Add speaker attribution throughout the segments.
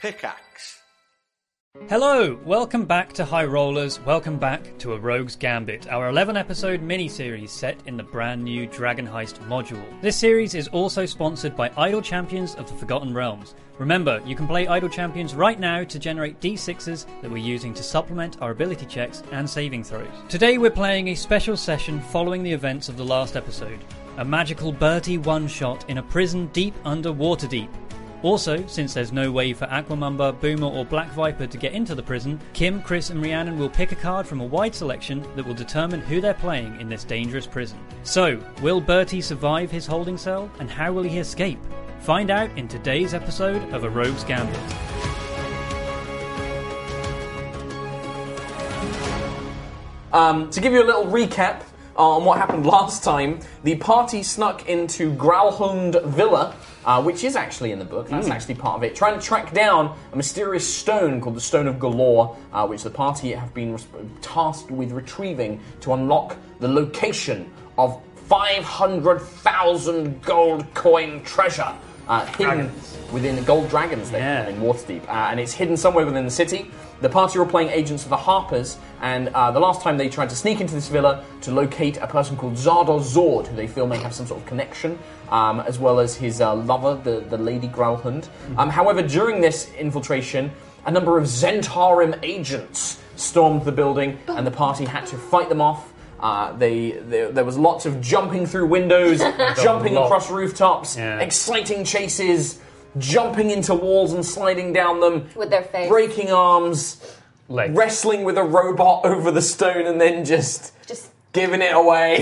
Speaker 1: Pickaxe.
Speaker 2: Hello, welcome back to High Rollers, welcome back to A Rogue's Gambit, our 11 episode mini series set in the brand new Dragon Heist module. This series is also sponsored by Idle Champions of the Forgotten Realms. Remember, you can play Idle Champions right now to generate d6s that we're using to supplement our ability checks and saving throws. Today we're playing a special session following the events of the last episode a magical Bertie one shot in a prison deep under Waterdeep. Also, since there's no way for Aquamumba, Boomer, or Black Viper to get into the prison, Kim, Chris, and Rhiannon will pick a card from a wide selection that will determine who they're playing in this dangerous prison. So, will Bertie survive his holding cell, and how will he escape? Find out in today's episode of A Rogue's Gambit.
Speaker 3: Um, to give you a little recap uh, on what happened last time, the party snuck into Growlhound Villa, uh, which is actually in the book. That's actually part of it. Trying to track down a mysterious stone called the Stone of Galore, uh, which the party have been res- tasked with retrieving to unlock the location of 500,000 gold coin treasure. Uh, hidden within the gold dragons they
Speaker 2: Yeah.
Speaker 3: in Waterdeep, uh, and it's hidden somewhere within the city. The party were playing agents of the Harpers, and uh, the last time they tried to sneak into this villa to locate a person called Zardo Zord, who they feel may have some sort of connection, um, as well as his uh, lover, the, the Lady Growlhund. Um, however, during this infiltration, a number of Zentarim agents stormed the building, and the party had to fight them off. Uh, they, they, there was lots of jumping through windows, jumping
Speaker 2: Lot.
Speaker 3: across rooftops,
Speaker 2: Yeah.
Speaker 3: exciting chases, jumping into walls and sliding down them,
Speaker 4: With their face.
Speaker 3: breaking arms,
Speaker 2: Legs.
Speaker 3: wrestling with a robot over the stone, and then just
Speaker 4: Just
Speaker 3: giving it away.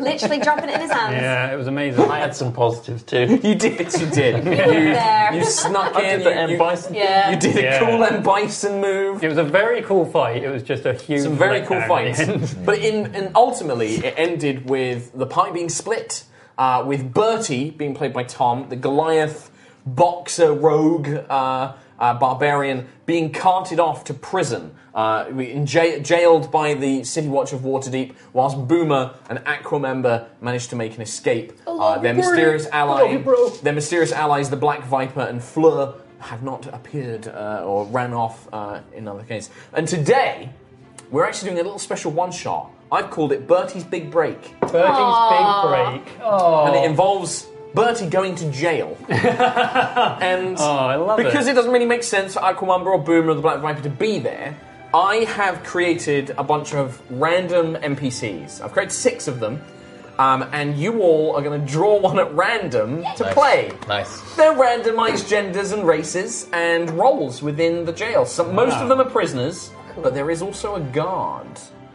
Speaker 4: literally dropping it in his hands.
Speaker 2: Yeah, it was amazing.
Speaker 5: I had some positives too.
Speaker 3: you did, you did.
Speaker 4: There.
Speaker 3: You, you snuck
Speaker 5: I
Speaker 3: in.
Speaker 5: did the
Speaker 3: you-
Speaker 5: M
Speaker 3: you,
Speaker 5: Bison.
Speaker 4: Yeah.
Speaker 3: you did a
Speaker 2: Yeah.
Speaker 3: cool M Bison move.
Speaker 2: It was a very cool fight. It was just a huge,
Speaker 3: Some very cool
Speaker 2: letdown at
Speaker 3: fights.
Speaker 2: the end.
Speaker 3: but in, in ultimately, it ended with the party being split, uh, with Bertie being played by Tom, the Goliath boxer rogue uh, uh, barbarian, being carted off to prison. Uh, we- in ja- jailed by the City Watch of Waterdeep, whilst Boomer and Aquamember managed to make an escape. Uh, their mysterious ally, their mysterious allies, the Black Viper and Fleur, have not appeared uh, or ran off. Uh, in other case, and today we're actually doing a little special one shot. I've called it Bertie's Big Break,
Speaker 2: Bertie's big break. Oh,
Speaker 3: and it involves Bertie going to jail. and
Speaker 2: Oh, I love it.
Speaker 3: because it doesn't really make sense for Aquamumba or Boomer or the Black Viper to be there, I have created a bunch of random NPCs. I've created six of them, um, and you all are going to draw one at random to play.
Speaker 5: Nice.
Speaker 3: They're randomized genders and races and roles within the jail. Some, most
Speaker 6: Ah.
Speaker 3: of them are prisoners, but there is also a guard.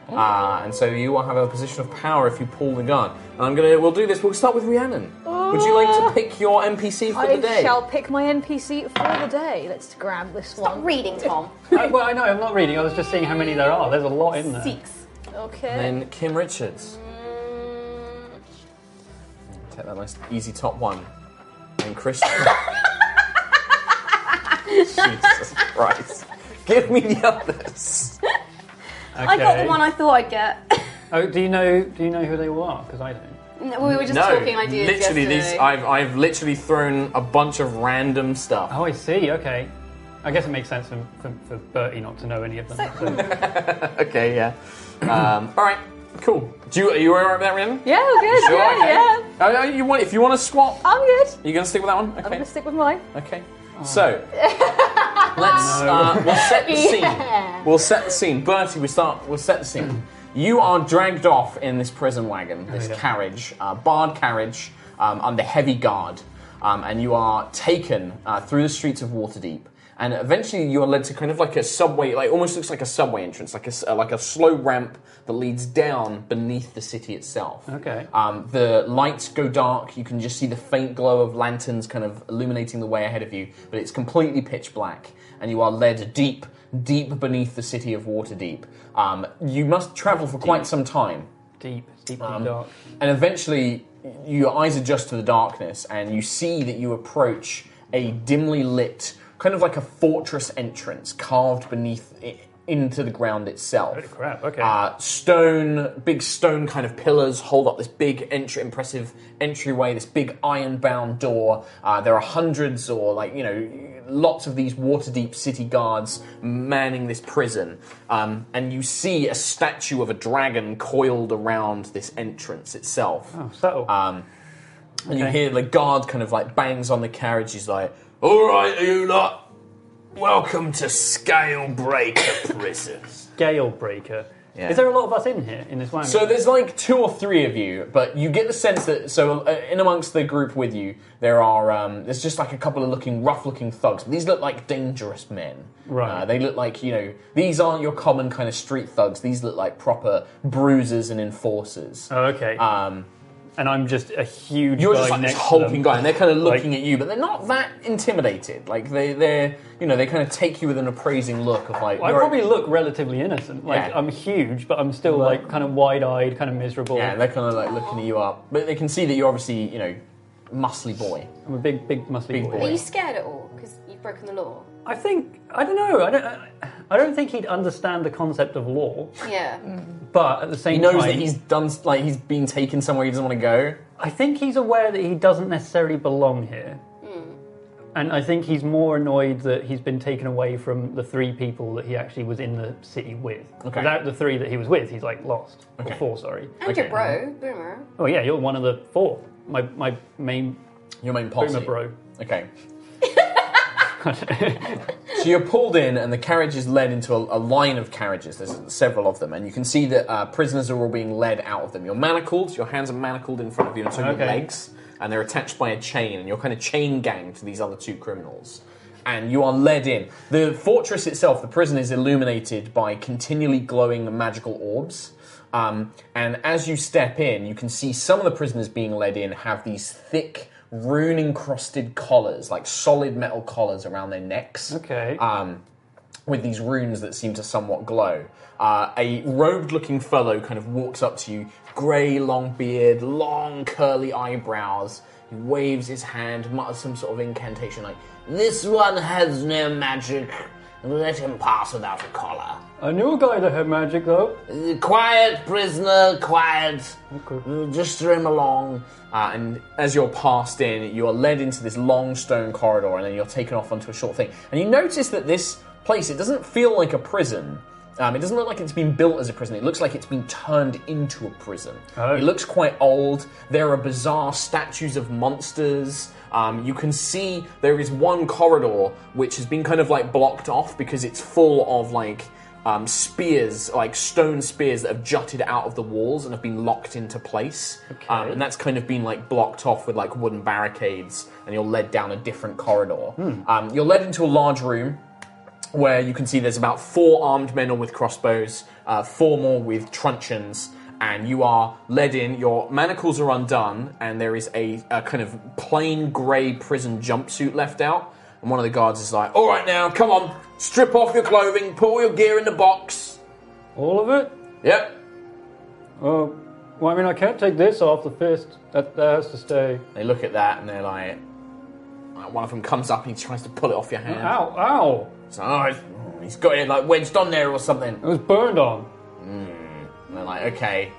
Speaker 6: Oh.
Speaker 3: Uh, and so you will have a position of power if you pull the guard. And I'm gonna. We'll do this. We'll start with Rhiannon. Would you like to pick your NPC for the
Speaker 6: Ah. Oh, I
Speaker 3: day?
Speaker 6: shall pick my NPC for the day. Let's grab this
Speaker 4: Stop
Speaker 6: one.
Speaker 4: reading, Tom.
Speaker 2: I- well, I know. I'm not reading. I was just seeing how many there are. There's a lot in there.
Speaker 4: Six.
Speaker 6: Okay.
Speaker 3: Then Kim Richards. Take that nice easy top one. And Chris. Jesus Christ! Give me the others.
Speaker 2: Okay.
Speaker 4: I got the one I thought I'd get.
Speaker 2: Oh, do you know? Do you know who they are? Because I don't.
Speaker 4: No, we were just
Speaker 3: no,
Speaker 4: talking ideas
Speaker 3: literally
Speaker 4: yesterday.
Speaker 3: these. I've I've literally thrown a bunch of random stuff.
Speaker 2: Oh, I see. Okay. I guess it makes sense for, for, for Bertie not to know any of them. So-
Speaker 3: Okay, yeah. um, all right, cool. Do you are you alright with that, Rhiannon?
Speaker 6: Yeah, we're good.
Speaker 3: Sure,
Speaker 6: yeah,
Speaker 3: okay.
Speaker 6: yeah.
Speaker 3: Oh, no, you want if you want to swap,
Speaker 6: I'm good.
Speaker 3: you gonna stick with that one? Okay.
Speaker 6: I'm gonna stick with mine.
Speaker 3: Okay. So
Speaker 4: Uh-huh.
Speaker 3: let's uh, we'll set the scene. We'll set the scene. Bertie, we start. We'll set the scene. You are dragged off in this prison wagon, this
Speaker 2: yeah.
Speaker 3: carriage, uh, barred carriage, um, under heavy guard, um, and you are taken uh, through the streets of Waterdeep. And eventually, you are led to kind of like a subway, like almost looks like a subway entrance, like a s- uh, like a slow ramp that leads down beneath the city itself.
Speaker 2: Okay.
Speaker 3: Um, the lights go dark. You can just see the faint glow of lanterns kind of illuminating the way ahead of you, but it's completely pitch black, and you are led deep, deep beneath the city of Waterdeep. Um, you must travel for quite some time, Um,
Speaker 2: deep, it's deep, deep dark.
Speaker 3: and eventually your eyes adjust to the darkness, and you see that you approach a dimly lit, kind of like a fortress entrance carved beneath. i into the ground itself.
Speaker 2: Holy crap, okay.
Speaker 3: Uh, stone, big stone kind of pillars hold up this big, entry, impressive entryway, this big iron bound door. Uh, there are hundreds or, like, you know, lots of these water deep city guards manning this prison. Um, and you see a statue of a dragon coiled around this entrance itself.
Speaker 2: Oh, subtle.
Speaker 3: Um, And you hear the guard kind of like bangs on the carriage. He's like, "All right, you lot, welcome to Scalebreaker Prison."
Speaker 2: Scale breaker.
Speaker 3: Yeah.
Speaker 2: Is there a lot of us in here in this one?
Speaker 3: so there's like two or three of you, but you get the sense that so uh, in amongst the group with you, there are um, there's just like a couple of looking rough-looking thugs. These look like dangerous men.
Speaker 2: Right.
Speaker 3: Uh, they look like you know these aren't your common kind of street thugs. These look like proper bruisers and enforcers.
Speaker 2: oh, okay.
Speaker 3: Um,
Speaker 2: and I'm just a huge.
Speaker 3: You're
Speaker 2: guy
Speaker 3: just like
Speaker 2: next
Speaker 3: this
Speaker 2: to them.
Speaker 3: hulking guy, and they're kind of
Speaker 2: Like-
Speaker 3: looking at you, but they're not that intimidated. Like they, they're, you know, they kind of take you with an appraising look of like.
Speaker 2: I
Speaker 3: you're-
Speaker 2: probably look relatively innocent. Like
Speaker 3: Yeah.
Speaker 2: I'm huge, but I'm still like kind of wide-eyed, kind of miserable.
Speaker 3: Yeah, they're kind of like looking at you up, but they can see that you're obviously, you know, muscly boy.
Speaker 2: I'm a big, big muscly
Speaker 3: Big
Speaker 2: boy.
Speaker 3: boy.
Speaker 4: Are you scared at all? Because you've broken the law.
Speaker 2: I think I don't know. I don't. I- I don't think he'd understand the concept of law,
Speaker 4: Yeah.
Speaker 2: but at the same
Speaker 3: He knows
Speaker 2: time,
Speaker 3: that he's done, like he's been taken somewhere he doesn't want to go.
Speaker 2: I think he's aware that he doesn't necessarily belong here.
Speaker 3: Hmm.
Speaker 2: And I think he's more annoyed that he's been taken away from the three people that he actually was in the city with.
Speaker 3: Okay.
Speaker 2: Without the three that he was with, he's like lost. Or four, sorry.
Speaker 4: And
Speaker 3: Okay.
Speaker 4: your bro, Boomer.
Speaker 2: Oh yeah, you're one of the four. My my main
Speaker 3: Your main posse.
Speaker 2: boomer bro.
Speaker 3: Okay. so you're pulled in, and the carriage is led into a, a line of carriages. There's several of them, and you can see that uh, prisoners are all being led out of them. You're manacled. Your hands are manacled in front of you, and so are your
Speaker 2: Okay.
Speaker 3: legs, and they're attached by a chain. And you're kind of chain ganged to these other two criminals. And you are led in. The fortress itself, the prison, is illuminated by continually glowing magical orbs. Um, and as you step in, you can see some of the prisoners being led in have these thick, rune encrusted collars, like solid metal collars around their necks.
Speaker 2: Okay.
Speaker 3: Um, with these runes that seem to somewhat glow. Uh, a robed looking fellow kind of walks up to you, grey, long beard, long curly eyebrows. He waves his hand, mutters some sort of incantation like, This one has no magic. Let him pass without a collar.
Speaker 2: I knew a guy that had magic though.
Speaker 3: Uh, Quiet, prisoner, quiet.
Speaker 2: Okay.
Speaker 3: Uh, Just trim along. Uh, and as you're passed in, you are led into this long stone corridor, and then you're taken off onto a short thing. And you notice that this place, it doesn't feel like a prison. Um, it doesn't look like it's been built as a prison. It looks like it's been turned into a prison.
Speaker 2: Oh.
Speaker 3: It looks quite old. There are bizarre statues of monsters. Um, you can see there is one corridor which has been kind of like blocked off because it's full of like um, spears, like stone spears that have jutted out of the walls and have been locked into place. Um, and that's kind of been like blocked off with like wooden barricades, and you're led down a different corridor. Um, you're led into a large room where you can see there's about four armed men all with crossbows, uh, four more with truncheons, and you are led in. Your manacles are undone, and there is a, a kind of plain grey prison jumpsuit left out. And one of the guards is like, "All right, now, come on, strip off your clothing, put all your gear in the box."
Speaker 2: All of it?
Speaker 3: Yep.
Speaker 2: Oh well I mean I can't take this off the fist. That that has to stay.
Speaker 3: They look at that and they're like, uh, one of them comes up and he tries to pull it off your hand.
Speaker 2: Ow, ow.
Speaker 3: It's like, "Oh, it's- he's got it like wedged on there or something.
Speaker 2: It was burned on.
Speaker 3: And they're like, okay.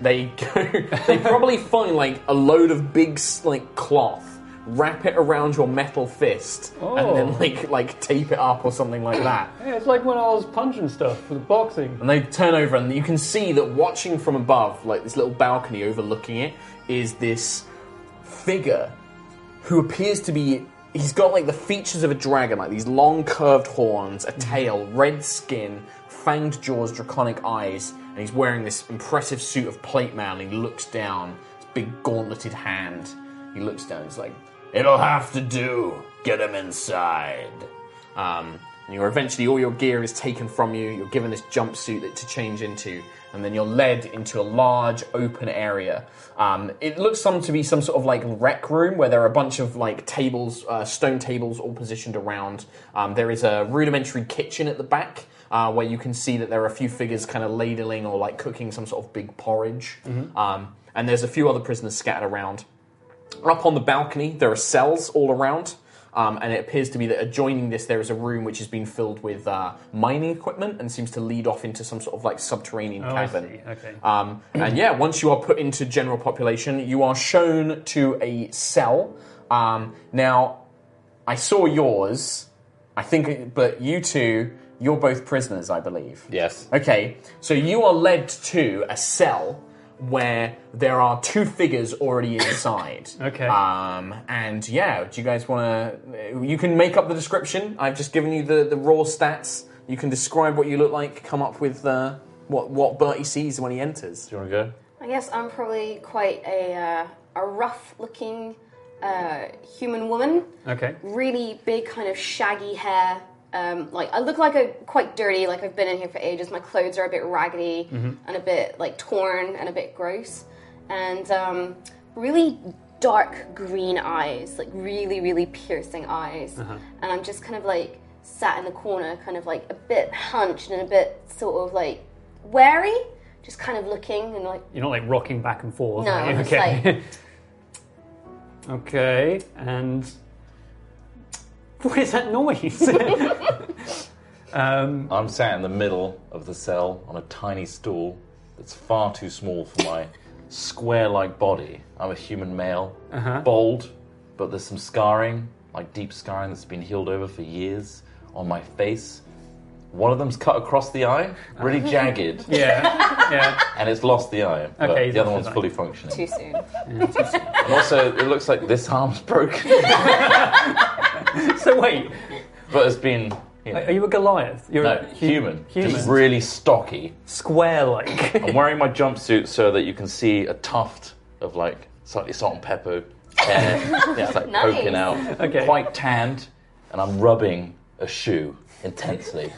Speaker 3: They go. They probably find like a load of big s- like cloth, wrap it around your metal fist, and
Speaker 2: Oh.
Speaker 3: then like like tape it up or something like that.
Speaker 2: Yeah, it's like when I was punching stuff for the boxing.
Speaker 3: And they turn over, and you can see that watching from above, like this little balcony overlooking it, is this figure who appears to be. He's got like the features of a dragon, like these long curved horns, a tail, red skin, fanged jaws, draconic eyes, and he's wearing this impressive suit of plate mail. And he looks down, his big gauntleted hand. He looks down, he's like, It'll have to do. Get him inside. Um, and you're eventually all your gear is taken from you. You're given this jumpsuit that to change into, and then you're led into a large open area. Um, it looks some to be some sort of like rec room where there are a bunch of like tables, uh, stone tables, all positioned around. Um, there is a rudimentary kitchen at the back. Uh, where you can see that there are a few figures kind of ladling or like cooking some sort of big porridge. Um, and there's a few other prisoners scattered around. Up on the balcony, there are cells all around. Um, and it appears to be that adjoining this, there is a room which has been filled with uh, mining equipment and seems to lead off into some sort of like subterranean
Speaker 5: Oh, I
Speaker 3: cavern.
Speaker 5: see. Okay.
Speaker 3: Um, and yeah, once you are put into general population, you are shown to a cell. Um, now, I saw yours. I think, but you two, you're both prisoners, I believe.
Speaker 7: Yes.
Speaker 3: Okay, so you are led to a cell where there are two figures already inside.
Speaker 5: Okay.
Speaker 3: Um, and yeah, do you guys want to? You can make up the description. I've just given you the, the raw stats. You can describe what you look like. Come up with uh, what what Bertie sees when he enters.
Speaker 7: Do you want to
Speaker 4: I guess I'm probably quite a uh, a rough-looking uh, human woman.
Speaker 5: Okay.
Speaker 4: Really big, kind of shaggy hair. Um, like I look like a quite dirty. Like I've been in here for ages. My clothes are a bit raggedy
Speaker 6: Mm-hmm.
Speaker 3: Mm-hmm.
Speaker 4: and a bit like torn and a bit gross. And um, really dark green eyes, like really, really piercing eyes.
Speaker 3: Uh-huh.
Speaker 7: Uh-huh.
Speaker 4: And I'm just kind of like sat in the corner, kind of like a bit hunched and a bit sort of like wary, just kind of looking and like
Speaker 5: You're not like rocking back and forth.
Speaker 4: No,
Speaker 5: are you?
Speaker 4: I'm just
Speaker 5: okay. okay, and what is that noise? um,
Speaker 7: go? I'm sat in the middle of the cell on a tiny stool that's far too small for my square like body. I'm a human male,
Speaker 5: Uh-huh.
Speaker 7: bald, but there's some scarring, like deep scarring that's been healed over for years on my face. One of them's cut across the eye, really jagged,
Speaker 5: yeah, yeah.
Speaker 7: and it's lost the eye. But
Speaker 5: Okay, he's
Speaker 7: the other
Speaker 5: lost
Speaker 7: one's
Speaker 5: his eye.
Speaker 7: fully functioning.
Speaker 4: too soon.
Speaker 7: And also, it looks like this arm's broken,
Speaker 5: So wait,
Speaker 7: but it's been you know,
Speaker 5: are you a Goliath? You're
Speaker 7: no,
Speaker 5: a hu-
Speaker 7: human,
Speaker 5: Human.
Speaker 7: just really stocky.
Speaker 5: Square-like.
Speaker 7: I'm wearing my jumpsuit so that you can see a tuft of like slightly salt and pepper hair that's like
Speaker 4: Nice.
Speaker 7: poking out.
Speaker 5: Okay.
Speaker 7: Quite tanned, and I'm rubbing a shoe intensely.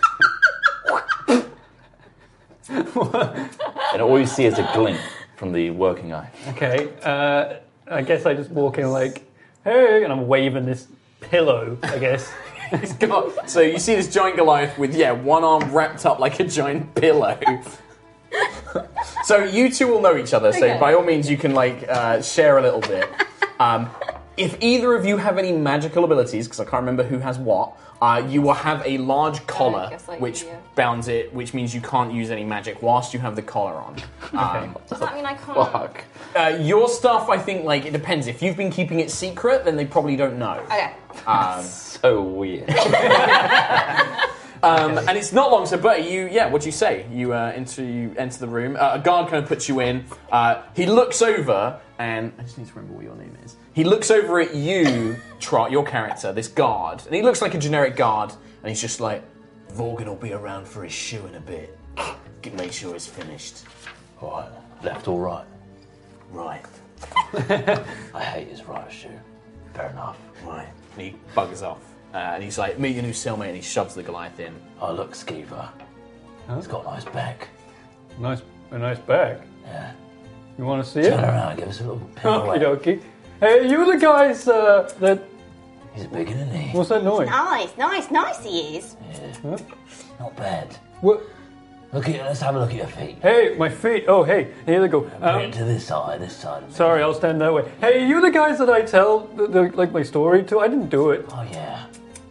Speaker 7: and all you see is a glint from the working eye.
Speaker 5: Okay, uh, I guess I just walk in like, hey, and I'm waving this pillow, I guess.
Speaker 3: He's got- so you see this giant Goliath with yeah one arm wrapped up like a giant pillow. so you two will know each other. So
Speaker 4: Okay.
Speaker 3: by all means, you can like uh, share a little bit. Um, if either of you have any magical abilities, because I can't remember who has what, uh, you will have a large collar
Speaker 4: guess I do,
Speaker 3: which
Speaker 4: yeah.
Speaker 3: bounds it, which means you can't use any magic whilst you have the collar on. Um,
Speaker 4: Does that mean I can't?
Speaker 7: Fuck.
Speaker 3: uh, your stuff, I think, like it depends. If you've been keeping it secret, then they probably don't know.
Speaker 4: Okay.
Speaker 3: Um,
Speaker 7: So weird.
Speaker 3: Um, and it's not long. So, Bertie, you yeah, what do you say? You uh, enter you enter the room. Uh, a guard kind of puts you in. Uh, he looks over, and I just need to remember what your name is. He looks over at you, Trot, your character, this guard, and he looks like a generic guard, and he's just like, Vorgan will be around for his shoe in a bit. Can Make sure it's finished.
Speaker 7: Alright, left or right.
Speaker 3: Right,
Speaker 7: I hate his
Speaker 3: "Oh,
Speaker 7: right shoe. Fair enough.
Speaker 3: right. And he buggers off, uh, and he's like, meet your new cellmate, and he shoves the Goliath in.
Speaker 7: Oh look, Skeever. He's got a nice back.
Speaker 5: Nice, a nice bag.
Speaker 7: Yeah.
Speaker 5: You want to see
Speaker 7: Turn
Speaker 5: it?
Speaker 7: around, give us a little
Speaker 5: Okie
Speaker 7: pirouette.
Speaker 5: dokie. Hey, you the guys uh, that.
Speaker 7: He's big, isn't he?
Speaker 5: What's that noise?
Speaker 4: Nice, nice, nice he is.
Speaker 7: Not bad.
Speaker 5: What?
Speaker 7: Look at let's have a look at your feet.
Speaker 5: Hey, my feet. Oh, hey, here they go.
Speaker 7: Put
Speaker 5: Um,
Speaker 7: it to this side, this side. of me.
Speaker 5: sorry, I'll stand that way. Hey, you the guys that I tell the, the, like my story to? I didn't do it.
Speaker 7: Oh yeah.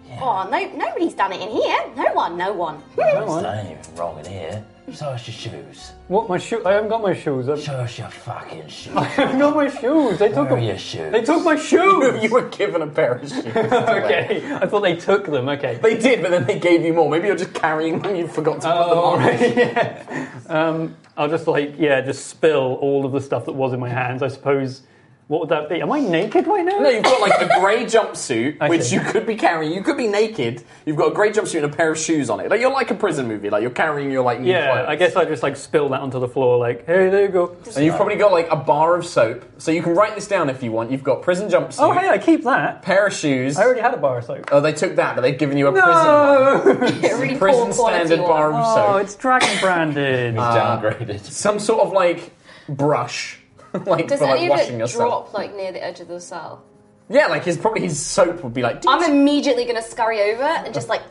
Speaker 7: Yeah.
Speaker 4: Oh, no, nobody's done it in here. No one, no one.
Speaker 5: Come on.
Speaker 7: I ain't even wrong in here. Show us your shoes.
Speaker 5: What my shoe? I haven't got my shoes. I've
Speaker 7: Show us your fucking shoes.
Speaker 5: I haven't got my shoes. They took
Speaker 7: Where are
Speaker 5: them.
Speaker 7: your shoes?
Speaker 5: They took my shoes.
Speaker 3: You were given a pair of shoes.
Speaker 5: okay, I thought they took them. Okay.
Speaker 3: They did, but then they gave you more. Maybe you're just carrying them. You forgot to put them on.
Speaker 5: yeah. Oh. Um, I'll just like yeah, just spill all of the stuff that was in my hands. I suppose. What would that be? Am I naked right now?
Speaker 3: No, you've got like a grey jumpsuit,
Speaker 5: I
Speaker 3: which
Speaker 5: see.
Speaker 3: you could be carrying. You could be naked. You've got a grey jumpsuit and a pair of shoes on it. Like you're like a prison movie. Like you're carrying your like new
Speaker 5: yeah,
Speaker 3: clothes.
Speaker 5: I guess I just like spill that onto the floor. Like, hey, there you go.
Speaker 3: And you've probably got like a bar of soap. So you can write this down if you want. You've got prison jumpsuit,
Speaker 5: Oh, hey, I keep that.
Speaker 3: pair of shoes.
Speaker 5: I already had a bar of soap.
Speaker 3: Oh, they took that, but they've given you a prison
Speaker 5: No.
Speaker 4: Yeah, really
Speaker 3: one. prison
Speaker 4: poor quality
Speaker 3: standard
Speaker 4: one.
Speaker 3: bar of
Speaker 5: Oh,
Speaker 3: soap. Um,
Speaker 5: it's dragon branded.
Speaker 7: downgraded.
Speaker 3: Some sort of like brush, like
Speaker 4: Does
Speaker 3: for
Speaker 4: any
Speaker 3: like
Speaker 4: of
Speaker 3: washing
Speaker 4: it
Speaker 3: yourself.
Speaker 4: drop like near the edge of the cell?
Speaker 3: Yeah, like his probably his soap would be like.
Speaker 4: I'm immediately gonna scurry over and just like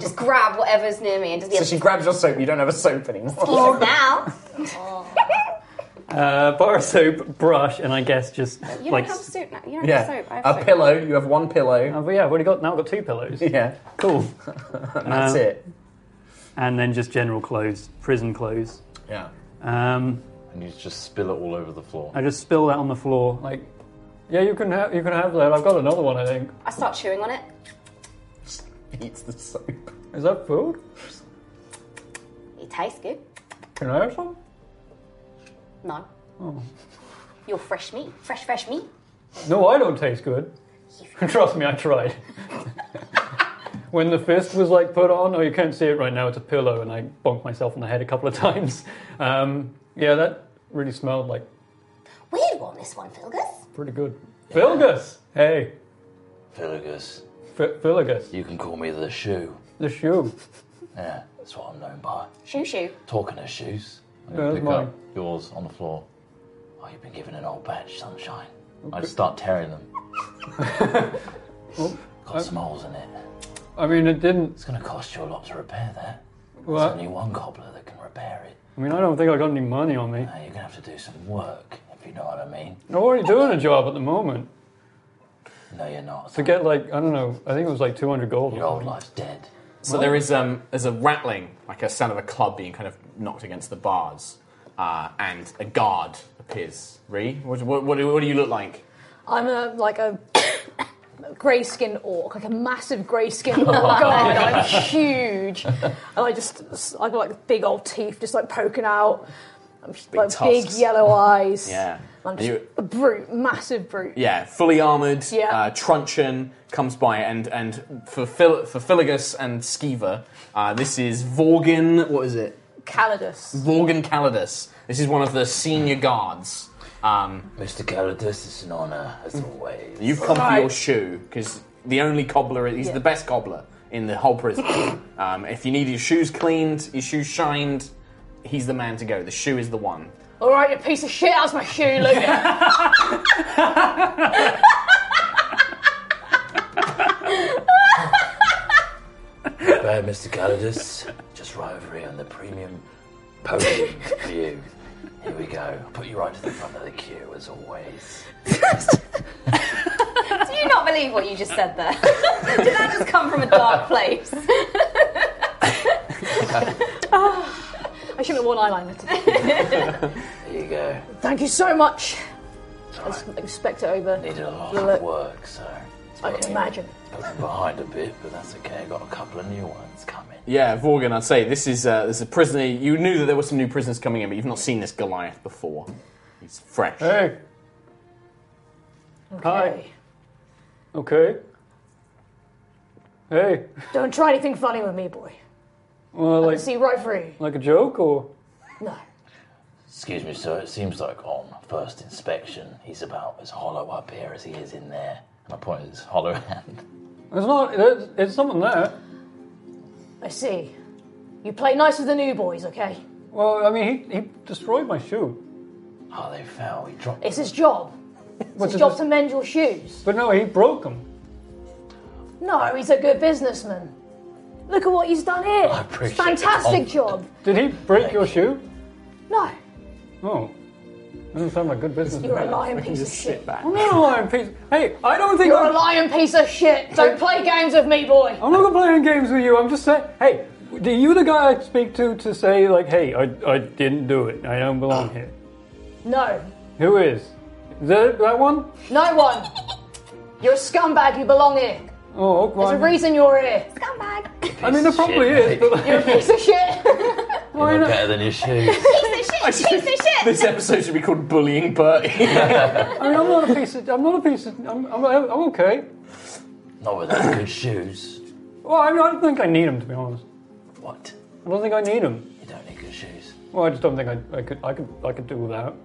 Speaker 4: just grab whatever's near me and just be
Speaker 3: so
Speaker 4: like,
Speaker 3: Oh. she grabs your soap. You don't have a soap anymore.
Speaker 4: "He's now.
Speaker 5: Uh, bar of soap, brush, and I guess just
Speaker 4: You
Speaker 5: like.
Speaker 4: don't have soap now. You don't have
Speaker 3: Yeah,
Speaker 4: soap. I have
Speaker 3: a
Speaker 4: soap.
Speaker 3: pillow. You have one pillow.
Speaker 5: Oh, but yeah, I've already got now. I've got two pillows.
Speaker 3: Yeah,
Speaker 5: Cool.
Speaker 3: that's
Speaker 5: Uh,
Speaker 3: it.
Speaker 5: And then just general clothes, prison clothes.
Speaker 3: Yeah.
Speaker 5: Um,
Speaker 1: And you just spill it all over the floor.
Speaker 5: I just spill that on the floor. Like, yeah, you can have you can have that. I've got another one. I think.
Speaker 4: I start chewing on it.
Speaker 3: Eats the soap.
Speaker 5: Is that food?
Speaker 4: It tastes good.
Speaker 5: Can I have some? Oh.
Speaker 4: No. You're fresh meat. Fresh, fresh meat.
Speaker 5: No, I don't taste good. Trust me, I tried. when the fist was like put on, oh, you can't see it right now. It's a pillow, and I bonked myself on the head a couple of times. Um, yeah, that really smelled like
Speaker 4: Weird one, this one, Filgus.
Speaker 5: pretty good. Filgus, hey,
Speaker 1: Philagus,
Speaker 5: F- Filgus,
Speaker 1: you can call me the shoe.
Speaker 5: the shoe.
Speaker 1: Yeah, that's what I'm known by.
Speaker 4: Shoo shoo.
Speaker 1: Talking of shoes, I'm
Speaker 5: Yeah,
Speaker 1: gonna
Speaker 5: that's
Speaker 1: pick
Speaker 5: mine.
Speaker 1: up yours on the floor. Oh, you've been given an old batch, sunshine. I just start tearing them. Got some holes in it.
Speaker 5: I mean, it didn't.
Speaker 1: It's gonna cost you a lot to repair that. There's
Speaker 5: Well,
Speaker 1: only one cobbler that can repair it.
Speaker 5: I mean, I don't think I got any money on me.
Speaker 1: Now you're gonna have to do some work, if you know what I mean.
Speaker 5: I'm already doing a job at the moment
Speaker 1: No, you're not.
Speaker 5: to get like I don't know. I think it was like 200 gold.
Speaker 1: Your old life's dead.
Speaker 3: So there is um, there's a rattling, like a sound of a club being kind of knocked against the bars, uh, and a guard appears. Ree, what, what, what, do, what do you look like?
Speaker 6: I'm a like a grey skinned orc, like a massive grey
Speaker 3: Oh,
Speaker 6: skinned orc. I'm huge, and I just I got like big old teeth, just like poking out. I'm just,
Speaker 3: Big
Speaker 6: like big
Speaker 3: tusks.
Speaker 6: yellow eyes.
Speaker 3: Yeah.
Speaker 6: I'm
Speaker 3: Are
Speaker 6: just
Speaker 3: you-
Speaker 6: a brute, massive brute.
Speaker 3: Yeah, fully armored.
Speaker 6: Yeah.
Speaker 3: Uh, truncheon comes by, and and for Phil, for Philigus and Skeever, uh, this is Vorgan. What is it?
Speaker 6: Calidus.
Speaker 3: Vorgan Calidus. This is one of the senior guards. Um,
Speaker 1: Mr. Calidus, it's an honour, as always.
Speaker 3: You've come for
Speaker 6: Right.
Speaker 3: your shoe because the only cobbler, he's
Speaker 6: Yeah.
Speaker 3: the best cobbler in the whole prison. um, if you need your shoes cleaned, your shoes shined, he's the man to go. The shoe is the one.
Speaker 6: All right, you piece of shit. That's my shoe, look.
Speaker 3: Oh,
Speaker 1: Fair Mr. Calidus, just right over here on the premium podium view. Here we go. I'll put you right to the front of the queue as always.
Speaker 4: Do you not believe what you just said there? Did that just come from a dark place?
Speaker 6: I shouldn't have worn eyeliner today.
Speaker 1: There you go.
Speaker 6: Thank you so much.
Speaker 1: It's
Speaker 6: I
Speaker 1: all
Speaker 6: just
Speaker 1: right.
Speaker 6: expect it over.
Speaker 1: Needed a lot
Speaker 6: Look.
Speaker 1: of work, Oh, so it's
Speaker 6: I can
Speaker 1: okay.
Speaker 6: imagine.
Speaker 1: Got behind a bit, but that's okay. I've got a couple of new ones coming.
Speaker 3: Yeah, Vorgan, I'd say this is uh, this is a prisoner. You knew that there were some new prisoners coming in, but you've not seen this Goliath before. He's fresh.
Speaker 5: Hey, Hi.
Speaker 6: Okay.
Speaker 5: okay. Hey,
Speaker 6: Don't try anything funny with me, boy.
Speaker 5: well, like
Speaker 6: See right through you.
Speaker 5: like a joke or?
Speaker 6: No.
Speaker 1: Excuse me, sir. It seems like on first inspection, he's about as hollow up here as he is in there. And I point at his hollow hand.
Speaker 5: It's not. It's, it's something there.
Speaker 6: I see. You play nice with the new boys, okay?
Speaker 5: Well, I mean, he, he destroyed my shoe.
Speaker 1: Oh, they fell. He dropped.
Speaker 6: It's his job.
Speaker 5: What's
Speaker 6: His job to mend your shoes.
Speaker 5: But no, he broke them.
Speaker 6: No, he's a good businessman. Look at what he's done here.
Speaker 1: I appreciate the
Speaker 6: Fantastic
Speaker 1: confidence.
Speaker 6: job.
Speaker 5: Did he break your shoe?
Speaker 6: No,
Speaker 5: Oh, doesn't sound like good business.
Speaker 6: you're a lying piece of
Speaker 3: Sit
Speaker 6: shit.
Speaker 3: back.
Speaker 5: I'm not a lying piece. Hey, I don't think
Speaker 6: You're a
Speaker 5: I'm,
Speaker 6: lying piece of shit. Don't play games with me, boy.
Speaker 5: I'm not playing games with you. I'm just saying. Hey, are you the guy I speak to to say like, hey, I, I didn't do it. I don't belong
Speaker 1: Oh.
Speaker 5: here.
Speaker 6: No,
Speaker 5: Who is? Is that that one?
Speaker 6: no one. You're a scumbag. You belong here.
Speaker 5: Oh, okay.
Speaker 6: There's a reason you're here.
Speaker 4: Scumbag.
Speaker 5: I mean, there probably is, but like,
Speaker 6: You're a piece of shit.
Speaker 1: You're not better than your shoes.
Speaker 4: Piece of shit. Piece of shit.
Speaker 3: This episode should be called Bullying Bertie.
Speaker 5: I mean, I'm not a piece of. I'm not a piece of. I'm, I'm, I'm okay.
Speaker 1: not without good shoes.
Speaker 5: Well, I, mean, I don't think I need him to be honest.
Speaker 1: What?
Speaker 5: I don't think I need him.
Speaker 1: You don't need good shoes.
Speaker 5: Well, I just don't think I, I could. I could. I could do without.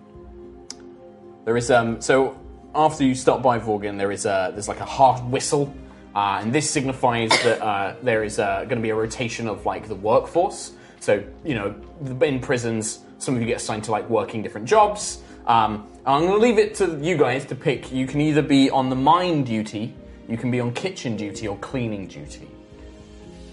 Speaker 3: There is um so after you stop by Vorgan, there is a there's like a harsh whistle, uh, and this signifies that uh, there is uh, going to be a rotation of like the workforce. So you know the- in prisons, some of you get assigned to like working different jobs. Um, I'm going to leave it to you guys to pick. You can either be on the mine duty, you can be on kitchen duty, or cleaning duty.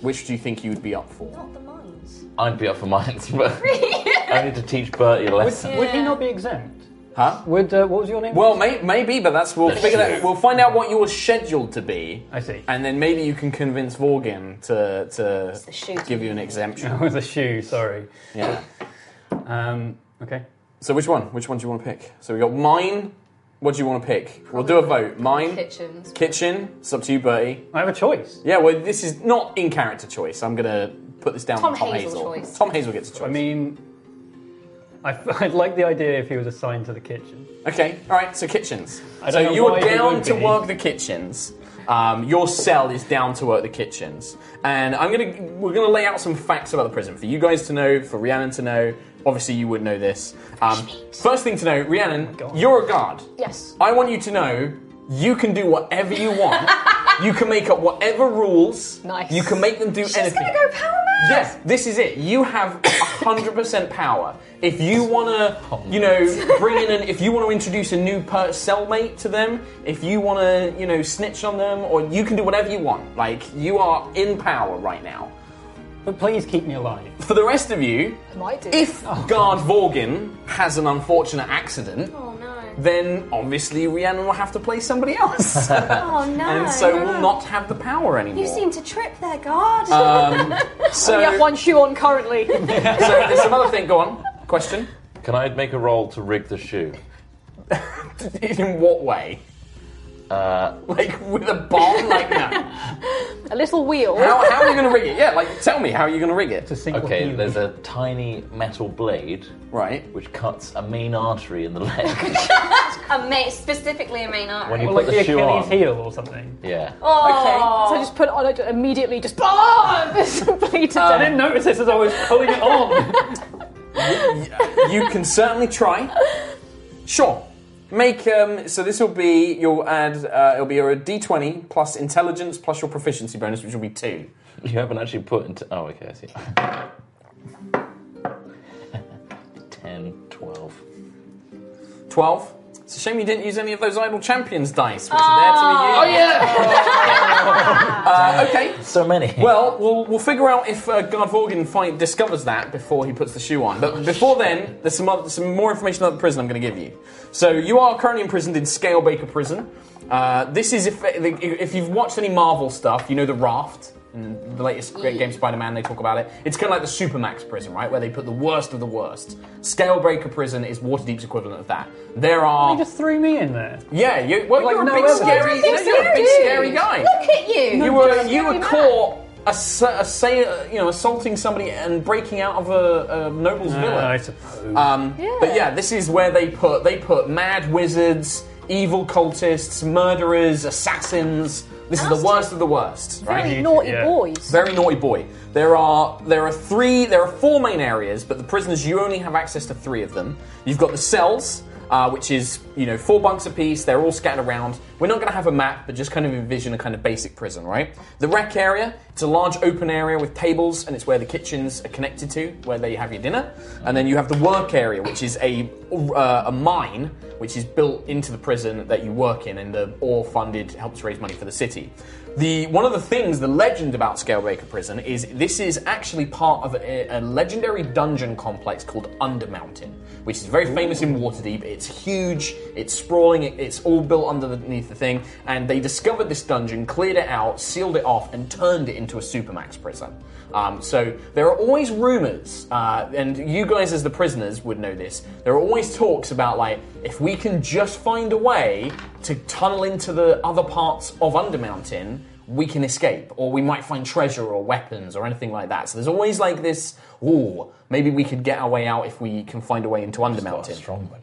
Speaker 3: Which do you think you would be up for?
Speaker 4: Not the mines.
Speaker 1: I'd be up for mines, but I need to teach Bertie a lesson.
Speaker 5: Would he not be exempt?
Speaker 3: Huh?
Speaker 5: Would uh, what was your name?
Speaker 3: Well, may, maybe, but that's we'll
Speaker 1: Let's
Speaker 3: figure
Speaker 1: see.
Speaker 3: that. We'll find out what you were scheduled to be.
Speaker 5: I see.
Speaker 3: And then maybe you can convince Vorgin to
Speaker 4: the
Speaker 3: to
Speaker 4: shoot.
Speaker 3: give you an exemption.
Speaker 5: it was a shoe. Sorry.
Speaker 3: yeah.
Speaker 5: Um, okay.
Speaker 3: So which one? Which one do you want to pick? So we got mine. What do you want to pick? We'll do a vote. Mine,
Speaker 4: Kitchens.
Speaker 3: kitchen. It's up to you, Bertie.
Speaker 5: I have a choice.
Speaker 3: Yeah. Well, this is not in character choice. I'm gonna put this down.
Speaker 4: Tom
Speaker 3: to Tom
Speaker 4: Hazel
Speaker 3: Hazel.
Speaker 4: choice.
Speaker 3: Tom Hazel gets a choice.
Speaker 5: I mean, I, would like the idea if he was assigned to the kitchen.
Speaker 3: Okay, all right. So kitchens.
Speaker 5: I
Speaker 3: So
Speaker 5: don't know
Speaker 3: you're
Speaker 5: why they
Speaker 3: down
Speaker 5: would
Speaker 3: to
Speaker 5: be.
Speaker 3: work the kitchens. Um, your cell is down to work the kitchens, and I'm gonna we're gonna lay out some facts about the prison for you guys to know, for Rhiannon to know. Obviously, you would know this. Um, first thing to know, Rhiannon,
Speaker 5: God.
Speaker 3: you're a guard.
Speaker 6: Yes.
Speaker 3: I want you to know you can do whatever you want. you can make up whatever rules.
Speaker 6: Nice.
Speaker 3: You can make them do
Speaker 4: She's
Speaker 3: anything.
Speaker 4: gonna go power mad.
Speaker 3: Yes, this is it. You have 100% power. If you want to, you know, bring in an, if you want to introduce a new per- cellmate to them, if you want to, you know, snitch on them, or you can do whatever you want. Like, you are in power right now.
Speaker 5: But please keep me alive.
Speaker 3: For the rest of you,
Speaker 6: Might do. Oh,
Speaker 3: if Guard Vorgin has an unfortunate accident,
Speaker 4: Oh no.
Speaker 3: then obviously Rhiannon will have to play somebody else.
Speaker 4: Oh no.
Speaker 3: and so will not have the power anymore.
Speaker 4: You seem to trip there, guard.
Speaker 3: Um, so,
Speaker 6: we have one shoe on currently.
Speaker 3: so there's some other thing. Go on. Question.
Speaker 1: Can I make a roll to rig the shoe?
Speaker 3: In what way?
Speaker 1: Uh,
Speaker 3: Like with a bomb? Like no.
Speaker 6: a little wheel.
Speaker 3: How, how are you going to rig it? Yeah, like tell me how are you going to rig it?
Speaker 5: To sink with
Speaker 1: okay,
Speaker 5: you.
Speaker 1: there's a tiny metal blade
Speaker 3: Right.
Speaker 1: which cuts a main artery in the leg.
Speaker 4: a ma- specifically a main artery.
Speaker 1: When you
Speaker 5: Or
Speaker 1: put
Speaker 5: like
Speaker 1: the,
Speaker 5: the
Speaker 1: shoe
Speaker 5: Achilles
Speaker 1: on.
Speaker 5: heel or something.
Speaker 1: Yeah.
Speaker 4: oh.
Speaker 6: So I just put it on, I just immediately just oh, this bleated
Speaker 3: Um,
Speaker 5: I didn't notice this as I was pulling it on.
Speaker 3: You can certainly try. Sure. Make um. So this will be you'll add uh, it'll be your d20 plus intelligence plus your proficiency bonus, which will be two.
Speaker 1: You haven't actually put into. Oh, okay, I see. 10, 12.
Speaker 3: Twelve. It's a shame you didn't use any of those idle champions dice, which
Speaker 8: Oh,
Speaker 3: are there to be used. Uh, okay.
Speaker 1: So many.
Speaker 3: Well, we'll, we'll figure out if uh, Guard Vorgin find, discovers that before he puts the shoe on. But before then, there's some, other, some more information about the prison I'm going to give you. So you are currently imprisoned in Scalebaker Prison. Uh, this is if if you've watched any Marvel stuff, you know the Raft. In the latest great game Spider-Man, they talk about it. It's kind of like the Supermax prison, right, where they put the worst of the worst. Scalebreaker prison is Waterdeep's equivalent of that. There
Speaker 5: You
Speaker 3: are,
Speaker 5: just threw me in there.
Speaker 3: yeah, you, well,
Speaker 5: Like,
Speaker 3: you're a
Speaker 5: no
Speaker 3: big
Speaker 5: evidence.
Speaker 3: scary,
Speaker 5: You're a big
Speaker 3: you're a big
Speaker 5: scary
Speaker 3: scary
Speaker 5: dude.
Speaker 3: guy.
Speaker 4: Look at you.
Speaker 3: You were
Speaker 4: You're
Speaker 3: you were
Speaker 4: scary man.
Speaker 3: caught ass- assay, uh, you know assaulting somebody and breaking out of a, a noble's villa.
Speaker 5: Ah, I suppose.
Speaker 3: Um, But yeah, this is where they put they put mad wizards, evil cultists, murderers, assassins. This is the
Speaker 4: Nasty.
Speaker 3: worst of the worst, right?
Speaker 6: Very naughty
Speaker 5: Yeah.
Speaker 6: boys.
Speaker 3: Very naughty boy. There are there are three there are four main areas, but the prisoners you only have access to three of them. You've got the cells, uh, which is you know four bunks apiece. They're all scattered around. We're not going to have a map, but just kind of envision a kind of basic prison, right? The rec area. It's a large open area with tables, and it's where the kitchens are connected to, where they have your dinner. And then you have the work area, which is a uh, a mine, which is built into the prison that you work in, and the ore funded helps raise money for the city. The one of the things, the legend about Scalebaker Prison is this is actually part of a, a legendary dungeon complex called Undermountain, which is very famous in Waterdeep. It's huge, it's sprawling, it- it's all built underneath the thing, and they discovered this dungeon, cleared it out, sealed it off, and turned it into a supermax prison. Um, so there are always rumors, uh, and you guys as the prisoners would know this. There are always talks about like if we can just find a way to tunnel into the other parts of Undermountain, we can escape, or we might find treasure or weapons or anything like that. So there's always like this. Ooh, maybe we could get our way out if we can find a way into
Speaker 1: Got a
Speaker 3: Undermountain.
Speaker 1: strong one.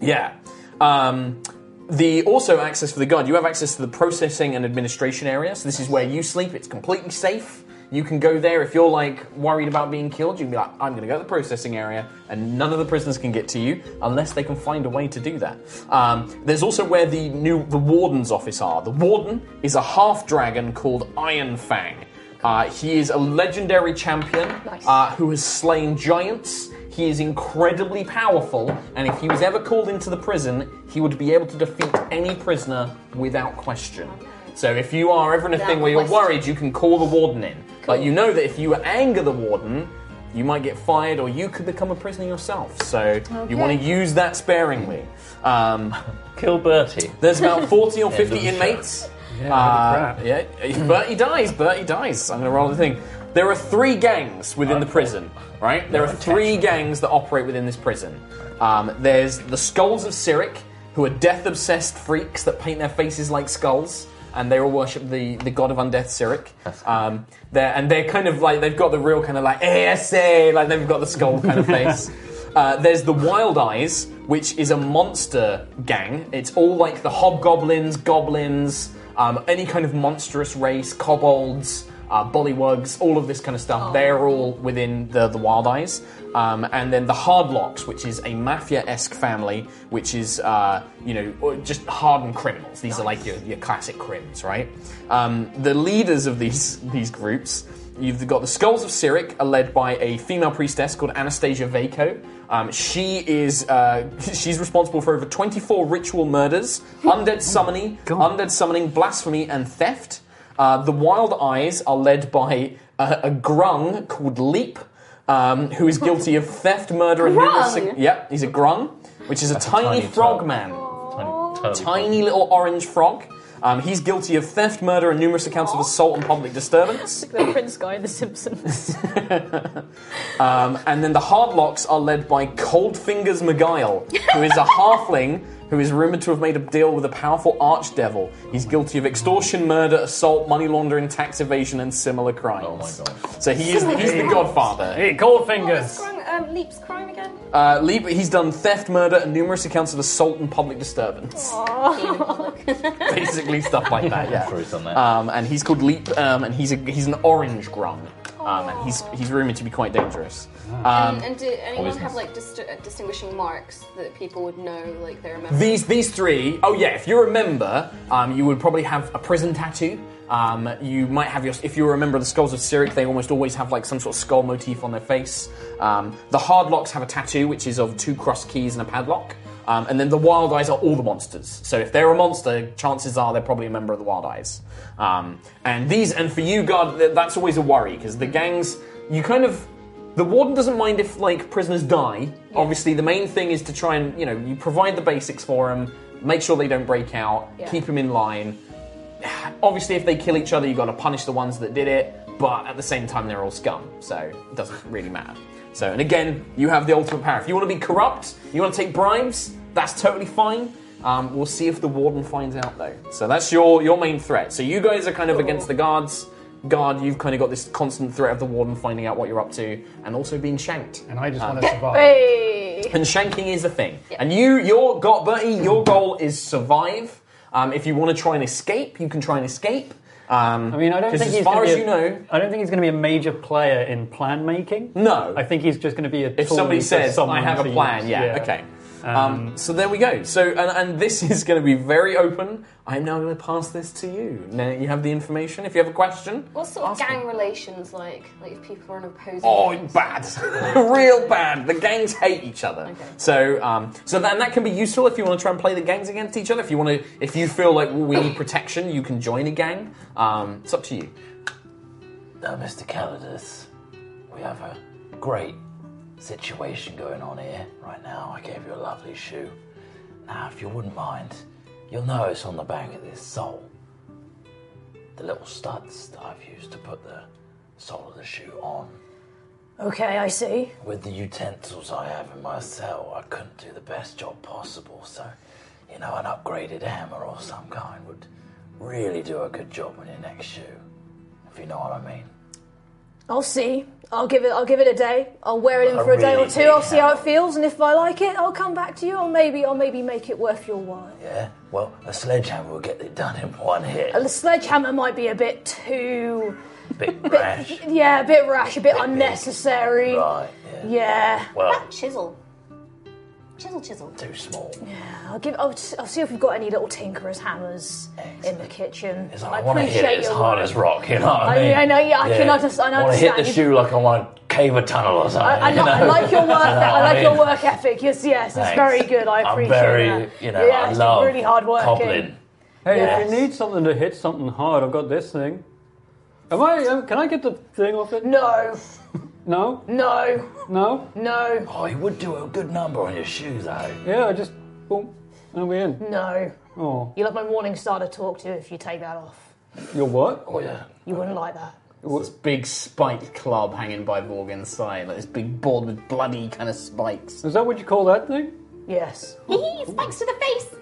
Speaker 3: Yeah. Um, the also access for the guard. You have access to the processing and administration area. So this is where you sleep. It's completely safe. You can go there if you're like worried about being killed. You can be like, I'm going to go to the processing area, and none of the prisoners can get to you unless they can find a way to do that. Um, there's also where the new the warden's office are. The warden is a half dragon called Iron Fang. Uh, he is a legendary champion
Speaker 6: Nice.
Speaker 3: uh, who has slain giants. He is incredibly powerful, and if he was ever called into the prison, he would be able to defeat any prisoner without question. So if you are ever in a
Speaker 4: Without
Speaker 3: thing where you're
Speaker 4: question.
Speaker 3: worried, you can call the warden in. But you know that if you anger the warden, you might get fired or you could become a prisoner yourself. So you want to
Speaker 6: Okay.
Speaker 3: use that sparingly. Um,
Speaker 1: Kill Bertie.
Speaker 3: there's about 40 or
Speaker 1: End
Speaker 3: 50
Speaker 1: of the show.
Speaker 3: inmates.
Speaker 5: Yeah,
Speaker 3: Uh,
Speaker 5: crap.
Speaker 3: yeah, Bertie dies. Bertie dies. I'm going to roll the thing. There are three gangs within the prison, right? There are three gangs that operate within this prison. Um, there's the Skulls of Cyric, who are death obsessed freaks that paint their faces like skulls, and they all worship the, the god of undeath Cyric. Um, they're, and they're kind of like, they've got the real kind of like, ASA, like they've got the skull kind of face. Uh, there's the Wild Eyes, which is a monster gang. It's all like the hobgoblins, goblins, um, any kind of monstrous race, kobolds, uh, bullywugs, all of this kind of stuff. They're all within the, the Wild Eyes. Um, and then the Hardlocks, which is a mafia-esque family, which is, uh, you know, or just hardened criminals. These are like your, your classic crims, right? Um, the leaders of these, these groups, you've got the Skulls of Cyric, are led by a female priestess called Anastasia Vaco. Um, she is, uh, she's responsible for over 24 ritual murders, undead summoning, undead summoning, blasphemy, and theft. Uh, the Wild Eyes are led by a, a grung called Leap, um, who is guilty of theft, murder, and numerous.
Speaker 4: Grung?
Speaker 3: Yep, he's a grung, which is a tiny,
Speaker 1: tiny turtle.
Speaker 3: frogman
Speaker 1: Tiny, turtle.
Speaker 3: tiny little orange frog. Um, he's guilty of theft, murder, and numerous accounts of assault and public disturbance.
Speaker 6: The prince guy in The Simpsons.
Speaker 3: Um, and then the Hardlocks are led by Cold Fingers Maguile, who is a halfling who is rumored to have made a deal with a powerful archdevil. He's guilty of extortion, murder, assault, money laundering, tax evasion, and similar crimes.
Speaker 1: Oh my god.
Speaker 3: So he is the, he's the godfather.
Speaker 5: Hey, cold
Speaker 4: What was
Speaker 5: fingers.
Speaker 4: crime, um, Leap's crime again?
Speaker 3: Uh, Lee, he's done theft, murder, and numerous accounts of assault and public disturbance. Basically, stuff like that. Yeah.
Speaker 1: Bruce on that.
Speaker 3: Um, and he's called Leap, um, and he's a, he's an orange grung, um, and he's he's rumored to be quite dangerous. Um,
Speaker 4: and, and do anyone
Speaker 1: Ah. always
Speaker 4: have
Speaker 1: nice.
Speaker 4: like dist- uh, distinguishing marks that people would know, like they're a member?
Speaker 3: these these three, oh yeah, if you remember, um, you would probably have a prison tattoo. Um, you might have your if you remember the skulls of Cyric, they almost always have like some sort of skull motif on their face. Um, the Hardlocks have a tattoo, which is of two cross keys and a padlock. Um, and then the Wild Eyes are all the monsters. So if they're a monster, chances are they're probably a member of the Wild Eyes. Um, and these, and for you, God, th- that's always a worry because the gangs, you kind of the warden doesn't mind if like prisoners die. Obviously, the main thing is to try and you know you provide the basics for them, make sure they don't break out, keep 'em
Speaker 6: Yeah.
Speaker 3: keep them in line. Obviously, if they kill each other, you got to punish the ones that did it. But at the same time, they're all scum, so it doesn't really matter. So, and again, you have the ultimate power. If you want to be corrupt, you want to take bribes, that's totally fine. Um, we'll see if the warden finds out though. So that's your your main threat. So you guys are kind of against the guards. Guard, you've kind of got this constant threat of the warden finding out what you're up to, and also being shanked. Um,
Speaker 5: And I just want to survive.
Speaker 6: hey!
Speaker 3: And shanking is the thing. And you, your got Bertie, your goal is survive. Um, if you want to try and escape, you can try and escape. Um,
Speaker 5: I mean, I don't think
Speaker 3: as
Speaker 5: he's
Speaker 3: far
Speaker 5: gonna
Speaker 3: as
Speaker 5: be
Speaker 3: you
Speaker 5: a-
Speaker 3: know,
Speaker 5: I don't think he's going to be a major player in plan making.
Speaker 3: no.
Speaker 5: I think he's just going to be a.
Speaker 3: if
Speaker 5: tool
Speaker 3: somebody
Speaker 5: for
Speaker 3: says
Speaker 5: someone
Speaker 3: I have
Speaker 5: to
Speaker 3: a plan,
Speaker 5: use.
Speaker 3: yeah, okay. Um, so there we go. So and, and this is going to be very open. I'm now going to pass this to you. Now you have the information. If you have a question,
Speaker 4: What sort of
Speaker 3: ask me.
Speaker 4: gang relations like? Like if people are in opposing.
Speaker 3: Oh,
Speaker 4: gangs?
Speaker 3: bad, real bad. The gangs hate each other.
Speaker 4: Okay.
Speaker 3: So, um, so that, and that can be useful if you want to try and play the gangs against each other. If you want to, if you feel like well, we need protection, you can join a gang. Um, it's up to you.
Speaker 1: Now, Mr. Uh, Calidus, we have a great situation going on here right now. I gave you a lovely shoe. Now, if you wouldn't mind, you'll notice on the back of this sole the little studs that I've used to put the sole of the shoe on.
Speaker 6: Okay, I see.
Speaker 1: With the utensils I have in my cell, I couldn't do the best job possible, so, you know, an upgraded hammer or some kind would really do a good job on your next shoe, if you know what I mean.
Speaker 6: I'll see. I'll give it. I'll give it a day. I'll wear it in
Speaker 1: I
Speaker 6: for a day or
Speaker 1: really
Speaker 6: two.
Speaker 1: need
Speaker 6: I'll see how it
Speaker 1: help.
Speaker 6: feels, and if I like it, I'll come back to you. Or maybe, or maybe make it worth your while.
Speaker 1: Yeah, well, a sledgehammer will get it done in one hit.
Speaker 6: The sledgehammer might be a bit too,
Speaker 1: Big rash.
Speaker 6: yeah, a bit rash, a bit,
Speaker 1: big.
Speaker 6: unnecessary.
Speaker 1: Right, yeah.
Speaker 6: Yeah,
Speaker 1: Well,
Speaker 4: Chisel. Chisel, chisel.
Speaker 1: too small.
Speaker 6: I'll give. I'll, s- I'll see if we've got any little tinkerers hammers in the kitchen.
Speaker 1: It's like, I, want to hit it as
Speaker 6: your
Speaker 1: hard
Speaker 6: work.
Speaker 1: as rock, you know what I
Speaker 6: I-
Speaker 1: mean?
Speaker 6: I know, yeah, I can underst- I
Speaker 1: want to hit the
Speaker 6: understand.
Speaker 1: shoe like I want to cave a tunnel or something.
Speaker 6: I, I,
Speaker 1: you
Speaker 6: li- I
Speaker 1: know?
Speaker 6: like your work. I like your
Speaker 1: mean?
Speaker 6: work ethic. Yes, yes, it's
Speaker 1: Thanks.
Speaker 6: very good. I appreciate
Speaker 1: I'm very,
Speaker 6: that.
Speaker 1: you know,
Speaker 6: yeah,
Speaker 1: I
Speaker 6: it's
Speaker 1: love
Speaker 6: really hard working.
Speaker 1: cobbling.
Speaker 5: Hey,
Speaker 1: Yes.
Speaker 5: if you need something to hit uh, something hard, I've got this thing. Am I? Um, can I get the thing off it?
Speaker 6: No,
Speaker 5: No?
Speaker 6: No,
Speaker 5: No?
Speaker 6: no,
Speaker 1: Oh, he would do a good number on your shoe, though.
Speaker 5: Yeah, I just boom, and we're in.
Speaker 6: no.
Speaker 5: Oh,
Speaker 6: You'll have my morning star to talk to if you take that off.
Speaker 5: your what?
Speaker 1: Oh, yeah.
Speaker 6: You wouldn't like that.
Speaker 8: This big spiked club hanging by Vorgan's side, like this big board with bloody kind of spikes.
Speaker 5: Is that what you call that thing?
Speaker 6: Yes.
Speaker 4: Spikes to the face.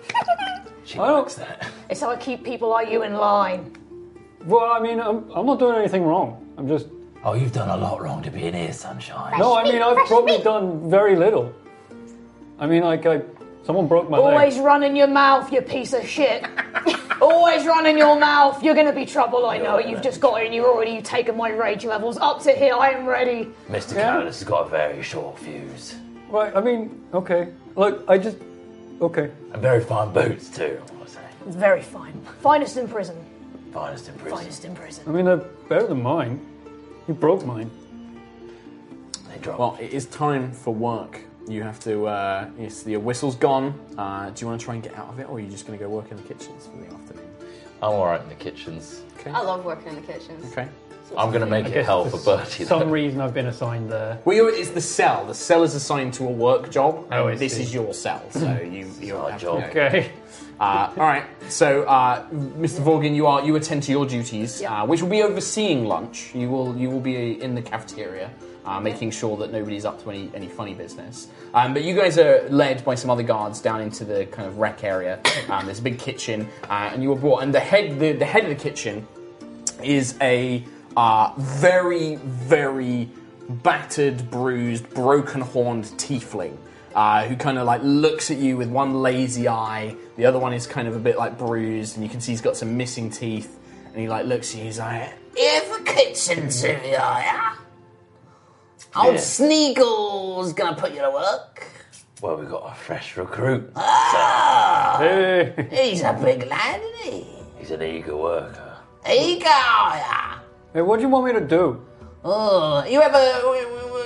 Speaker 1: She
Speaker 5: I don't-
Speaker 1: likes that.
Speaker 6: It's how I keep people like you in line.
Speaker 5: Well, I mean, I'm, I'm not doing anything wrong. I'm just.
Speaker 1: Oh, you've done a lot wrong to be in here, sunshine.
Speaker 5: No, I
Speaker 4: meat,
Speaker 5: mean, I've
Speaker 4: fresh
Speaker 5: probably
Speaker 4: meat.
Speaker 5: done very little. I mean, like, I, someone broke my
Speaker 6: Always
Speaker 5: leg.
Speaker 6: running your mouth, you piece of shit. Always running your mouth. You're gonna be trouble, I know. You've just got in, you're already you've taken my rage levels up to here. I am ready.
Speaker 1: Mr.
Speaker 5: Yeah.
Speaker 1: Careless has got a very short fuse.
Speaker 5: Right, I mean, okay. Look, I just. Okay.
Speaker 1: And very fine boots, too, I wanna say.
Speaker 6: It's very fine. Finest in prison.
Speaker 1: Finest in prison.
Speaker 6: Finest in
Speaker 5: I
Speaker 6: prison.
Speaker 5: mean, they're better than mine. You broke mine.
Speaker 1: They drop.
Speaker 3: Well, it is time for work. You have to. Uh, yes, your whistle's gone. Uh, do you want to try and get out of it, or are you just going to go work in the kitchens for the afternoon?
Speaker 1: I'm alright in the kitchens. Oh.
Speaker 4: I love working in the kitchens.
Speaker 3: Okay.
Speaker 1: I'm going to make it hell for Bertie.
Speaker 5: For some
Speaker 1: though.
Speaker 5: reason, I've been assigned there.
Speaker 3: Well, you're, it's the cell. The cell is assigned to a work job, and
Speaker 5: Oh, I
Speaker 3: this
Speaker 5: see.
Speaker 3: is your cell. So you, you're
Speaker 1: our job.
Speaker 5: Okay.
Speaker 3: Uh, all right. So, uh, Mr. Vorgan, you are you attend to your duties,
Speaker 6: Yeah.
Speaker 3: uh, which will be overseeing lunch. You will you will be in the cafeteria, uh, making sure that nobody's up to any, any funny business. Um, but you guys are led by some other guards down into the kind of rec area. Um, there's a big kitchen, uh, and you were brought. And the head the, the head of the kitchen is a uh, very, very battered, bruised, broken horned tiefling uh, who kind of like looks at you with one lazy eye. The other one is kind of a bit like bruised, and you can see he's got some missing teeth. And he like looks at you. He's like,
Speaker 8: If a kitchen to you, yeah? Old
Speaker 1: Yeah.
Speaker 8: Sneagle's gonna put you to work.
Speaker 1: Well, we've got a fresh recruit.
Speaker 8: Ah,
Speaker 5: Hey.
Speaker 8: he's a big lad, isn't he?
Speaker 1: He's an eager worker.
Speaker 8: He go, yeah.
Speaker 5: Hey, what do you want me to do?
Speaker 8: Oh, you ever,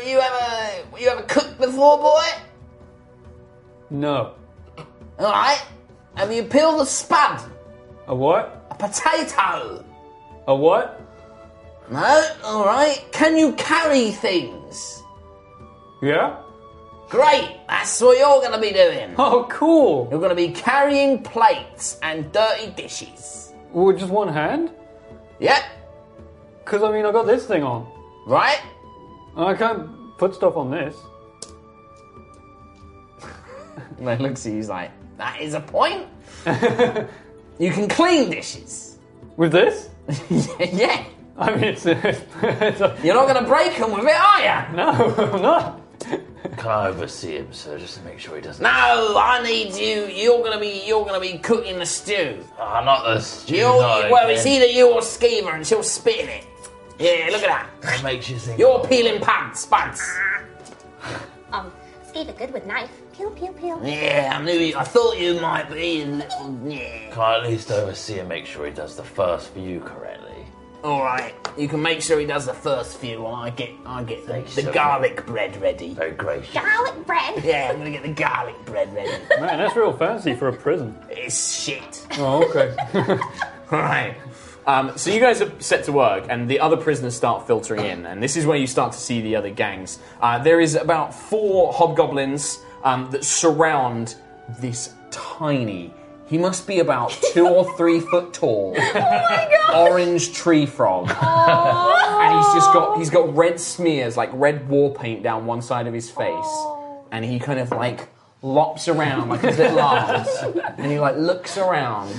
Speaker 8: you ever, you ever cooked before, boy?
Speaker 5: No.
Speaker 8: All right. Have you peeled a spud?
Speaker 5: A what?
Speaker 8: A potato?
Speaker 5: A what?
Speaker 8: No. All right. Can you carry things?
Speaker 5: Yeah?
Speaker 8: Great. That's what you're going to be doing.
Speaker 5: Oh, cool.
Speaker 8: You're going to be carrying plates and dirty dishes.
Speaker 5: With just one hand?
Speaker 8: Yep.
Speaker 5: Because, I mean, I got this thing on.
Speaker 8: Right.
Speaker 5: I can't put stuff on this.
Speaker 8: And then looks at you he's like, that is a point. you can clean dishes.
Speaker 5: With this?
Speaker 8: yeah.
Speaker 5: I mean, it's. it's, it's-
Speaker 8: You're not going to break them with it, are you?
Speaker 5: no, I'm not.
Speaker 1: Can I oversee him, sir, just to make sure he doesn't.
Speaker 8: No, I need you. You're going to be. You're going to be cooking the stew.
Speaker 1: Ah, not the stew.
Speaker 8: You,
Speaker 1: no,
Speaker 8: well,
Speaker 1: again.
Speaker 8: it's either you or Skeever, and she'll spit in it. Yeah, look at that.
Speaker 1: It makes you think.
Speaker 8: You're peeling pants, pants.
Speaker 4: Um, Steve, a good with knife. Peel, peel, peel.
Speaker 8: Yeah, I knew. You, I thought you might be a little. Yeah.
Speaker 1: Can I at least oversee and make sure he does the first view correctly?
Speaker 8: All right, you can make sure he does the first few while I get I get the,
Speaker 1: Thanks,
Speaker 8: the
Speaker 1: sir.
Speaker 8: garlic bread ready.
Speaker 1: Very gracious.
Speaker 4: Garlic bread.
Speaker 8: Yeah, I'm gonna get the garlic bread ready.
Speaker 5: Man, that's real fancy for a prison.
Speaker 8: It's shit.
Speaker 5: Oh, okay.
Speaker 3: all right. Um, so you guys are set to work, and the other prisoners start filtering in, and this is where you start to see the other gangs. Uh, there is about four hobgoblins um, that surround this tiny. He must be about two or three foot tall. orange tree frog. and he's just got he's got red smears, like red war paint down one side of his face. And he kind of like lops around like his little arms. And he like looks around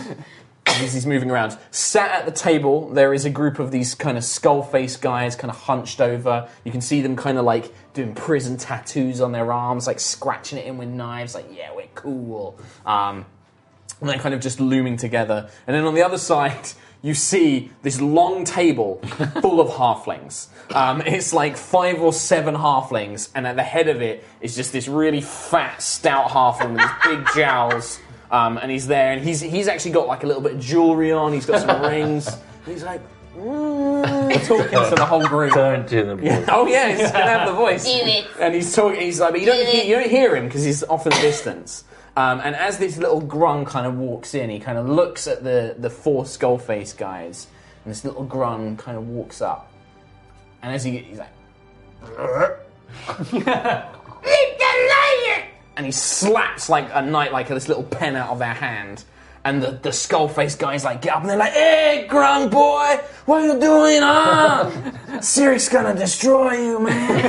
Speaker 3: as he's moving around. Sat at the table, there is a group of these kind of skull faced guys kind of hunched over. You can see them kind of like doing prison tattoos on their arms, like scratching it in with knives, like, yeah, we're cool. Um, and they're kind of just looming together. And then on the other side, you see this long table full of halflings. Um, it's like five or seven halflings, and at the head of it is just this really fat, stout halfling with these big jowls. Um, and he's there, and he's he's actually got like a little bit of jewelry on. He's got some rings. And he's like mm, talking to the whole group.
Speaker 1: Don't do the
Speaker 3: Oh yeah, he's gonna have the voice.
Speaker 4: Do it.
Speaker 3: And he's talking. He's like, but you don't,
Speaker 4: Do
Speaker 3: he-
Speaker 4: it.
Speaker 3: you don't hear him because he's off in the distance. Um, and as this little grun kind of walks in, he kind of looks at the the four skull face guys, and this little grun kind of walks up, and as he he's like,
Speaker 8: Leave the lion!
Speaker 3: and he slaps like a knight, like this little pen out of their hand. And the, the skull faced guys like get up and they're like, "Hey, grung boy, what are you doing? Ah, Sirik's gonna destroy you, man!"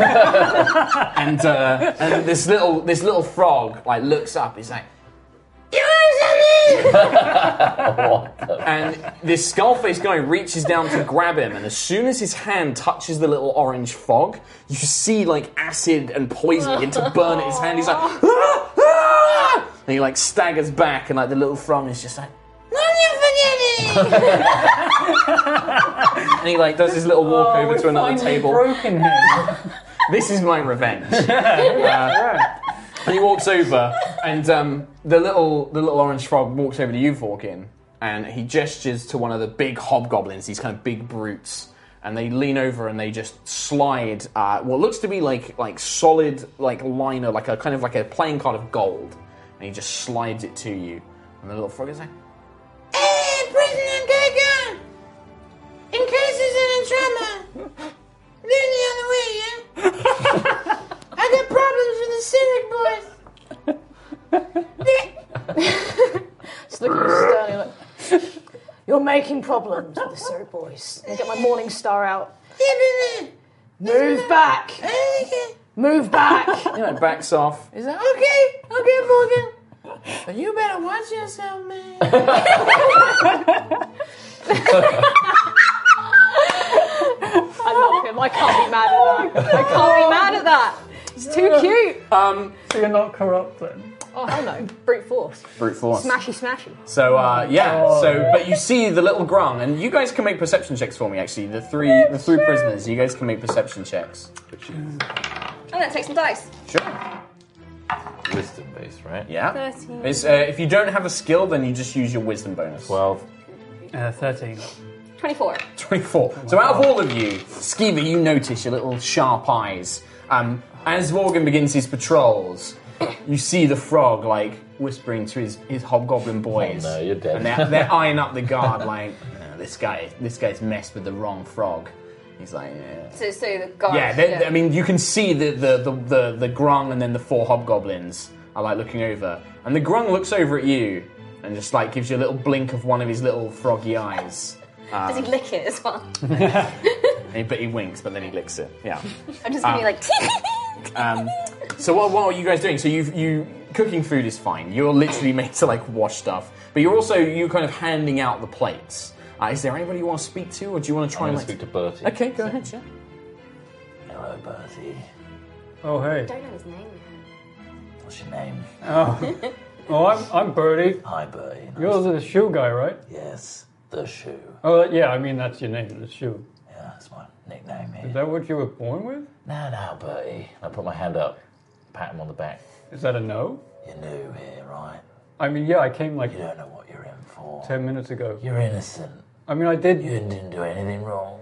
Speaker 3: and uh, and this little this little frog like looks up. He's like, "You are something!" and this skull faced guy reaches down to grab him, and as soon as his hand touches the little orange fog, you see like acid and poison begin to burn at his hand. He's like, "Ah! Ah!" and he like staggers back, and like the little frog is just like. "Nani fanini!" and he like does his little walk over to another table.
Speaker 5: Oh, broken him.
Speaker 3: This is my revenge. And he walks over, and um, the little the little orange frog walks over to you, Vorkin, and he gestures to one of the big hobgoblins, these kind of big brutes, and they lean over and they just slide uh, what looks to be like like solid like liner, like a kind of like a playing card of gold, and he just slides it to you, and the little frog is like, "Hey, prisoner Gaga, in case there's any drama, lean the other way, yeah. I got problems with the Cyric boys."
Speaker 6: Just looking sternly like, you're making problems with the Surrey boys. I get my morning star out. Move back! Move back!
Speaker 3: You know, it backs off.
Speaker 8: He's like, okay, okay, Morgan. But you better watch yourself, man.
Speaker 6: I love him. I can't be mad at that. I can't be mad at that. It's too cute.
Speaker 5: So you're not corrupt then.
Speaker 6: Oh hell no! Brute force.
Speaker 3: Brute force.
Speaker 6: Smashy, smashy.
Speaker 3: So uh, yeah. So but you see the little grung, and you guys can make perception checks for me. Actually, the three the three prisoners. You guys can make perception checks.
Speaker 4: I'm gonna take some dice.
Speaker 3: Sure.
Speaker 1: Wisdom based, right?
Speaker 3: Yeah.
Speaker 4: Thirteen.
Speaker 3: It's, uh, if you don't have a skill, then you just use your wisdom bonus.
Speaker 1: Twelve.
Speaker 5: Uh, Thirteen.
Speaker 4: Twenty-four.
Speaker 3: 24. So out of all of you, Skeever, you notice your little sharp eyes. Um, as Morgan begins his patrols, you see the frog like whispering to his, his hobgoblin boys.
Speaker 1: Oh, no, you're dead.
Speaker 3: And they're, they're eyeing up the guard like, "No, this guy, this guy's messed with the wrong frog. He's like, yeah.
Speaker 4: So, so the guard.
Speaker 3: Yeah, they, I mean, you can see the the the the, the grung and then the four hobgoblins are like looking over, and the grung looks over at you and just like gives you a little blink of one of his little froggy eyes. Um,
Speaker 4: Does he lick it as well?
Speaker 3: And- But he winks, but then he licks it. Yeah.
Speaker 4: I'm just
Speaker 3: Uh,
Speaker 4: gonna be like.
Speaker 3: Um, so what, what are you guys doing? So you you cooking food is fine. You're literally made to like wash stuff, but you're also you kind of handing out the plates. Uh, is there anybody you want to speak to, or do you want to try
Speaker 1: I'm
Speaker 3: and
Speaker 1: gonna
Speaker 3: like,
Speaker 1: speak to Bertie.
Speaker 3: Okay, go ahead. Yeah.
Speaker 1: Hello, Bertie.
Speaker 5: Oh hey.
Speaker 4: don't know his name.
Speaker 1: What's your name?
Speaker 5: Oh, I'm I'm Birdie.
Speaker 1: Hi, Bertie. Nice-
Speaker 5: Yours is a shoe guy, right?
Speaker 1: Yes, the shoe.
Speaker 5: Oh yeah. I mean that's your name, the shoe.
Speaker 1: Yeah, that's my nickname eh?
Speaker 5: Is
Speaker 1: here.
Speaker 5: that what you were born with?
Speaker 1: Now, now, Bertie. I put my hand up, eh, pat him on the back.
Speaker 5: Is that a no?
Speaker 1: You're new here, right?
Speaker 5: I mean yeah. I came like
Speaker 1: You don't know what you're in for.
Speaker 5: ten minutes ago.
Speaker 1: You're innocent.
Speaker 5: I mean I did.
Speaker 1: You didn't do anything wrong.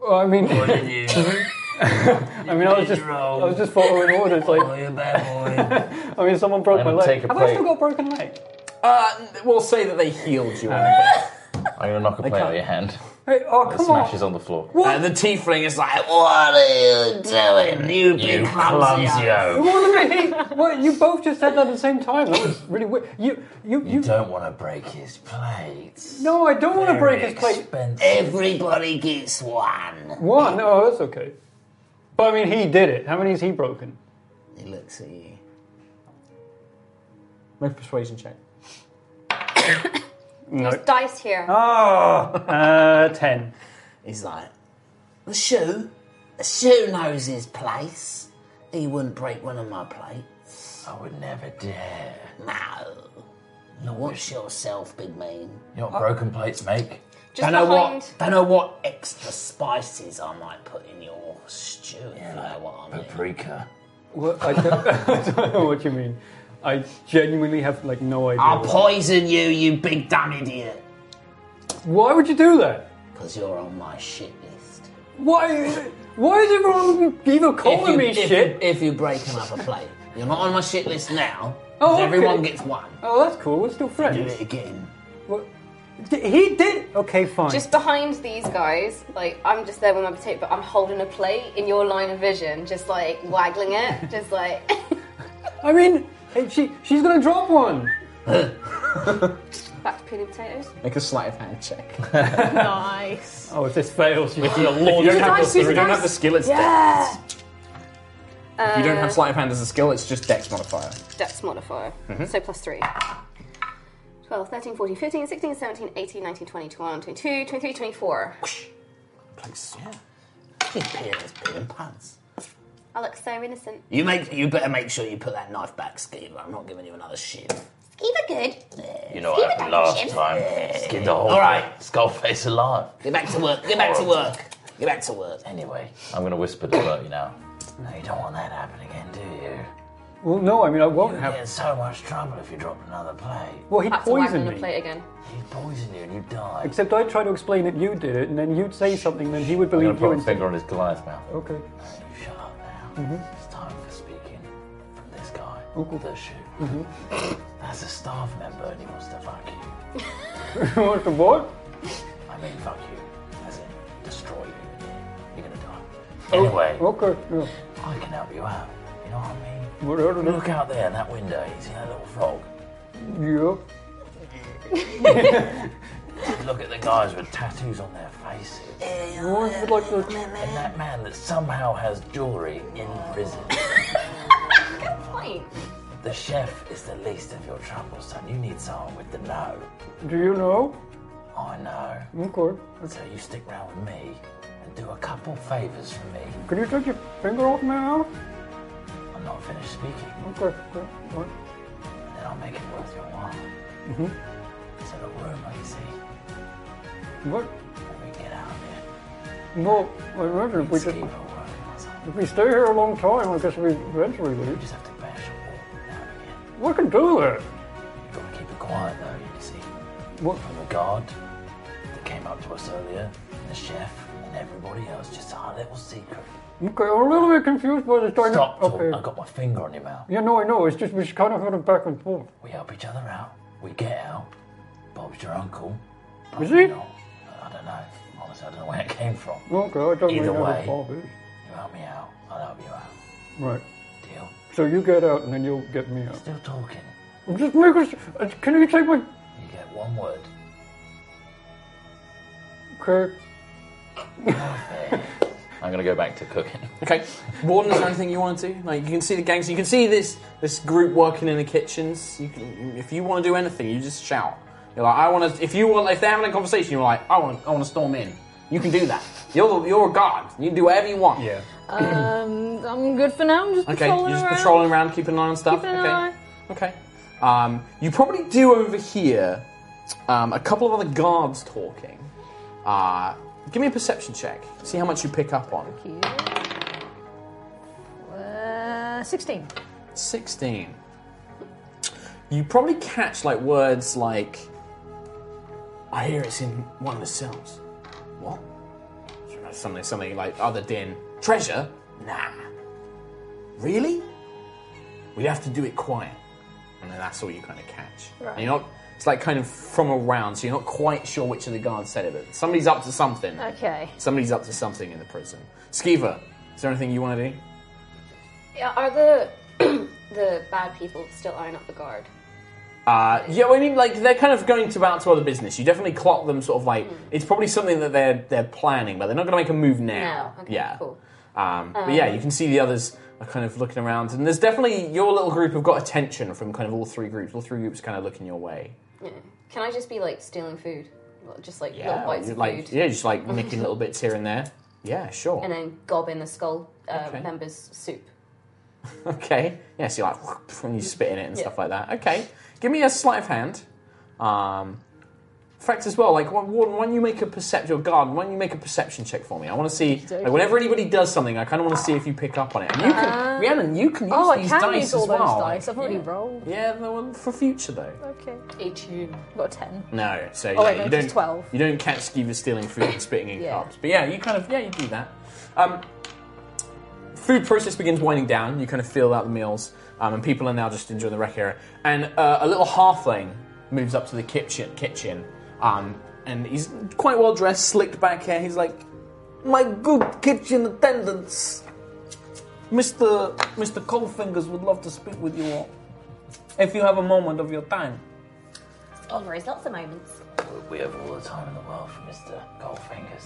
Speaker 5: Well, I mean
Speaker 1: What did you?
Speaker 5: I mean I was just I
Speaker 1: wrong.
Speaker 5: was just following orders.
Speaker 1: Oh,
Speaker 5: Like
Speaker 1: you bad boy.
Speaker 5: I mean someone broke
Speaker 1: I'm
Speaker 5: my
Speaker 1: gonna
Speaker 5: leg.
Speaker 1: take a
Speaker 5: Have I
Speaker 1: plate.
Speaker 5: still got a broken leg?
Speaker 3: Uh, we'll say that they healed you. Uh,
Speaker 1: I'm gonna knock a plate out of your hand.
Speaker 5: Hey, oh
Speaker 1: It
Speaker 5: come on.
Speaker 1: smashes on the floor.
Speaker 3: the tiefling is like, what are you doing, you big
Speaker 1: You clumsy oaf.
Speaker 5: What, do you mean? What, you both just said that at the same time. That was really weird. You, you, you.
Speaker 1: You don't want to break his plates.
Speaker 5: no, I don't want to break his
Speaker 1: Very
Speaker 5: plate.
Speaker 1: expensive.
Speaker 8: Everybody gets one.
Speaker 5: One. Oh, that's okay. But I mean, he did it. How many has he broken?
Speaker 8: He looks at you.
Speaker 3: Make a persuasion check.
Speaker 4: There's dice here.
Speaker 5: Ah, uh, ten.
Speaker 8: Oh. He's like, the shoe, the shoe knows his place. He wouldn't break one of my plates.
Speaker 1: I would never dare.
Speaker 8: No. Now watch yourself, big man.
Speaker 1: You know what broken plates make?
Speaker 4: just
Speaker 8: Don't know
Speaker 4: behind.
Speaker 8: what. Don't know what extra spices I might put in your stew. If you know what I mean.
Speaker 1: Paprika.
Speaker 5: What, I, don't, I don't know what you mean. I genuinely have like no idea.
Speaker 8: I'll poison you, you big dumb idiot.
Speaker 5: Why would you do that?
Speaker 8: Because you're on my shit list.
Speaker 5: Why? Why is everyone either calling me
Speaker 8: if,
Speaker 5: shit?
Speaker 8: If you break another plate, you're not on my shit list now.
Speaker 5: Oh, okay.
Speaker 8: Everyone gets one.
Speaker 5: oh, that's cool. We're still
Speaker 8: Do
Speaker 5: friends.
Speaker 8: it again.
Speaker 5: What? D- He did. Okay, fine.
Speaker 4: Just behind these guys, like I'm just there with my potato, but I'm holding a plate in your line of vision, just like waggling it, just like.
Speaker 5: I mean, hey, she she's gonna drop one.
Speaker 4: Back to peeling potatoes.
Speaker 3: Make a sleight of hand check.
Speaker 6: Nice.
Speaker 5: Oh, if this fails, you
Speaker 1: Lord,
Speaker 3: You don't have,
Speaker 6: Nice,
Speaker 3: the, you don't
Speaker 6: nice.
Speaker 3: have the skill, it's
Speaker 6: Yeah. Uh,
Speaker 3: dex. You don't have sleight of hand as a skill, it's just dex modifier.
Speaker 4: Dex Uh, modifier.
Speaker 3: Mm-hmm.
Speaker 4: So plus three. 12, 13, 14, 15, 16, 17, 18, 19, 20, 21, 22, 23, 24.
Speaker 8: Yeah. Big peelers, peeling pants.
Speaker 4: I look so innocent.
Speaker 8: You make you better make sure you put that knife back, Skeever. I'm not giving you another shit.
Speaker 4: Eva good.
Speaker 1: You know what happened last time? Skinned the whole
Speaker 8: All right.
Speaker 1: Skullface alive.
Speaker 8: Get back to work. Get back to work. Get back to work.
Speaker 1: Anyway, I'm going to whisper to Bertie now. No, you don't want that to happen again, do you?
Speaker 5: Well, no, I mean I won't
Speaker 1: You'll
Speaker 5: have.
Speaker 1: get in so much trouble if you drop another plate.
Speaker 5: Well, he
Speaker 4: Back to waggling
Speaker 5: poisoned
Speaker 4: the
Speaker 5: me.
Speaker 4: plate again.
Speaker 1: He'd poison you and you'd die.
Speaker 5: Except I'd try to explain that you did it, and then you'd say something, then he would
Speaker 1: I'm
Speaker 5: believe
Speaker 1: going to
Speaker 5: you.
Speaker 1: put a
Speaker 5: And
Speaker 1: finger on his Goliath mouth.
Speaker 5: okay. Mm-hmm.
Speaker 1: You shut up now. It's time for speaking from this guy, the shoe.
Speaker 5: Mm-hmm.
Speaker 1: That's a staff member and he wants to fuck you.
Speaker 5: what? the what?
Speaker 1: I mean, fuck you. As in, destroy you. You're going to die. Anyway,
Speaker 5: Oh, Okay. Yeah.
Speaker 1: I can help you out. You know what I mean?
Speaker 5: What, I don't know.
Speaker 1: Look out there in that window. You see that little frog?
Speaker 5: Yeah.
Speaker 1: Look at the guys with tattoos on their faces.
Speaker 5: What is it like the-
Speaker 1: And that man that somehow has jewelry in prison.
Speaker 4: Fine.
Speaker 1: The chef is the least of your troubles, son. You need someone with the know.
Speaker 5: Do you know?
Speaker 1: I know.
Speaker 5: Okay.
Speaker 1: So you stick round with me and do a couple favors for me.
Speaker 5: Can you take your finger off my mouth?
Speaker 1: I'm not finished speaking,
Speaker 5: Okay. okay. Fine.
Speaker 1: and then I'll make it worth your while. Mm-hmm. It's in a room, you see.
Speaker 5: What?
Speaker 1: When we get out of here,
Speaker 5: Well, I imagine if we
Speaker 1: it's
Speaker 5: just,
Speaker 1: keep on working on something.
Speaker 5: if we stay here a long time, I guess we eventually
Speaker 1: You
Speaker 5: leave.
Speaker 1: just have to bash a wall now and again.
Speaker 5: We can do that.
Speaker 1: You've got to keep it quiet, though, you see.
Speaker 5: What?
Speaker 1: From the guard that came up to us earlier, and the chef, and everybody else, just our little secret.
Speaker 5: Okay, I'm a little bit confused by this dynamic.
Speaker 1: Stop
Speaker 5: okay.
Speaker 1: talking. I got my finger on your mouth.
Speaker 5: Yeah, no, I know. It's just we just kind of had a back and forth.
Speaker 1: We help each other out. We get out. Bob's your uncle.
Speaker 5: Is he?
Speaker 1: No, I don't know. Honestly, I don't know where it came from.
Speaker 5: Okay, I don't
Speaker 1: Either
Speaker 5: really know
Speaker 1: way.
Speaker 5: who Bob is.
Speaker 1: You help me out, I'll help you out.
Speaker 5: Right.
Speaker 1: Deal?
Speaker 5: So you get out and then you'll get me out.
Speaker 1: Still talking.
Speaker 5: Just make us. uh, Can you take my.
Speaker 1: You get one word.
Speaker 5: Okay.
Speaker 1: I'm gonna go back to cooking.
Speaker 3: Okay. Warden, is there anything you want to do? Like you can see the gangs, you can see this this group working in the kitchens. You can, if you want to do anything, you just shout. You're like, I want to. If you want, if they're having a conversation, you're like, I want, I want to storm in. You can do that. You're the, you're a guard. You can do whatever you want.
Speaker 5: Yeah.
Speaker 6: Um, I'm good for now. I'm just
Speaker 3: Okay. You're
Speaker 6: patrolling
Speaker 3: just
Speaker 6: around.
Speaker 3: patrolling around, keeping an eye on stuff.
Speaker 6: Keeping an
Speaker 3: okay.
Speaker 6: eye.
Speaker 3: Okay. Um, you probably do over here. Um, a couple of other guards talking. Uh, give me a perception check. See how much you pick up on.
Speaker 6: Uh, 16.
Speaker 3: 16. You probably catch like words like, I hear it's in one of the cells. What? Something, something like other din. Treasure? Nah. Really? We'd have to do it quiet. And then that's all you kind of catch.
Speaker 6: Right.
Speaker 3: And you're not, it's like kind of from around, so you're not quite sure which of the guards said it, but somebody's up to something.
Speaker 6: Okay.
Speaker 3: Somebody's up to something in the prison. Skeever, is there anything you want to do?
Speaker 4: Yeah, are the the bad people still eyeing up the guard?
Speaker 3: Uh, yeah, well, I mean, like they're kind of going to about to other business. You definitely clock them, sort of like it's probably something that they're they're planning, but they're not going to make a move now.
Speaker 4: No. Okay,
Speaker 3: yeah.
Speaker 4: cool.
Speaker 3: Um, but yeah, you can see the others are kind of looking around, and there's definitely your little group have got attention from kind of all three groups. All three groups kind of looking your way.
Speaker 4: Yeah. Mm. Can I just be like stealing food? Well, Just like
Speaker 3: Yeah,
Speaker 4: little bites
Speaker 3: you
Speaker 4: of
Speaker 3: like
Speaker 4: food.
Speaker 3: yeah, just like nicking little bits here and there. Yeah, sure.
Speaker 4: And then gob in the skull uh,
Speaker 3: Okay.
Speaker 4: member's soup.
Speaker 3: Okay. Yeah, so you're like, when you spit in it and
Speaker 4: Yeah.
Speaker 3: stuff like that. Okay. Give me a sleight of hand. Um, in fact, as well, like, wh- Warden, why don't you make a perception, or guard, why don't you make a perception check for me? I want to see, like, whenever anybody does something, I kind of want to see if you pick up on it. And you can, Rhiannon, you can use
Speaker 6: Uh, Oh, I
Speaker 3: these
Speaker 6: can
Speaker 3: dice
Speaker 6: use all
Speaker 3: as
Speaker 6: those
Speaker 3: well.
Speaker 6: dice. I've already
Speaker 3: yeah.
Speaker 6: rolled.
Speaker 3: Yeah, they were for future, though.
Speaker 6: Okay.
Speaker 4: Eighteen.
Speaker 6: Got a 10.
Speaker 3: No, so
Speaker 6: Oh,
Speaker 3: yeah,
Speaker 6: wait, no,
Speaker 3: you
Speaker 6: just
Speaker 3: don't,
Speaker 6: 12.
Speaker 3: you don't catch Skeever stealing food and spitting in
Speaker 6: Yeah.
Speaker 3: cups. But yeah, you kind of, yeah, you do that. Um, food process begins winding down. You kind of feel out the meals, um, and people are now just enjoying the rec area. And uh, a little halfling moves up to the kitchen, kitchen,
Speaker 9: Um, and he's quite well dressed, slicked back hair. He's like, my good kitchen attendants, Mr. Mr. Coldfingers would love to speak with you all. If you have a moment of your time.
Speaker 4: Oh, there is lots of moments.
Speaker 1: We have all the time in the world for Mr. Goldfingers.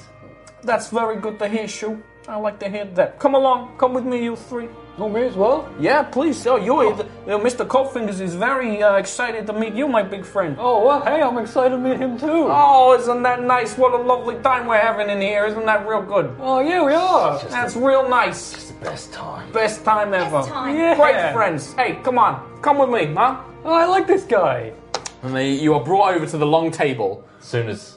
Speaker 9: That's very good to hear, Shu. I like to hear that. Come along, come with me, you three.
Speaker 5: Oh, me as well.
Speaker 9: Yeah, please. Oh, you, uh, Mr. Coldfingers is very uh, excited to meet you, my big friend.
Speaker 5: Oh, well, hey, I'm excited to meet him too.
Speaker 9: Oh, isn't that nice? What a lovely time we're having in here. Isn't that real good?
Speaker 5: Oh, yeah, we are.
Speaker 9: That's real nice.
Speaker 1: It's the best time.
Speaker 9: Best time ever.
Speaker 4: time.
Speaker 5: Yeah.
Speaker 9: Great friends. Hey, come on. Come with me, huh?
Speaker 5: Oh, I like this guy.
Speaker 9: And they, you are brought over to the long table.
Speaker 1: As soon as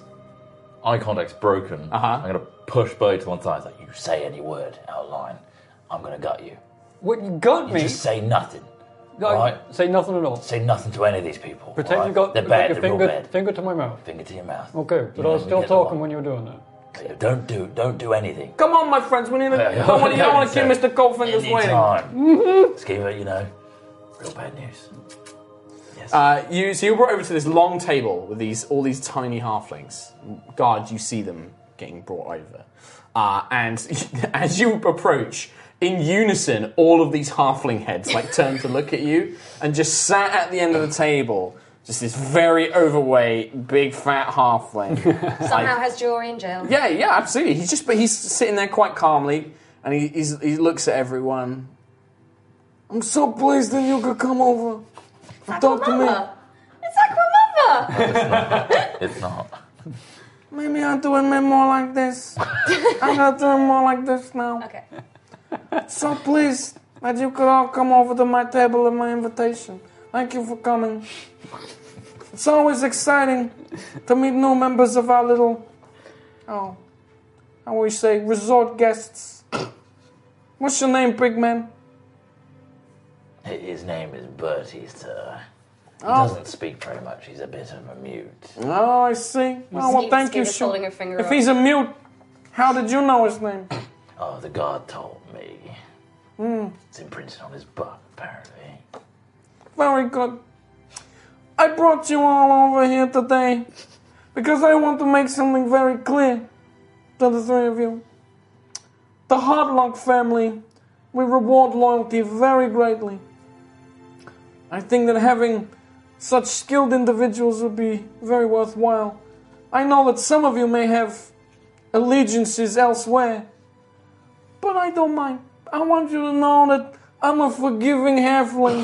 Speaker 1: eye contact's broken,
Speaker 3: Uh-huh.
Speaker 1: I'm gonna push Bo to one side. Like, you say any word out of line, I'm gonna gut you.
Speaker 5: What you got
Speaker 1: You
Speaker 5: me?
Speaker 1: just say nothing.
Speaker 5: Like,
Speaker 1: Alright.
Speaker 5: Say nothing at all.
Speaker 1: Say nothing to any of these people.
Speaker 5: Pretend
Speaker 1: alright?
Speaker 5: you got,
Speaker 1: They're
Speaker 5: got
Speaker 1: bad.
Speaker 5: your
Speaker 1: They're
Speaker 5: finger,
Speaker 1: real bad.
Speaker 5: finger to my mouth.
Speaker 1: Finger to your mouth.
Speaker 5: Okay, but
Speaker 1: You
Speaker 5: I
Speaker 1: know,
Speaker 5: was
Speaker 1: you
Speaker 5: still
Speaker 1: get the
Speaker 5: talking
Speaker 1: one.
Speaker 5: when you were doing that.
Speaker 1: Don't do. Don't do anything.
Speaker 9: Come on, my friends. We need to.
Speaker 1: Yeah, yeah.
Speaker 9: I want to, I want to keep Mr. Coldfingers
Speaker 1: Any
Speaker 9: waiting.
Speaker 1: time.
Speaker 5: Mm-hmm.
Speaker 1: Skeever, you know, real bad news. Yes.
Speaker 9: Uh, you, so you're brought over to this long table with these all these tiny halflings. Guards, you see them getting brought over, uh, and as you approach, in unison, all of these halfling heads like turn to look at you, and just sat at the end of the table, just this very overweight, big fat halfling.
Speaker 4: Somehow has jewelry in jail.
Speaker 9: Yeah, yeah, absolutely. He's just, but he's sitting there quite calmly, and he he's, he looks at everyone. I'm so pleased that you could come over. Talk to me.
Speaker 4: Aquamamba. It's Aquamamba.
Speaker 1: it's not.
Speaker 9: Maybe I'll do it more like this. I'm gonna do it more like this now.
Speaker 4: okay.
Speaker 9: So please, that you could all come over to my table at my invitation. Thank you for coming. It's always exciting to meet new members of our little, oh, how we say, resort guests. What's your name, big man?
Speaker 1: His name is Bertie, sir. He
Speaker 5: Oh.
Speaker 1: doesn't speak very much. He's a bit of a mute.
Speaker 9: Oh, I see. Oh, well,
Speaker 10: Skeet-
Speaker 9: thank you,
Speaker 10: Skeeter's
Speaker 9: Shu.
Speaker 10: holding her finger
Speaker 9: If
Speaker 10: up.
Speaker 9: he's a mute, how did you know his name? Hmm.
Speaker 1: Oh, the guard told me. It's imprinted on his butt, apparently.
Speaker 9: Very good. I brought you all over here today because I want to make something very clear to the three of you. The Hardlock family, we reward loyalty very greatly. I think that having such skilled individuals would be very worthwhile. I know that some of you may have allegiances elsewhere, but I don't mind. I want you to know that I'm a forgiving halfling.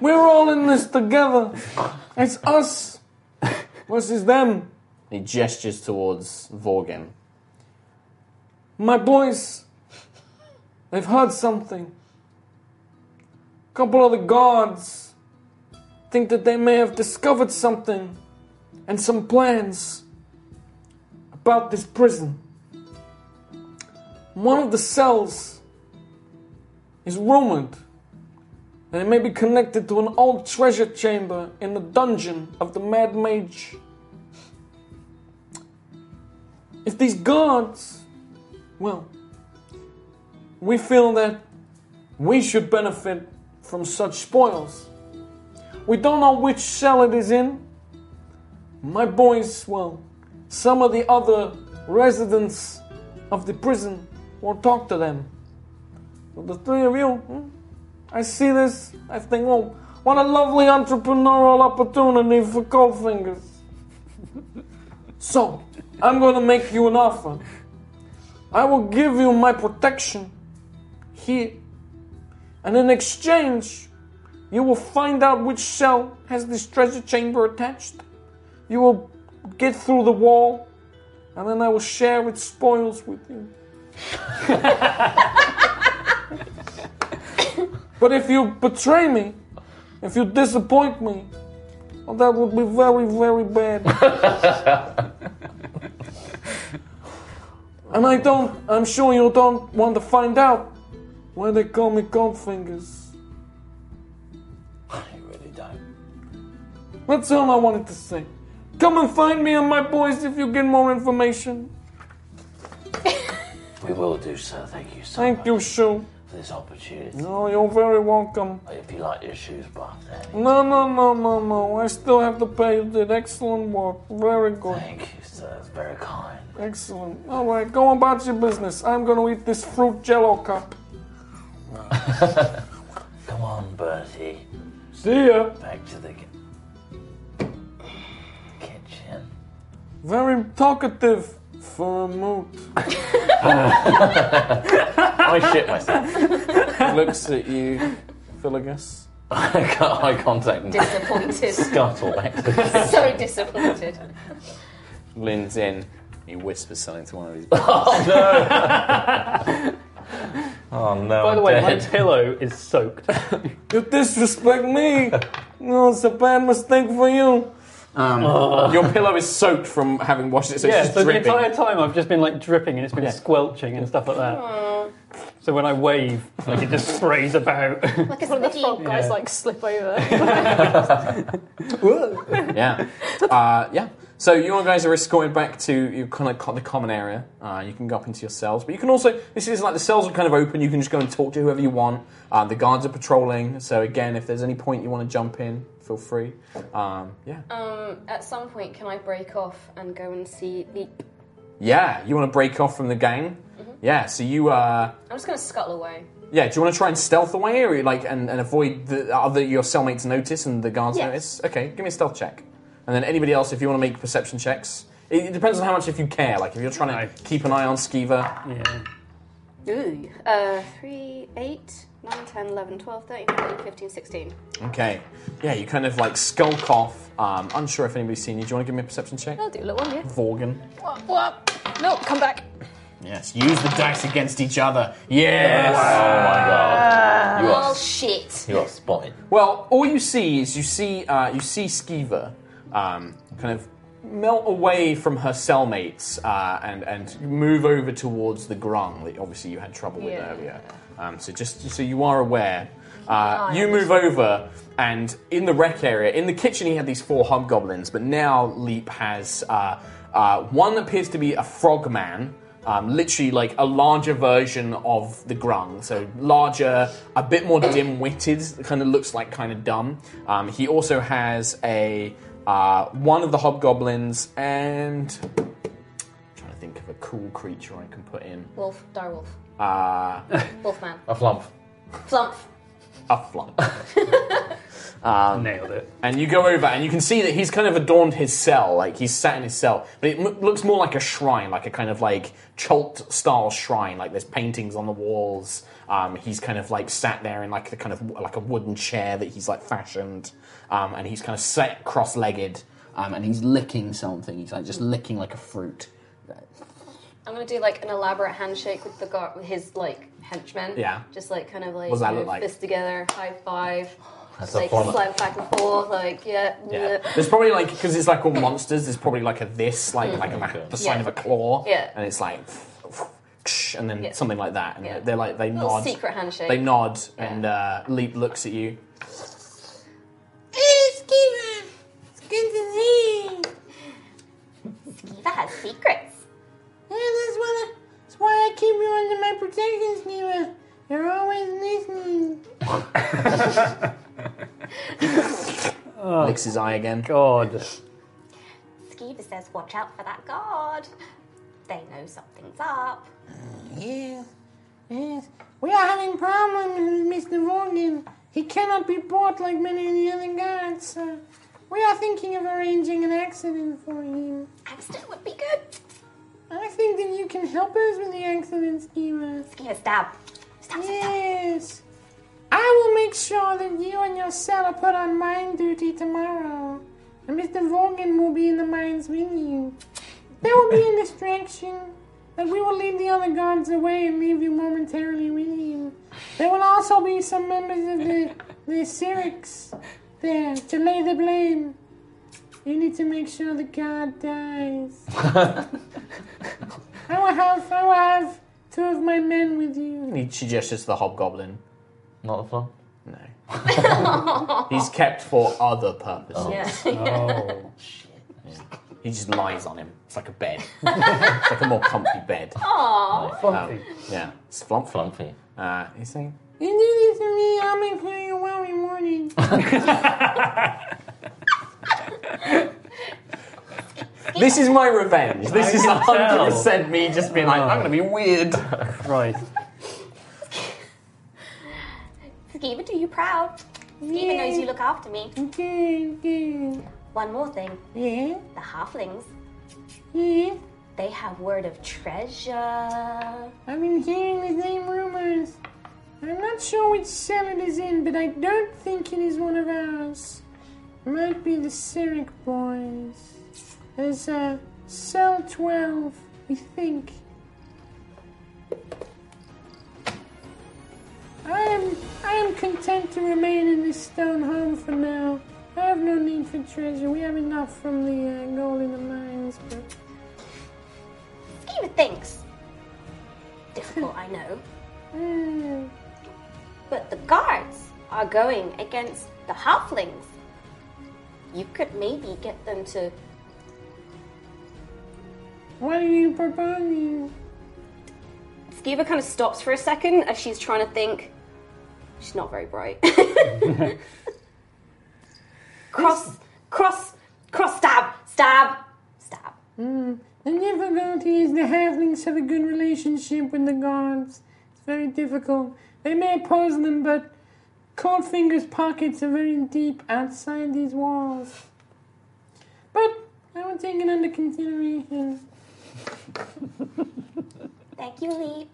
Speaker 9: We're all in this together. It's us versus them. He gestures towards Vorgan. My boys, they've heard something. A couple of the guards think that they may have discovered something and some plans about this prison. One of the cells is rumored and it may be connected to an old treasure chamber in the dungeon of the Mad Mage. If these guards, well, we feel that we should benefit from such spoils. We don't know which cell it is in. My boys, well, some of the other residents of the prison will talk to them. So the three of you, hmm? I see this, I think, oh, what a lovely entrepreneurial opportunity for Coldfingers. so, I'm going to make you an offer. I will give you my protection here, and in exchange, you will find out which cell has this treasure chamber attached. You will get through the wall, and then I will share its spoils with you. But if you betray me, if you disappoint me, well, that would be very, very bad. and I don't, I'm sure you don't want to find out why they call me Goldfingers.
Speaker 1: You really don't.
Speaker 9: That's all I wanted to say. Come and find me and my boys if you get more information.
Speaker 1: We will do, sir. Thank you so
Speaker 9: Thank
Speaker 1: much.
Speaker 9: you, Shu.
Speaker 8: for this opportunity.
Speaker 9: No, you're very welcome.
Speaker 8: If you like your shoes back, then
Speaker 9: No, no, no, no, no. I still have to pay. You did excellent work. Very good.
Speaker 8: thank you, sir. It's very kind.
Speaker 9: Excellent. All right, go about your business. I'm going to eat this fruit jello cup.
Speaker 8: Come on, Bertie.
Speaker 9: See ya.
Speaker 8: Back to the ki- kitchen.
Speaker 9: Very talkative for a moot.
Speaker 1: I shit myself.
Speaker 3: Looks at you, Philagus.
Speaker 1: I got eye contact and
Speaker 4: Disappointed.
Speaker 1: scuttle back to the kitchen.
Speaker 4: so disappointed.
Speaker 3: Lynn's in. He whispers something to one of his.
Speaker 1: Oh no!
Speaker 5: By the
Speaker 1: I'm
Speaker 5: way, my
Speaker 1: dead.
Speaker 5: pillow is soaked.
Speaker 9: You disrespect me. No, it's a bad mistake for you.
Speaker 3: Um,
Speaker 1: Oh.
Speaker 3: Your pillow is soaked from having washed it, so
Speaker 5: yeah,
Speaker 3: it's just
Speaker 5: so the
Speaker 3: dripping.
Speaker 5: entire time I've just been like dripping and it's been
Speaker 3: Yeah.
Speaker 5: squelching and stuff like that.
Speaker 4: Uh,
Speaker 5: So when I wave, like it just sprays about.
Speaker 4: Like a
Speaker 6: One of the
Speaker 4: sticky.
Speaker 6: frog guys
Speaker 5: Yeah.
Speaker 6: like slip over.
Speaker 3: yeah, uh, yeah. So you guys are escorted back to you kind of co- the common area. Uh, you can go up into your cells, but you can also this is like the cells are kind of open. You can just go and talk to whoever you want. Uh, the guards are patrolling, so again, if there's any point you want to jump in, feel free. Um, yeah,
Speaker 4: Um, at some point, can I break off and go and see Leap?
Speaker 3: yeah. You want to break off from the gang?
Speaker 6: Mm-hmm.
Speaker 3: Yeah. So you. Uh,
Speaker 4: I'm just gonna scuttle away.
Speaker 3: Yeah, do you want to try and stealth away, or like and, and avoid the other your cellmates notice and the guards
Speaker 4: Yes.
Speaker 3: notice? Okay, give me a stealth check, and then anybody else if you want to make perception checks. It, it depends on how much if you care. Like if you're trying to
Speaker 5: Aye.
Speaker 3: keep an eye on Skeever.
Speaker 5: yeah.
Speaker 4: Ooh. Uh, 3, 8, 9, 10, 11, 12, 13, 14, 15, 16.
Speaker 3: Okay, yeah, you kind of like skulk off. Um, unsure if anybody's seen you. Do you want to give me a perception check?
Speaker 6: I'll do a little one, yeah.
Speaker 3: Vorgan.
Speaker 6: Whoop, whoop. No, come back.
Speaker 3: Yes. Use the dice against each other. Yes.
Speaker 1: Oh my god! You are,
Speaker 4: Oh, shit.
Speaker 1: you are spotted.
Speaker 3: Well, all you see is you see uh, you see Skeever um, kind of melt away from her cellmates uh, and and move over towards the grung that obviously you had trouble with
Speaker 6: Yeah.
Speaker 3: earlier. Um, so just so you are aware, uh, you move over and in the rec area in the kitchen he had these four hobgoblins, but now Leap has uh, uh, one appears to be a frogman. Um, literally, like a larger version of the grung, so larger, a bit more dim-witted. Kind of looks like kind of dumb. Um, he also has a uh, one of the hobgoblins and trying to think of a cool creature I can put in.
Speaker 11: Wolf, dire wolf,
Speaker 3: Uh,
Speaker 11: wolfman,
Speaker 1: A flump.
Speaker 11: flump.
Speaker 3: a flump.
Speaker 5: Nailed it.
Speaker 3: Um, and you go over and you can see that he's kind of adorned his cell, like he's sat in his cell, but it m- looks more like a shrine, like a kind of like Chult style shrine. Like there's paintings on the walls. Um, he's kind of like sat there in like the kind of like a wooden chair that he's like fashioned, um, and he's kind of sat cross-legged, um, and he's licking something. He's like just licking like a fruit.
Speaker 4: I'm gonna do like an elaborate handshake with the guard, with his like henchmen.
Speaker 3: Yeah.
Speaker 4: Just like kind of like
Speaker 3: does that
Speaker 4: you know,
Speaker 3: look like?
Speaker 4: fist together, high five.
Speaker 1: That's a
Speaker 4: Like
Speaker 1: flump.
Speaker 4: slap back and forth, like yeah,
Speaker 3: Yeah.
Speaker 4: yeah.
Speaker 3: There's probably like because it's like all monsters. There's probably like a this, like like a, the sign
Speaker 4: Mm-hmm. Yeah.
Speaker 3: of a claw.
Speaker 4: Yeah.
Speaker 3: And it's like, and then
Speaker 4: Yeah.
Speaker 3: something like that. And
Speaker 4: Yeah.
Speaker 3: they're like they
Speaker 4: Little
Speaker 3: nod.
Speaker 4: secret handshake.
Speaker 3: They nod and uh, Leap looks at you.
Speaker 11: That has secrets.
Speaker 3: Licks his eye again.
Speaker 5: God.
Speaker 11: Skeever says, watch out for that guard. They know something's up.
Speaker 8: Yes, yes. We are having problems with Mr. Vaughan. He cannot be bought like many of the other guards, so we are thinking of arranging an accident for him.
Speaker 11: Accident would be good.
Speaker 8: I think that you can help us with the accident schema.
Speaker 11: Skeever, stab. Stab, stab, stab.
Speaker 8: Yes. I will make sure that you and your cell are put on mine duty tomorrow. And Mr. Vaughan will be in the mines with you. There will be a distraction, but we will lead the other guards away and leave you momentarily with him. There will also be some members of the, the Syrinx there to lay the blame. You need to make sure the guard dies. I will have, I will have two of my men with you.
Speaker 3: He, she gestures to the hobgoblin.
Speaker 1: Not a flump.
Speaker 3: No. He's kept for other purposes.
Speaker 4: Yeah.
Speaker 5: Oh.
Speaker 3: He just lies on him. It's like a bed. it's like a more comfy bed.
Speaker 4: Aww.
Speaker 3: Um, yeah, it's flump flump.
Speaker 1: Flumpy.
Speaker 3: Uh, he's saying,
Speaker 11: You do this to me, I'll make sure you're well rewarded.
Speaker 3: This is my revenge. This is
Speaker 9: can tell.
Speaker 3: 100% me just being like, I'm going to be weird.
Speaker 9: Right.
Speaker 4: Skiba, do you proud? Skiba knows you look after me.
Speaker 11: Good, good.
Speaker 4: One more thing.
Speaker 11: Yeah,
Speaker 4: The halflings,
Speaker 11: yeah.
Speaker 4: they have word of treasure.
Speaker 11: I've been hearing the name rumors. I'm not sure which cell it is in, but I don't think it is one of ours. might be the Cyric boys. There's uh, cell 12, we think. I am, I am content to remain in this stone home for now. I have no need for treasure. We have enough from the uh, gold in the mines, but
Speaker 4: Skiba thinks. Difficult, I know.
Speaker 11: Hmm.
Speaker 4: But the guards are going against the halflings. You could maybe get them to
Speaker 11: what are you proposing?
Speaker 12: Skiva kind of stops for a second as she's trying to think. She's not very bright.
Speaker 4: cross, cross, cross, stab, stab, stab.
Speaker 11: The difficulty is the halflings have a good relationship with the gods. It's very difficult. They may oppose them, but Coldfinger's pockets are very deep outside these walls. But I will take it under consideration.
Speaker 4: Thank you, Leap.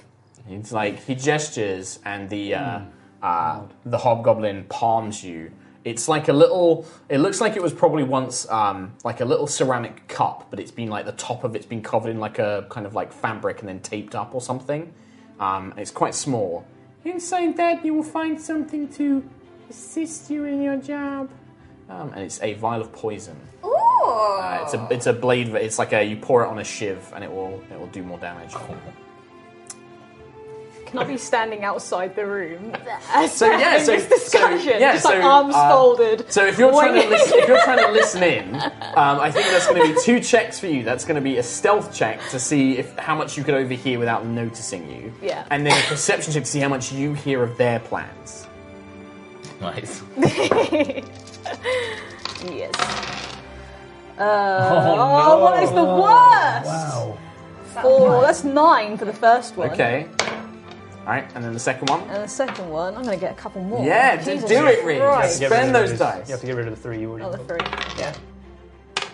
Speaker 3: It's like he gestures, and the uh,
Speaker 9: Hmm.
Speaker 3: uh, the hobgoblin palms you. It's like a little. It looks like it was probably once um, like a little ceramic cup, but it's been like the top of it's been covered in like a kind of like fabric and then taped up or something. Um, and it's quite small.
Speaker 11: Inside that, you will find something to assist you in your job.
Speaker 3: Um, and it's a vial of poison.
Speaker 4: Ooh.
Speaker 3: Uh, it's a it's a blade. but It's like a you pour it on a shiv, and it will it will do more damage.
Speaker 9: Oh,
Speaker 6: Can I be standing outside the room? so
Speaker 3: yeah, so-
Speaker 6: this discussion,
Speaker 3: so- yeah,
Speaker 6: just like
Speaker 3: so,
Speaker 6: arms
Speaker 3: uh,
Speaker 6: folded.
Speaker 3: So if you're trying to
Speaker 6: Wait.
Speaker 3: listen, if you're trying to listen in, um, I think that's going to be two checks for you. That's going to be a stealth check to see if how much you could overhear without noticing you.
Speaker 6: Yeah.
Speaker 3: And then a perception check to see how much you hear of their plans.
Speaker 1: Nice.
Speaker 6: yes. Uh, oh, what is the worst?
Speaker 9: Wow.
Speaker 6: Four. That's nine for the first one.
Speaker 3: Okay. All right, and then the second one.
Speaker 6: And the second one, I'm going to get a couple more.
Speaker 3: Yeah, d-
Speaker 6: Oh, Jesus
Speaker 3: do it, Reed.
Speaker 6: Christ. Oh.
Speaker 3: Get Spend those dice.
Speaker 9: You have to get rid of the three you already.
Speaker 6: Another
Speaker 9: got.
Speaker 6: three.
Speaker 3: Yeah.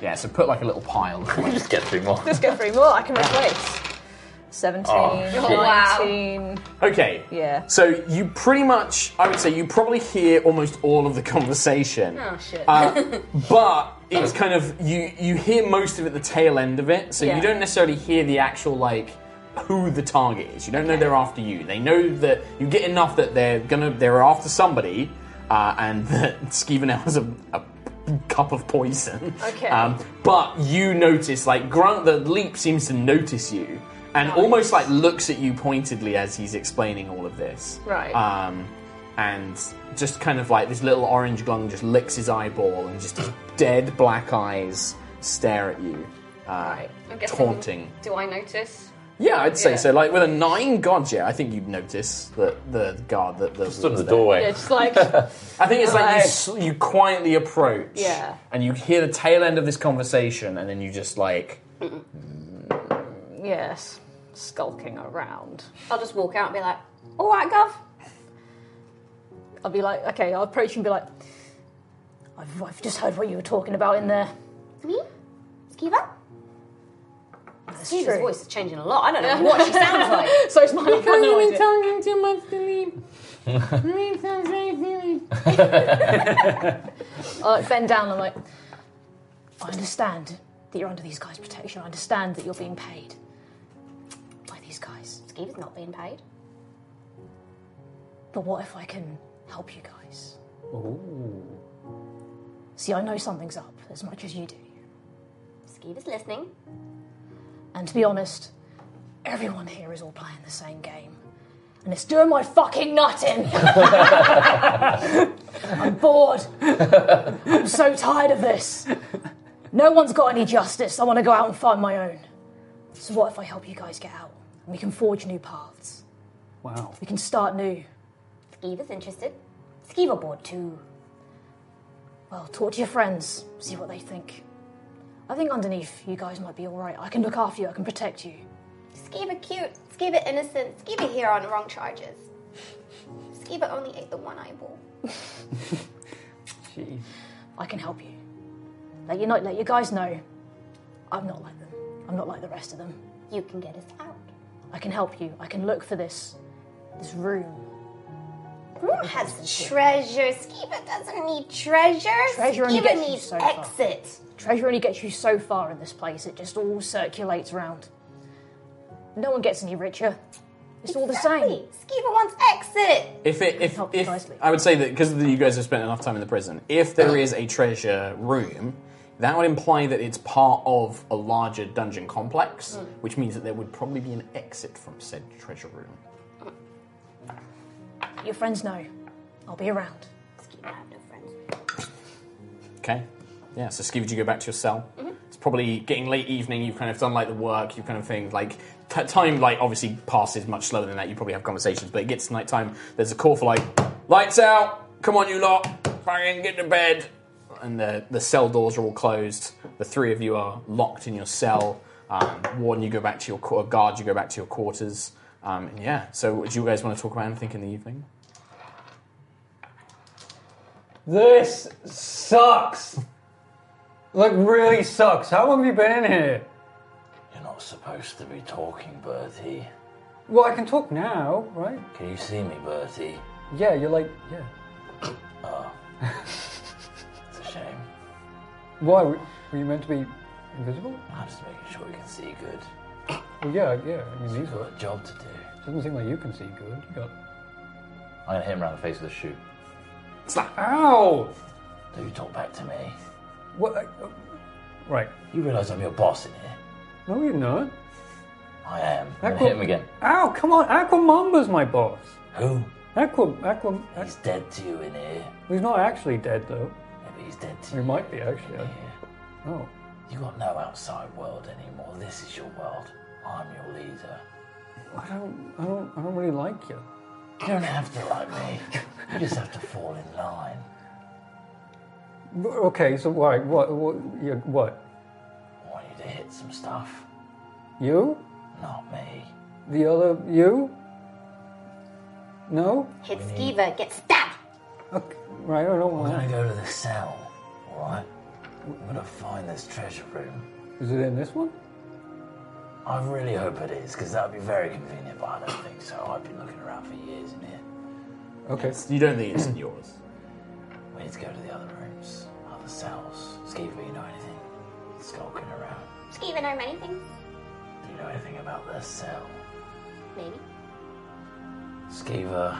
Speaker 3: Yeah. So put like a little pile. Of
Speaker 1: Just get three more.
Speaker 6: Let's get three more. I can replace. 17,
Speaker 1: Oh,
Speaker 12: wow.
Speaker 6: 19.
Speaker 3: okay.
Speaker 6: Yeah.
Speaker 3: So you pretty much, I would say, you probably hear almost all of the conversation.
Speaker 12: oh shit.
Speaker 3: Uh, but it's kind of you you hear most of it the tail end of it, so
Speaker 12: Yeah.
Speaker 3: you don't necessarily hear the actual like who the target is. You don't know they're after you. They know that you get enough that they're gonna they're after somebey, uh, and that Skeevenel has a, a cup of poison.
Speaker 6: Okay.
Speaker 1: Um,
Speaker 3: Um, but you notice like Grant the leap seems to notice you. And almost like looks at you pointedly as he's explaining all of this.
Speaker 6: Right.
Speaker 3: Um, and just kind of like this little orange glung just licks his eyeball and just his dead black eyes stare at you, uh,
Speaker 12: I'm guessing-
Speaker 3: taunting.
Speaker 12: Do I notice?
Speaker 3: Yeah, I'd say
Speaker 12: Yeah.
Speaker 3: so. Like with a nine, god, yeah, I think you'd notice that the guard that the
Speaker 1: Stood in the
Speaker 3: there.
Speaker 1: doorway.
Speaker 6: Yeah, just like,
Speaker 3: I think it's like you,
Speaker 6: Right.
Speaker 3: s- you quietly approach,
Speaker 6: Yeah.
Speaker 3: and you hear the tail end of this conversation, and then you just like
Speaker 6: yes, skulking around.
Speaker 12: I'll just walk out and be like,
Speaker 4: All right, Gov.
Speaker 6: I'll be like, okay, I'll approach and be like, I've, I've just heard what you were talking about in there.
Speaker 4: Me? Skiva?
Speaker 6: That's
Speaker 12: Jesus,
Speaker 6: true.
Speaker 12: voice is changing a lot. I don't know what she sounds like.
Speaker 6: So it's mine. I've got no
Speaker 11: You've been
Speaker 6: idea.
Speaker 11: talking too much to me. Me sounds very silly.
Speaker 6: I like bend down. I'm Uh, like, I understand that you're under these guys' protection. I understand that you're being paid by these guys.
Speaker 4: Skiva's not being paid.
Speaker 6: But what if I can help you guys? See, I know something's up as much as you do.
Speaker 4: Skiva's listening.
Speaker 6: And to be honest, everyone here is all playing the same game. And it's doing my fucking nut in. I'm bored. I'm so tired of this. No one's got any justice. I want to go out and find my own. So, what if I help you guys get out? And we can forge new paths.
Speaker 5: Wow.
Speaker 6: We can start new.
Speaker 11: Skeever's interested. Skeever bored too.
Speaker 6: Well, talk to your friends, see what they think. I think underneath, you guys might be alright. I can look after you, I can protect you.
Speaker 11: Skeever cute. Skeever innocent. Skeever here on wrong charges. Skeever only ate the one eyeball.
Speaker 5: Jeez.
Speaker 6: I can help you. Let you, know, let you guys know I'm not like them. I'm not like the rest of them.
Speaker 11: You can get us out.
Speaker 6: I can help you. I can look for this this room.
Speaker 11: Room has treasure. Skeever doesn't need treasure.
Speaker 6: Treasure only
Speaker 11: Skeever
Speaker 6: gets you
Speaker 11: needs
Speaker 6: so far.
Speaker 11: exit.
Speaker 6: Treasure only gets you so far in this place. It just all circulates around. No one gets any richer. It's all the same.
Speaker 11: Skeever wants exit.
Speaker 3: If it, if,
Speaker 6: Help you guys
Speaker 3: if
Speaker 6: leave.
Speaker 3: I would say that because you guys have spent enough time in the prison, if there is a treasure room, that would imply that it's part of a larger dungeon complex,
Speaker 6: Mm.
Speaker 3: which means that there would probably be an exit from said treasure room.
Speaker 6: Your friends know. I'll be around.
Speaker 11: Skeever have no friends.
Speaker 3: Okay. Yeah, so Skiv, you go back to your cell.
Speaker 6: Mm-hmm.
Speaker 3: It's probably getting late evening. You've kind of done like the work, you kind of thing. Like t- time, like obviously passes much slower than that. You probably have conversations, but it gets night time. There's a call for like lights out. Come on, you lot, fucking get to bed. And the the cell doors are all closed. The three of you are locked in your cell. Um, Warden, you go back to your qu- uh, guard. You go back to your quarters. Um, and yeah, so do you guys want to talk about anything in the evening?
Speaker 5: This sucks. Like really sucks. How long have you been in here?
Speaker 1: You're not supposed to be talking, Bertie.
Speaker 5: Well, I can talk now, right?
Speaker 1: Can you see me, Bertie?
Speaker 5: Yeah, you're like yeah.
Speaker 1: It's a shame.
Speaker 5: Why were were you meant to be invisible?
Speaker 1: I'm just making sure you can see good.
Speaker 5: Well, yeah, yeah. I mean, these
Speaker 1: You've got
Speaker 5: words
Speaker 1: a job to do.
Speaker 5: doesn't seem like you can see good. You got
Speaker 1: I'm gonna hit him around the face with a shoe.
Speaker 5: ow.
Speaker 1: Do you talk back to me?
Speaker 5: What? I- oh. Right.
Speaker 1: You realise I'm your boss in here.
Speaker 5: No, you're not.
Speaker 1: I am. I'm
Speaker 5: That
Speaker 1: gonna
Speaker 5: could-
Speaker 1: hit him again.
Speaker 5: Ow! Come on, Aquamamba's my boss.
Speaker 1: Who?
Speaker 5: Aqua, Aqua, Aqua.
Speaker 1: He's dead to you in here.
Speaker 5: uh, He's not actually dead though.
Speaker 1: Yeah, but he's dead to
Speaker 5: He
Speaker 1: you.
Speaker 5: might be actually.
Speaker 1: in
Speaker 5: I-
Speaker 1: here.
Speaker 5: Oh.
Speaker 1: You got no outside world anymore. This is your world. I'm your leader.
Speaker 5: I don't, I don't, I don't really like you.
Speaker 1: You don't have to like me. You just have to fall in line.
Speaker 5: B- Okay, so why? What? What? You, what?
Speaker 1: I want you to hit some stuff.
Speaker 5: You?
Speaker 1: Not me.
Speaker 5: The other you? No?
Speaker 11: Hit Skeever. Get stabbed.
Speaker 5: Okay. Right, I don't
Speaker 1: We're gonna
Speaker 5: want.
Speaker 1: go to the cell, alright? We're gonna find this treasure room.
Speaker 5: Is it in this one?
Speaker 1: I really hope it is, because that would be very convenient, but I don't think so. I've been looking around for years in here.
Speaker 5: Okay.
Speaker 3: You don't think it's in yours?
Speaker 1: We need to go to the other rooms, other cells. Skeever, you know anything? Skulking around.
Speaker 11: Skeever know many things.
Speaker 1: Do you know anything about this cell?
Speaker 11: Maybe.
Speaker 1: Skeever,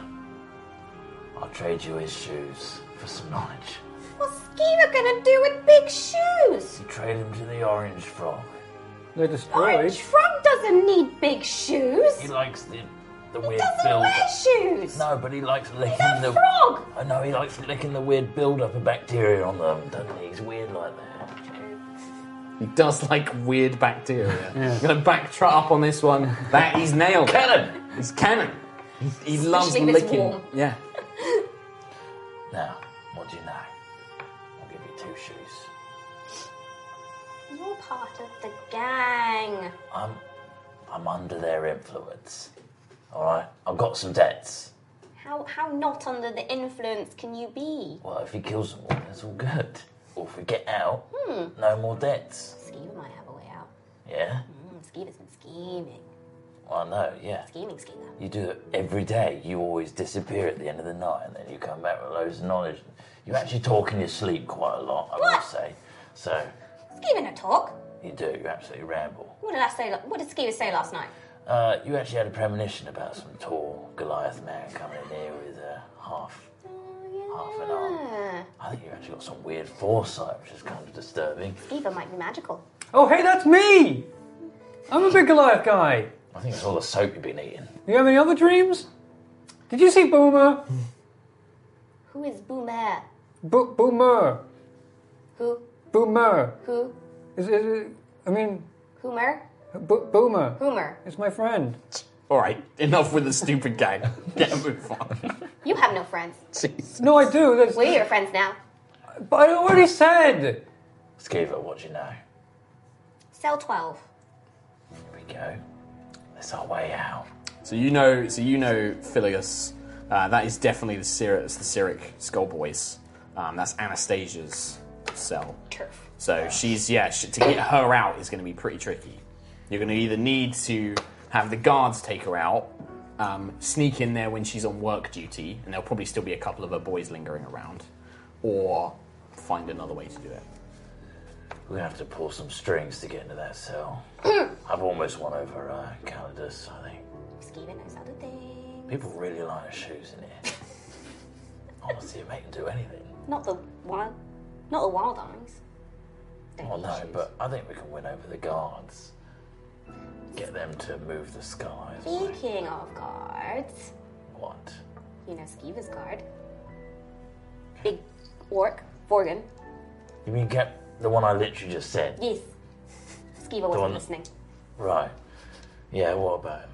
Speaker 1: I'll trade you his shoes for some knowledge.
Speaker 11: What's Skeever gonna do with big shoes?
Speaker 1: You trade him to the orange frog.
Speaker 5: They're destroyed.
Speaker 11: Orange Frog doesn't need big shoes.
Speaker 1: He likes the the weird
Speaker 11: doesn't
Speaker 1: build.
Speaker 11: wear shoes.
Speaker 1: No, but he likes licking
Speaker 11: That
Speaker 1: the.
Speaker 11: frog.
Speaker 1: I know he likes licking the weird build-up of bacteria on them, doesn't he? He's weird like that.
Speaker 3: He does like weird bacteria. I'm gonna backtrack up on this one. That he's nailed. it.
Speaker 1: Cannon!
Speaker 3: He's canon. He, he loves
Speaker 11: when it's
Speaker 3: licking.
Speaker 11: warm.
Speaker 3: Yeah.
Speaker 1: Now, what do you know? I'll give you two shoes.
Speaker 11: You're part of the gang.
Speaker 1: I'm, I'm under their influence. All right, I've got some debts.
Speaker 11: How how not under the influence can you be?
Speaker 1: Well, if he kills them all, that's all good. Or if we get out, no more debts.
Speaker 11: Skeever Hmm. might have a way out.
Speaker 1: Yeah.
Speaker 11: Mm, Skeever's been scheming.
Speaker 1: Well, I know. Oh, Yeah.
Speaker 11: Scheming, Skeever.
Speaker 1: You do it every day. You always disappear at the end of the night, and then you come back with loads of knowledge. You actually talk in your sleep quite a lot, I will
Speaker 11: What?
Speaker 1: say. So
Speaker 11: Skeever no talk.
Speaker 1: you do. You absolutely ramble.
Speaker 11: What did I say? What did Skeever say last night?
Speaker 1: Uh, you actually had a premonition about some tall Goliath man coming in here with a half, half an arm.
Speaker 11: Uh,
Speaker 1: I think you actually got some weird foresight, which is kind of disturbing.
Speaker 11: Skeever might be magical.
Speaker 5: Oh, hey, that's me. I'm a big Goliath guy.
Speaker 1: I think it's all the soap you've been eating.
Speaker 5: Do you have any other dreams? Did you see Boomer?
Speaker 11: Who is Boomer?
Speaker 5: Bo- Boomer.
Speaker 11: Who?
Speaker 5: Boomer.
Speaker 11: Who?
Speaker 5: Is, is it, I mean,
Speaker 4: Hoomer?
Speaker 5: Bo- Boomer.
Speaker 4: Hoomer.
Speaker 5: It's my friend.
Speaker 3: All right, enough with the stupid game. Get a move on.
Speaker 4: You have no friends.
Speaker 3: Jeez.
Speaker 5: No, I do. That's,
Speaker 4: We're your friends now.
Speaker 5: but I already said.
Speaker 1: Skiva, what do you know?
Speaker 11: Cell 12.
Speaker 1: Here we go. That's our way out.
Speaker 3: So you know, so you know, Phileas. Uh, that is definitely the Cyric, the Cyric Skullboys. Um, that's Anastasia's cell.
Speaker 4: Turf.
Speaker 3: So she's yeah. She, to get her out is going to be pretty tricky. You're going to either need to have the guards take her out, um, sneak in there when she's on work duty, and there'll probably still be a couple of her boys lingering around, or find another way to do it.
Speaker 1: We're gonna have to pull some strings to get into that cell. I've almost won over uh, Calidus, I think.
Speaker 11: Skeever knows how to think.
Speaker 1: People really like her shoes in here. Honestly, you make them do anything.
Speaker 11: Not the wild, not the wild eyes. Don't
Speaker 1: Well,
Speaker 11: eat
Speaker 1: no,
Speaker 11: shoes.
Speaker 1: but I think we can win over the guards. Get them to move the skies.
Speaker 11: Speaking of guards,
Speaker 1: What?
Speaker 11: you know Skeever's guard. Big orc, Vorgan.
Speaker 1: You mean get the one I literally just said?
Speaker 11: Yes. Skeever
Speaker 1: one-
Speaker 11: wasn't listening.
Speaker 1: Right. Yeah, what about him?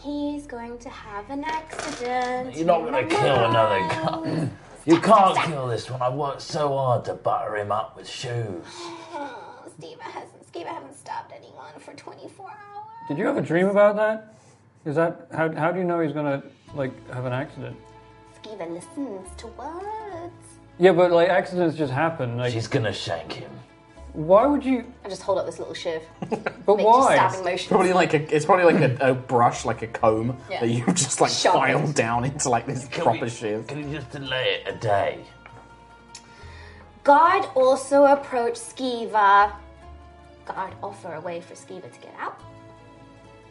Speaker 11: He's going to have an accident.
Speaker 1: You're not gonna kill another guy. You can't kill this one. I worked so hard to butter him up with shoes.
Speaker 11: Oh, Skeever hasn't. Skeever hasn't stabbed anyone for 24 hours.
Speaker 5: Did you have a dream about that? Is that how? How do you know he's gonna like have an accident?
Speaker 11: Skeever listens to words.
Speaker 5: Yeah, but like accidents just happen. Like,
Speaker 1: She's gonna shank him.
Speaker 5: why would you?
Speaker 4: I just hold up this little shiv.
Speaker 5: But
Speaker 4: Make just
Speaker 5: why?
Speaker 4: stabbing motion.
Speaker 3: Probably like a, it's probably like a, a brush, like a comb
Speaker 4: Yeah.
Speaker 3: that you've just like
Speaker 4: Shove
Speaker 3: filed
Speaker 4: it.
Speaker 3: down into like this
Speaker 1: Can
Speaker 3: proper
Speaker 1: we-
Speaker 3: shiv.
Speaker 1: Can you just delay it a day?
Speaker 11: Guard also approached Skeever. Guard offer a way for Skeever to get out.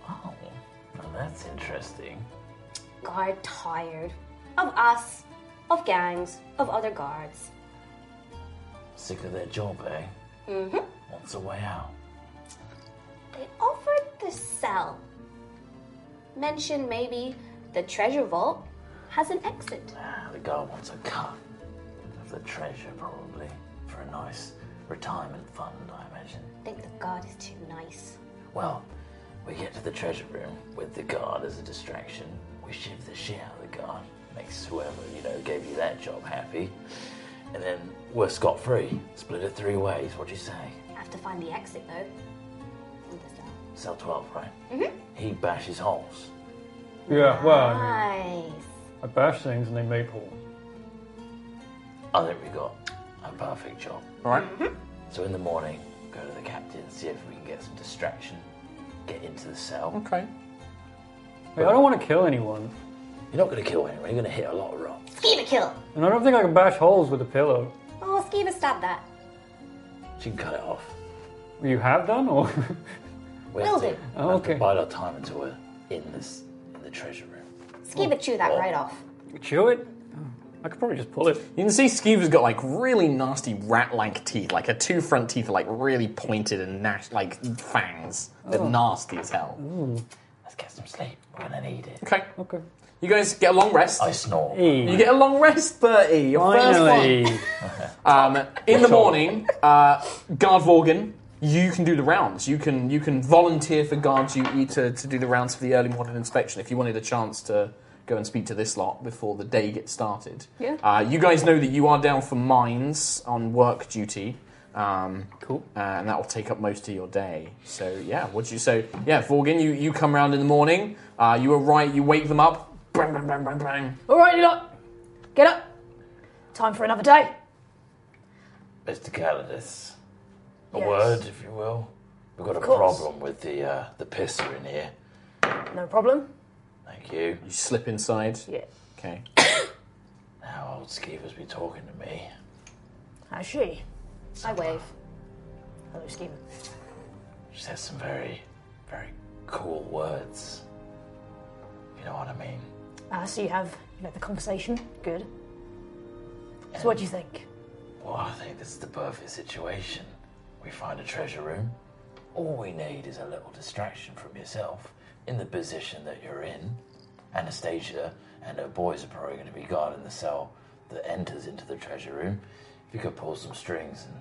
Speaker 1: Oh, well, that's interesting.
Speaker 11: Guard tired of us, of gangs, of other guards.
Speaker 1: Sick of their job, eh? Mm-hmm. Wants a way out.
Speaker 11: They offered the cell. Mentioned maybe the treasure vault has an exit.
Speaker 1: Ah, the guy wants a cut of the treasure, probably, for a nice retirement fund, I imagine.
Speaker 11: I think the guard is too nice.
Speaker 1: Well, we get to the treasure room with the guard as a distraction. We shiv the shit out of the guard. Makes whoever, you know, gave you that job happy. And then we're scot free. Split it three ways. What do you say?
Speaker 11: Have to find the exit though. From the cell.
Speaker 1: Cell 12, right? Mm-hmm. He bashes holes.
Speaker 5: Yeah, well, I, mean,
Speaker 11: Nice.
Speaker 5: I bash things and they make holes.
Speaker 1: I think we got a perfect job.
Speaker 3: All right.
Speaker 11: Mm-hmm.
Speaker 1: So in the morning, go to the captain, see if we can get some distraction, get into the cell.
Speaker 3: Okay.
Speaker 5: Like, I don't want to kill anyone,
Speaker 1: You're not going to kill anyone, you're going to hit a lot of rocks.
Speaker 11: Skeever kill.
Speaker 5: and I don't think I can bash holes with a pillow.
Speaker 11: Oh, Skeever stabbed that.
Speaker 1: She can cut it off.
Speaker 5: You have done, or
Speaker 1: We have
Speaker 11: Will
Speaker 1: to,
Speaker 11: do.
Speaker 1: we have
Speaker 5: Oh,
Speaker 1: to
Speaker 5: okay.
Speaker 1: bide our time until we're in, this, in the treasure room.
Speaker 11: Skeever chew that right off.
Speaker 5: chew it? I could probably just pull it.
Speaker 3: You can see Skeever's got like really nasty rat-like teeth. Like her two front teeth are like really pointed and gnash like fangs. They're
Speaker 4: Oh.
Speaker 3: nasty as hell.
Speaker 1: Let's get some sleep. We're going to need it.
Speaker 3: Okay.
Speaker 5: Okay.
Speaker 3: You guys get a long rest.
Speaker 1: I snore.
Speaker 3: You get a long rest, Bertie. Your
Speaker 5: Finally,
Speaker 3: first one. Um, in the morning, uh, guard Vorgan, you can do the rounds. You can you can volunteer for guard duty to, to do the rounds for the early morning inspection if you wanted a chance to go and speak to this lot before the day gets started.
Speaker 6: Yeah.
Speaker 3: Uh, you guys know that you are down for mines on work duty. Um,
Speaker 5: Cool.
Speaker 3: uh, and that will take up most of your day. So yeah, what do you so yeah, Vorgan, you, you come round in the morning. Uh, you arrive, you wake them up. Bang, bang, bang, bang, bang.
Speaker 6: All right, you lot, get up. Time for another day.
Speaker 1: Mr. Calidus, a
Speaker 6: Yes.
Speaker 1: word, if you will. We've got a
Speaker 6: course.
Speaker 1: problem with the uh, the pisser in here.
Speaker 6: No problem.
Speaker 1: Thank you.
Speaker 3: You slip inside.
Speaker 6: Yeah.
Speaker 3: Okay.
Speaker 1: Now, old Skeever's been talking to me.
Speaker 6: How's she?
Speaker 4: I wave.
Speaker 6: Hello, Skeever.
Speaker 1: She says some very, very cool words. You know what I mean?
Speaker 6: Uh, so you have you know, the conversation. Good. So what do you think?
Speaker 1: Well, I think this is the perfect situation. We find a treasure room. All we need is a little distraction from yourself in the position that you're in. Anastasia and her boys are probably going to be guarding the cell that enters into the treasure room. If you could pull some strings and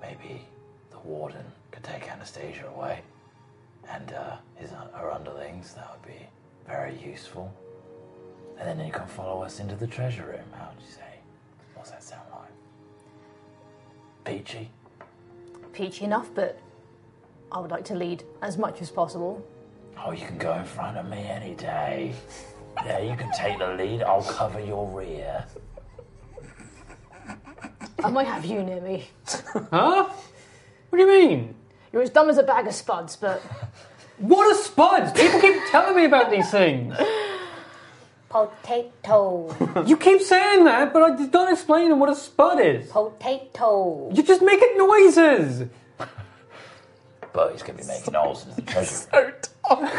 Speaker 1: Maybe the warden could take Anastasia away and uh, his, her underlings. That would be very useful. And then you can follow us into the treasure room. How would you say? What's that sound like? Peachy?
Speaker 6: Peachy enough, but I would like to lead as much as possible.
Speaker 1: Oh, you can go in front of me any day. Yeah, you can take the lead. I'll cover your rear.
Speaker 6: I might have you near me.
Speaker 5: Huh? What do you mean?
Speaker 6: You're as dumb as a bag of spuds, but
Speaker 5: What are spuds? People keep telling me about these things.
Speaker 11: Potato.
Speaker 5: You keep saying that, but I just don't explain what a spud is.
Speaker 11: Potato.
Speaker 5: You're just making noises.
Speaker 1: But he's going to be making holes into the treasure room.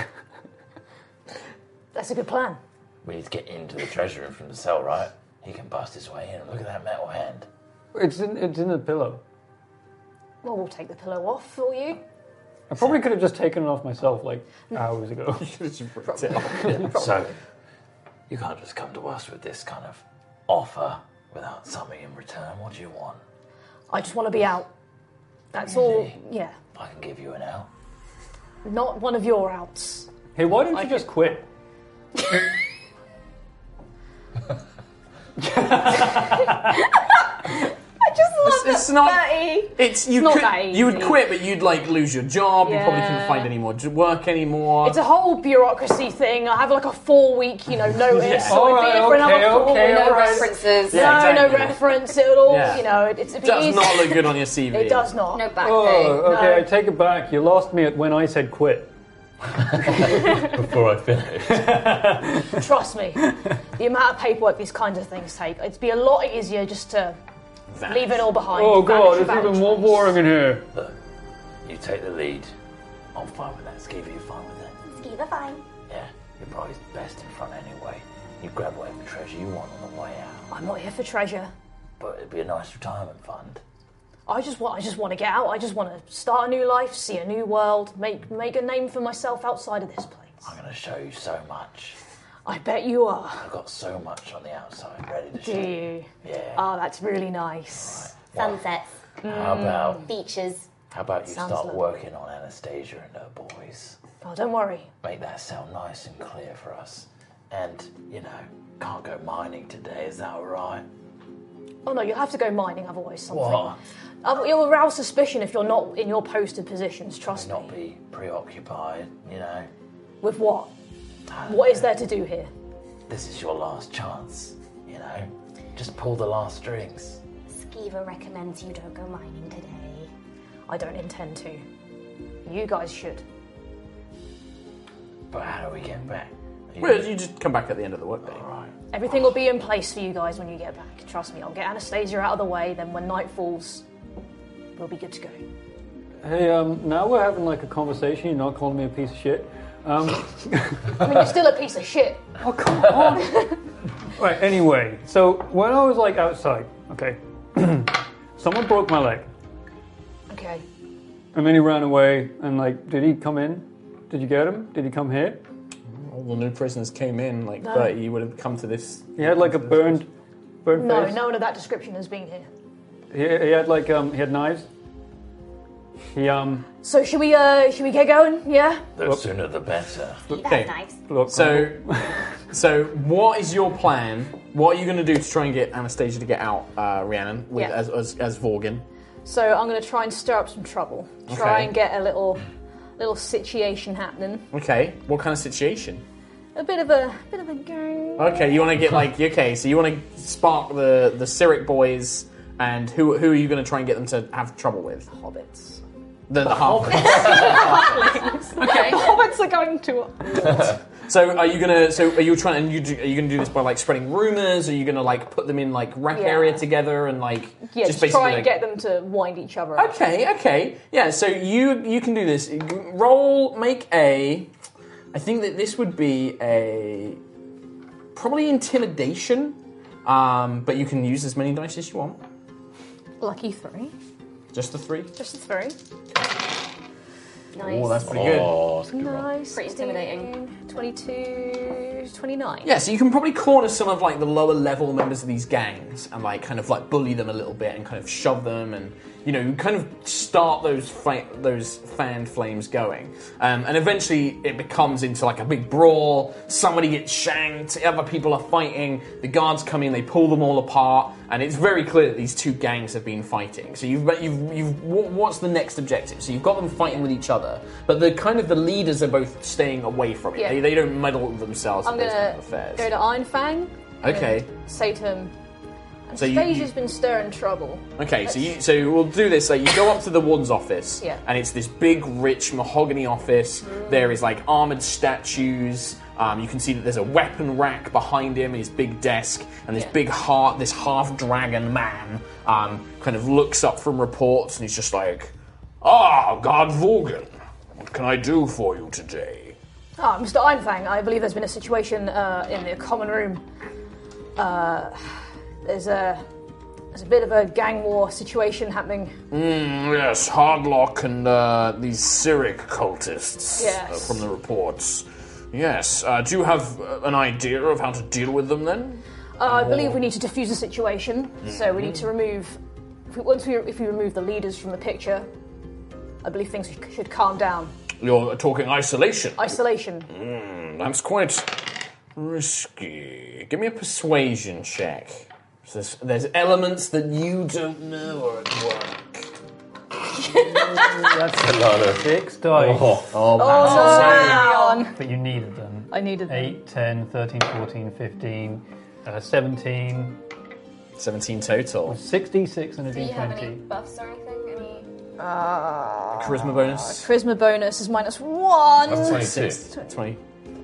Speaker 6: that's a good plan.
Speaker 1: We need to get into the treasure room from the cell, right? He can bust his way in. Look at that metal hand.
Speaker 5: It's in, it's in the pillow.
Speaker 6: Well, we'll take the pillow off for you.
Speaker 5: I probably could have just taken it off myself like hours ago.
Speaker 1: So, you can't just come to us with this kind of offer without something in return. What do you want?
Speaker 6: I just want to be out. That's all. Yeah,
Speaker 1: I can give you an out.
Speaker 6: not one of your outs.
Speaker 5: Hey, why don't you just quit?
Speaker 3: It's, it's not.
Speaker 4: Bertie.
Speaker 3: It's you.
Speaker 6: not
Speaker 3: could,
Speaker 6: that
Speaker 3: you would
Speaker 6: easy.
Speaker 3: quit, but you'd like lose your job. You probably couldn't
Speaker 6: Yeah.
Speaker 3: find any more j- work anymore.
Speaker 6: It's a whole bureaucracy thing. I have like a four-week, you know, notice. So
Speaker 5: All
Speaker 6: I'd be
Speaker 5: right,
Speaker 6: here for another
Speaker 5: okay,
Speaker 6: four.
Speaker 5: okay,
Speaker 6: no
Speaker 5: all right.
Speaker 4: References.
Speaker 6: No,
Speaker 3: Yeah,
Speaker 6: no
Speaker 3: exactly.
Speaker 6: reference. It all,
Speaker 3: Yeah.
Speaker 6: you know, it, it's a bit
Speaker 3: does
Speaker 6: easy.
Speaker 3: not look good on your CV.
Speaker 6: It does not.
Speaker 4: No back
Speaker 5: Oh,
Speaker 4: thing.
Speaker 5: okay, I take it back. You lost me at when I said quit.
Speaker 1: Before I finish.
Speaker 6: Trust me, the amount of paperwork these kinds of things take, it'd be a lot easier just to leave it all behind.
Speaker 5: Oh
Speaker 6: Vanish,
Speaker 5: god, it's
Speaker 6: vanish,
Speaker 5: even more
Speaker 6: vanish.
Speaker 5: boring in here.
Speaker 1: Look, you take the lead. I'm fine with that, Skeever. You're fine with that.
Speaker 11: Skiva fine.
Speaker 1: Yeah, you're probably best in front anyway. You grab whatever treasure you want on the way out.
Speaker 6: I'm not here for treasure.
Speaker 1: But it'd be a nice retirement fund.
Speaker 6: I just want. I just want to get out. I just want to start a new life, see a new world, make make a name for myself outside of this place.
Speaker 1: I'm going to show you so much.
Speaker 6: I bet you are.
Speaker 1: I've got so much on the outside ready to
Speaker 6: Do
Speaker 1: show.
Speaker 6: you?
Speaker 1: Yeah.
Speaker 6: Oh, that's really nice.
Speaker 11: Sunsets.
Speaker 1: How about
Speaker 11: Beaches.
Speaker 1: how about you
Speaker 6: Sounds
Speaker 1: start
Speaker 6: lovely.
Speaker 1: working on Anastasia and her boys?
Speaker 6: Oh, don't worry.
Speaker 1: Make that sound nice and clear for us. And you know, can't go mining today. Is that all right?
Speaker 6: Oh no, you'll have to go mining otherwise. Something.
Speaker 1: What?
Speaker 6: Other- You'll arouse suspicion if you're not in your posted positions. Trust me.
Speaker 1: Not be preoccupied. You know,
Speaker 6: With what? What is there to do here?
Speaker 1: this is your last chance. You know, just pull the last strings.
Speaker 11: Skiva recommends you don't go mining today.
Speaker 6: I don't intend to. You guys should.
Speaker 1: But how do we get back? Are you-
Speaker 3: Well, you just come back at the end of the workday.
Speaker 1: all right.
Speaker 6: Everything will be in place for you guys when you get back. Trust me, I'll get Anastasia out of the way, then when night falls, we'll be good to go.
Speaker 5: Hey, um, now we're having like a conversation. You're not calling me a piece of shit. Um,
Speaker 6: I mean, you're still a piece of shit.
Speaker 5: oh come on. right. Anyway, so when I was like outside, okay, someone broke my leg,
Speaker 6: Okay.
Speaker 5: and then he ran away. And like, did he come in? Did you get him? Did he come here?
Speaker 3: All the new prisoners came in. Like, but you would have come to this.
Speaker 5: He had like a burned, burned
Speaker 6: No,
Speaker 5: face.
Speaker 6: no one of that description has been here.
Speaker 5: He, he had like um, he had knives. He um.
Speaker 6: So should we uh should we get going? Yeah?
Speaker 1: The sooner the better.
Speaker 11: He
Speaker 3: Okay.
Speaker 11: has knives.
Speaker 5: Look,
Speaker 3: So, so what is your plan? What are you going to do to try and get Anastasia to get out, uh, Rhiannon, with,
Speaker 6: Yeah.
Speaker 3: as, as as Vorgan?
Speaker 6: So I'm gonna try and stir up some trouble. Try
Speaker 3: Okay.
Speaker 6: and get a little little situation happening.
Speaker 3: Okay. What kind of situation?
Speaker 6: A bit of a bit of a gang.
Speaker 3: Okay, you want to get like okay, so you want to spark the the Cyric boys, and who who are you going to try and get them to have trouble with?
Speaker 6: Hobbits.
Speaker 3: The, the half.
Speaker 6: Okay. the hobbits are going to
Speaker 3: so are you gonna? So are you trying? And you do, are you gonna do this by like spreading rumors? Are you gonna like put them in like rec
Speaker 6: Yeah.
Speaker 3: area together and like
Speaker 6: Yeah, just, try and
Speaker 3: like-
Speaker 6: get them to wind each other up.
Speaker 3: Okay, okay, yeah. So you you can do this. Roll, make a. I think that this would be a probably intimidation, um, but you can use as many dice as you want.
Speaker 6: Lucky three.
Speaker 3: Just the three.
Speaker 6: Just three.
Speaker 4: Nice.
Speaker 3: that's pretty good.
Speaker 1: Oh, that's a good roll.
Speaker 6: Nice.
Speaker 4: Pretty
Speaker 6: 16,
Speaker 4: intimidating.
Speaker 6: 22, 29.
Speaker 3: Yeah, so you can probably corner some of like the lower level members of these gangs and like kind of like bully them a little bit and kind of shove them and you know you kind of start those fla- those fan flames going um, and eventually it becomes into like a big brawl. Somebody gets shanked, other people are fighting. The guards come in, they pull them all apart, and it's very clear that these two gangs have been fighting. So you've you've you've wha- what's the next objective? So you've got them fighting with each other, but the kind of the leaders are both staying away from it.
Speaker 6: Yeah.
Speaker 3: They, they don't meddle themselves.
Speaker 6: I'm
Speaker 3: Those
Speaker 6: gonna
Speaker 3: kind of affairs.
Speaker 6: go to Iron Fang.
Speaker 3: Okay.
Speaker 6: and Say to him,
Speaker 3: So you, you-
Speaker 6: Deja's been stirring trouble.
Speaker 3: okay, so you so we'll do this. So you go up to the warden's office,
Speaker 6: Yeah. Mm.
Speaker 3: and it's this big, rich mahogany office. There is like armored statues. Um, you can see that there's a weapon rack behind him, his big desk, and this
Speaker 6: Yeah.
Speaker 3: big heart, this half dragon man, um, kind of looks up from reports, and he's just like, "Ah, Guard Vorgan, what can I do for you today?"
Speaker 6: Ah, Mr. Einfang, I believe there's been a situation uh, in the common room. Uh, there's a there's a bit of a gang war situation happening.
Speaker 3: Mm, Yes, Hardlock and uh, these Cyric cultists
Speaker 6: Yes.
Speaker 3: uh, from the reports. Yes, uh, do you have uh, an idea of how to deal with them then?
Speaker 6: Uh, I believe we need to defuse the situation, so we need to remove. If we, once we if we remove the leaders from the picture, I believe things should- should calm down.
Speaker 3: You're talking isolation. Mm,
Speaker 6: Isolation.
Speaker 3: That's quite risky. Give me a persuasion check. So There's, there's elements that you don't know are at work.
Speaker 5: That's
Speaker 1: A lot of-
Speaker 5: six dice.
Speaker 3: Oh,
Speaker 5: But you needed them.
Speaker 6: I needed them.
Speaker 5: 8, 10, 13, 14, 15, uh, 17,
Speaker 3: 17 total.
Speaker 5: 66 and a
Speaker 4: Do you have any
Speaker 5: d20.
Speaker 4: buffs or anything? Any?
Speaker 3: Charisma bonus?
Speaker 6: Uh, Charisma bonus is minus one.
Speaker 1: That's 22.
Speaker 3: 20.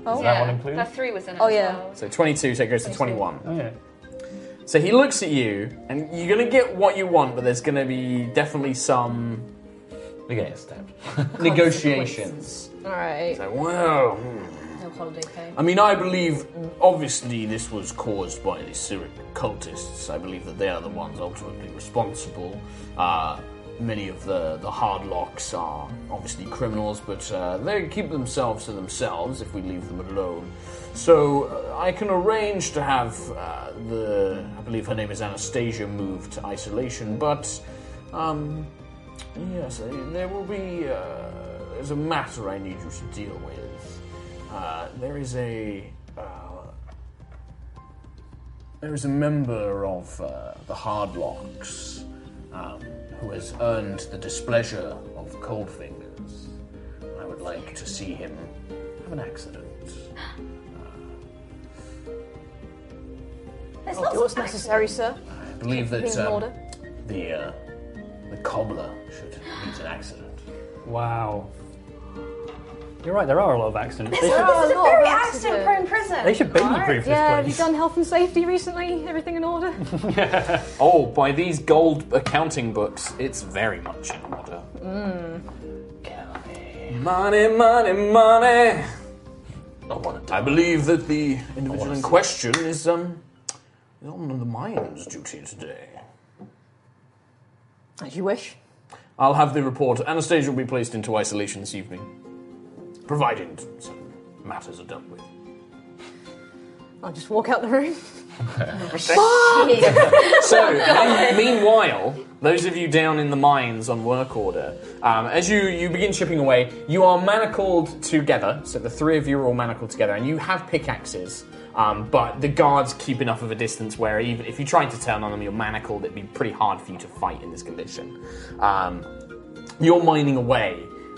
Speaker 1: that one included?
Speaker 4: That three was in it.
Speaker 6: Oh,
Speaker 4: as
Speaker 6: yeah.
Speaker 4: well.
Speaker 3: So 22, so it goes to 21.
Speaker 5: Oh, yeah.
Speaker 3: So he looks at you, and you're gonna get what you want, but there's gonna be definitely some
Speaker 1: We're getting stabbed.
Speaker 3: negotiations.
Speaker 6: All right.
Speaker 3: Like, well, hmm.
Speaker 6: No holiday pay.
Speaker 3: I mean, I believe obviously this was caused by the Syriac cultists. I believe that they are the ones ultimately responsible. Uh, many of the the hardlocks are obviously criminals, but uh, they keep themselves to themselves if we leave them alone. So uh, I can arrange to have uh, the I believe her name is Anastasia moved to isolation, but. Um, Yes, I- there will be. Uh, there's a matter I need you to deal with. Uh, there is a. Uh, there is a member of uh, the Hardlocks um, who has earned the displeasure of Coldfingers. I would like to see him have an accident.
Speaker 11: There's
Speaker 6: Do
Speaker 11: lots
Speaker 6: what's
Speaker 11: of
Speaker 6: necessary, sir.
Speaker 3: I believe
Speaker 6: Being
Speaker 3: that
Speaker 6: in
Speaker 3: um,
Speaker 6: order.
Speaker 3: the uh, the cobbler should meet an accident.
Speaker 5: Wow. You're right, there are a lot of accidents. They should,
Speaker 6: Oh,
Speaker 11: This is a
Speaker 6: Lord,
Speaker 11: very
Speaker 6: that's
Speaker 11: accident
Speaker 6: good.
Speaker 11: prone prison.
Speaker 5: they should baby proof
Speaker 6: Yeah, have you
Speaker 5: this place.
Speaker 6: done health and safety recently? Everything in order?
Speaker 3: Oh, by these gold accounting books, it's very much in order.
Speaker 6: Mm.
Speaker 3: Money, money, money.
Speaker 1: I want to
Speaker 3: I believe that the individual in question is um is on the mines duty today.
Speaker 6: As you wish.
Speaker 3: I'll have the report. Anastasia will be placed into isolation this evening, provided some matters are dealt with.
Speaker 6: I'll just walk out the room. Oh,
Speaker 3: So, mean- meanwhile, those of you down in the mines on work order, um, as you, you begin chipping away, you are manacled together. So the three of you are all manacled together, and you have pickaxes. Um, but the guards keep enough of a distance where even if you tried to turn on them, you're manacled. It'd be pretty hard for you to fight in this condition. Um, you're mining away,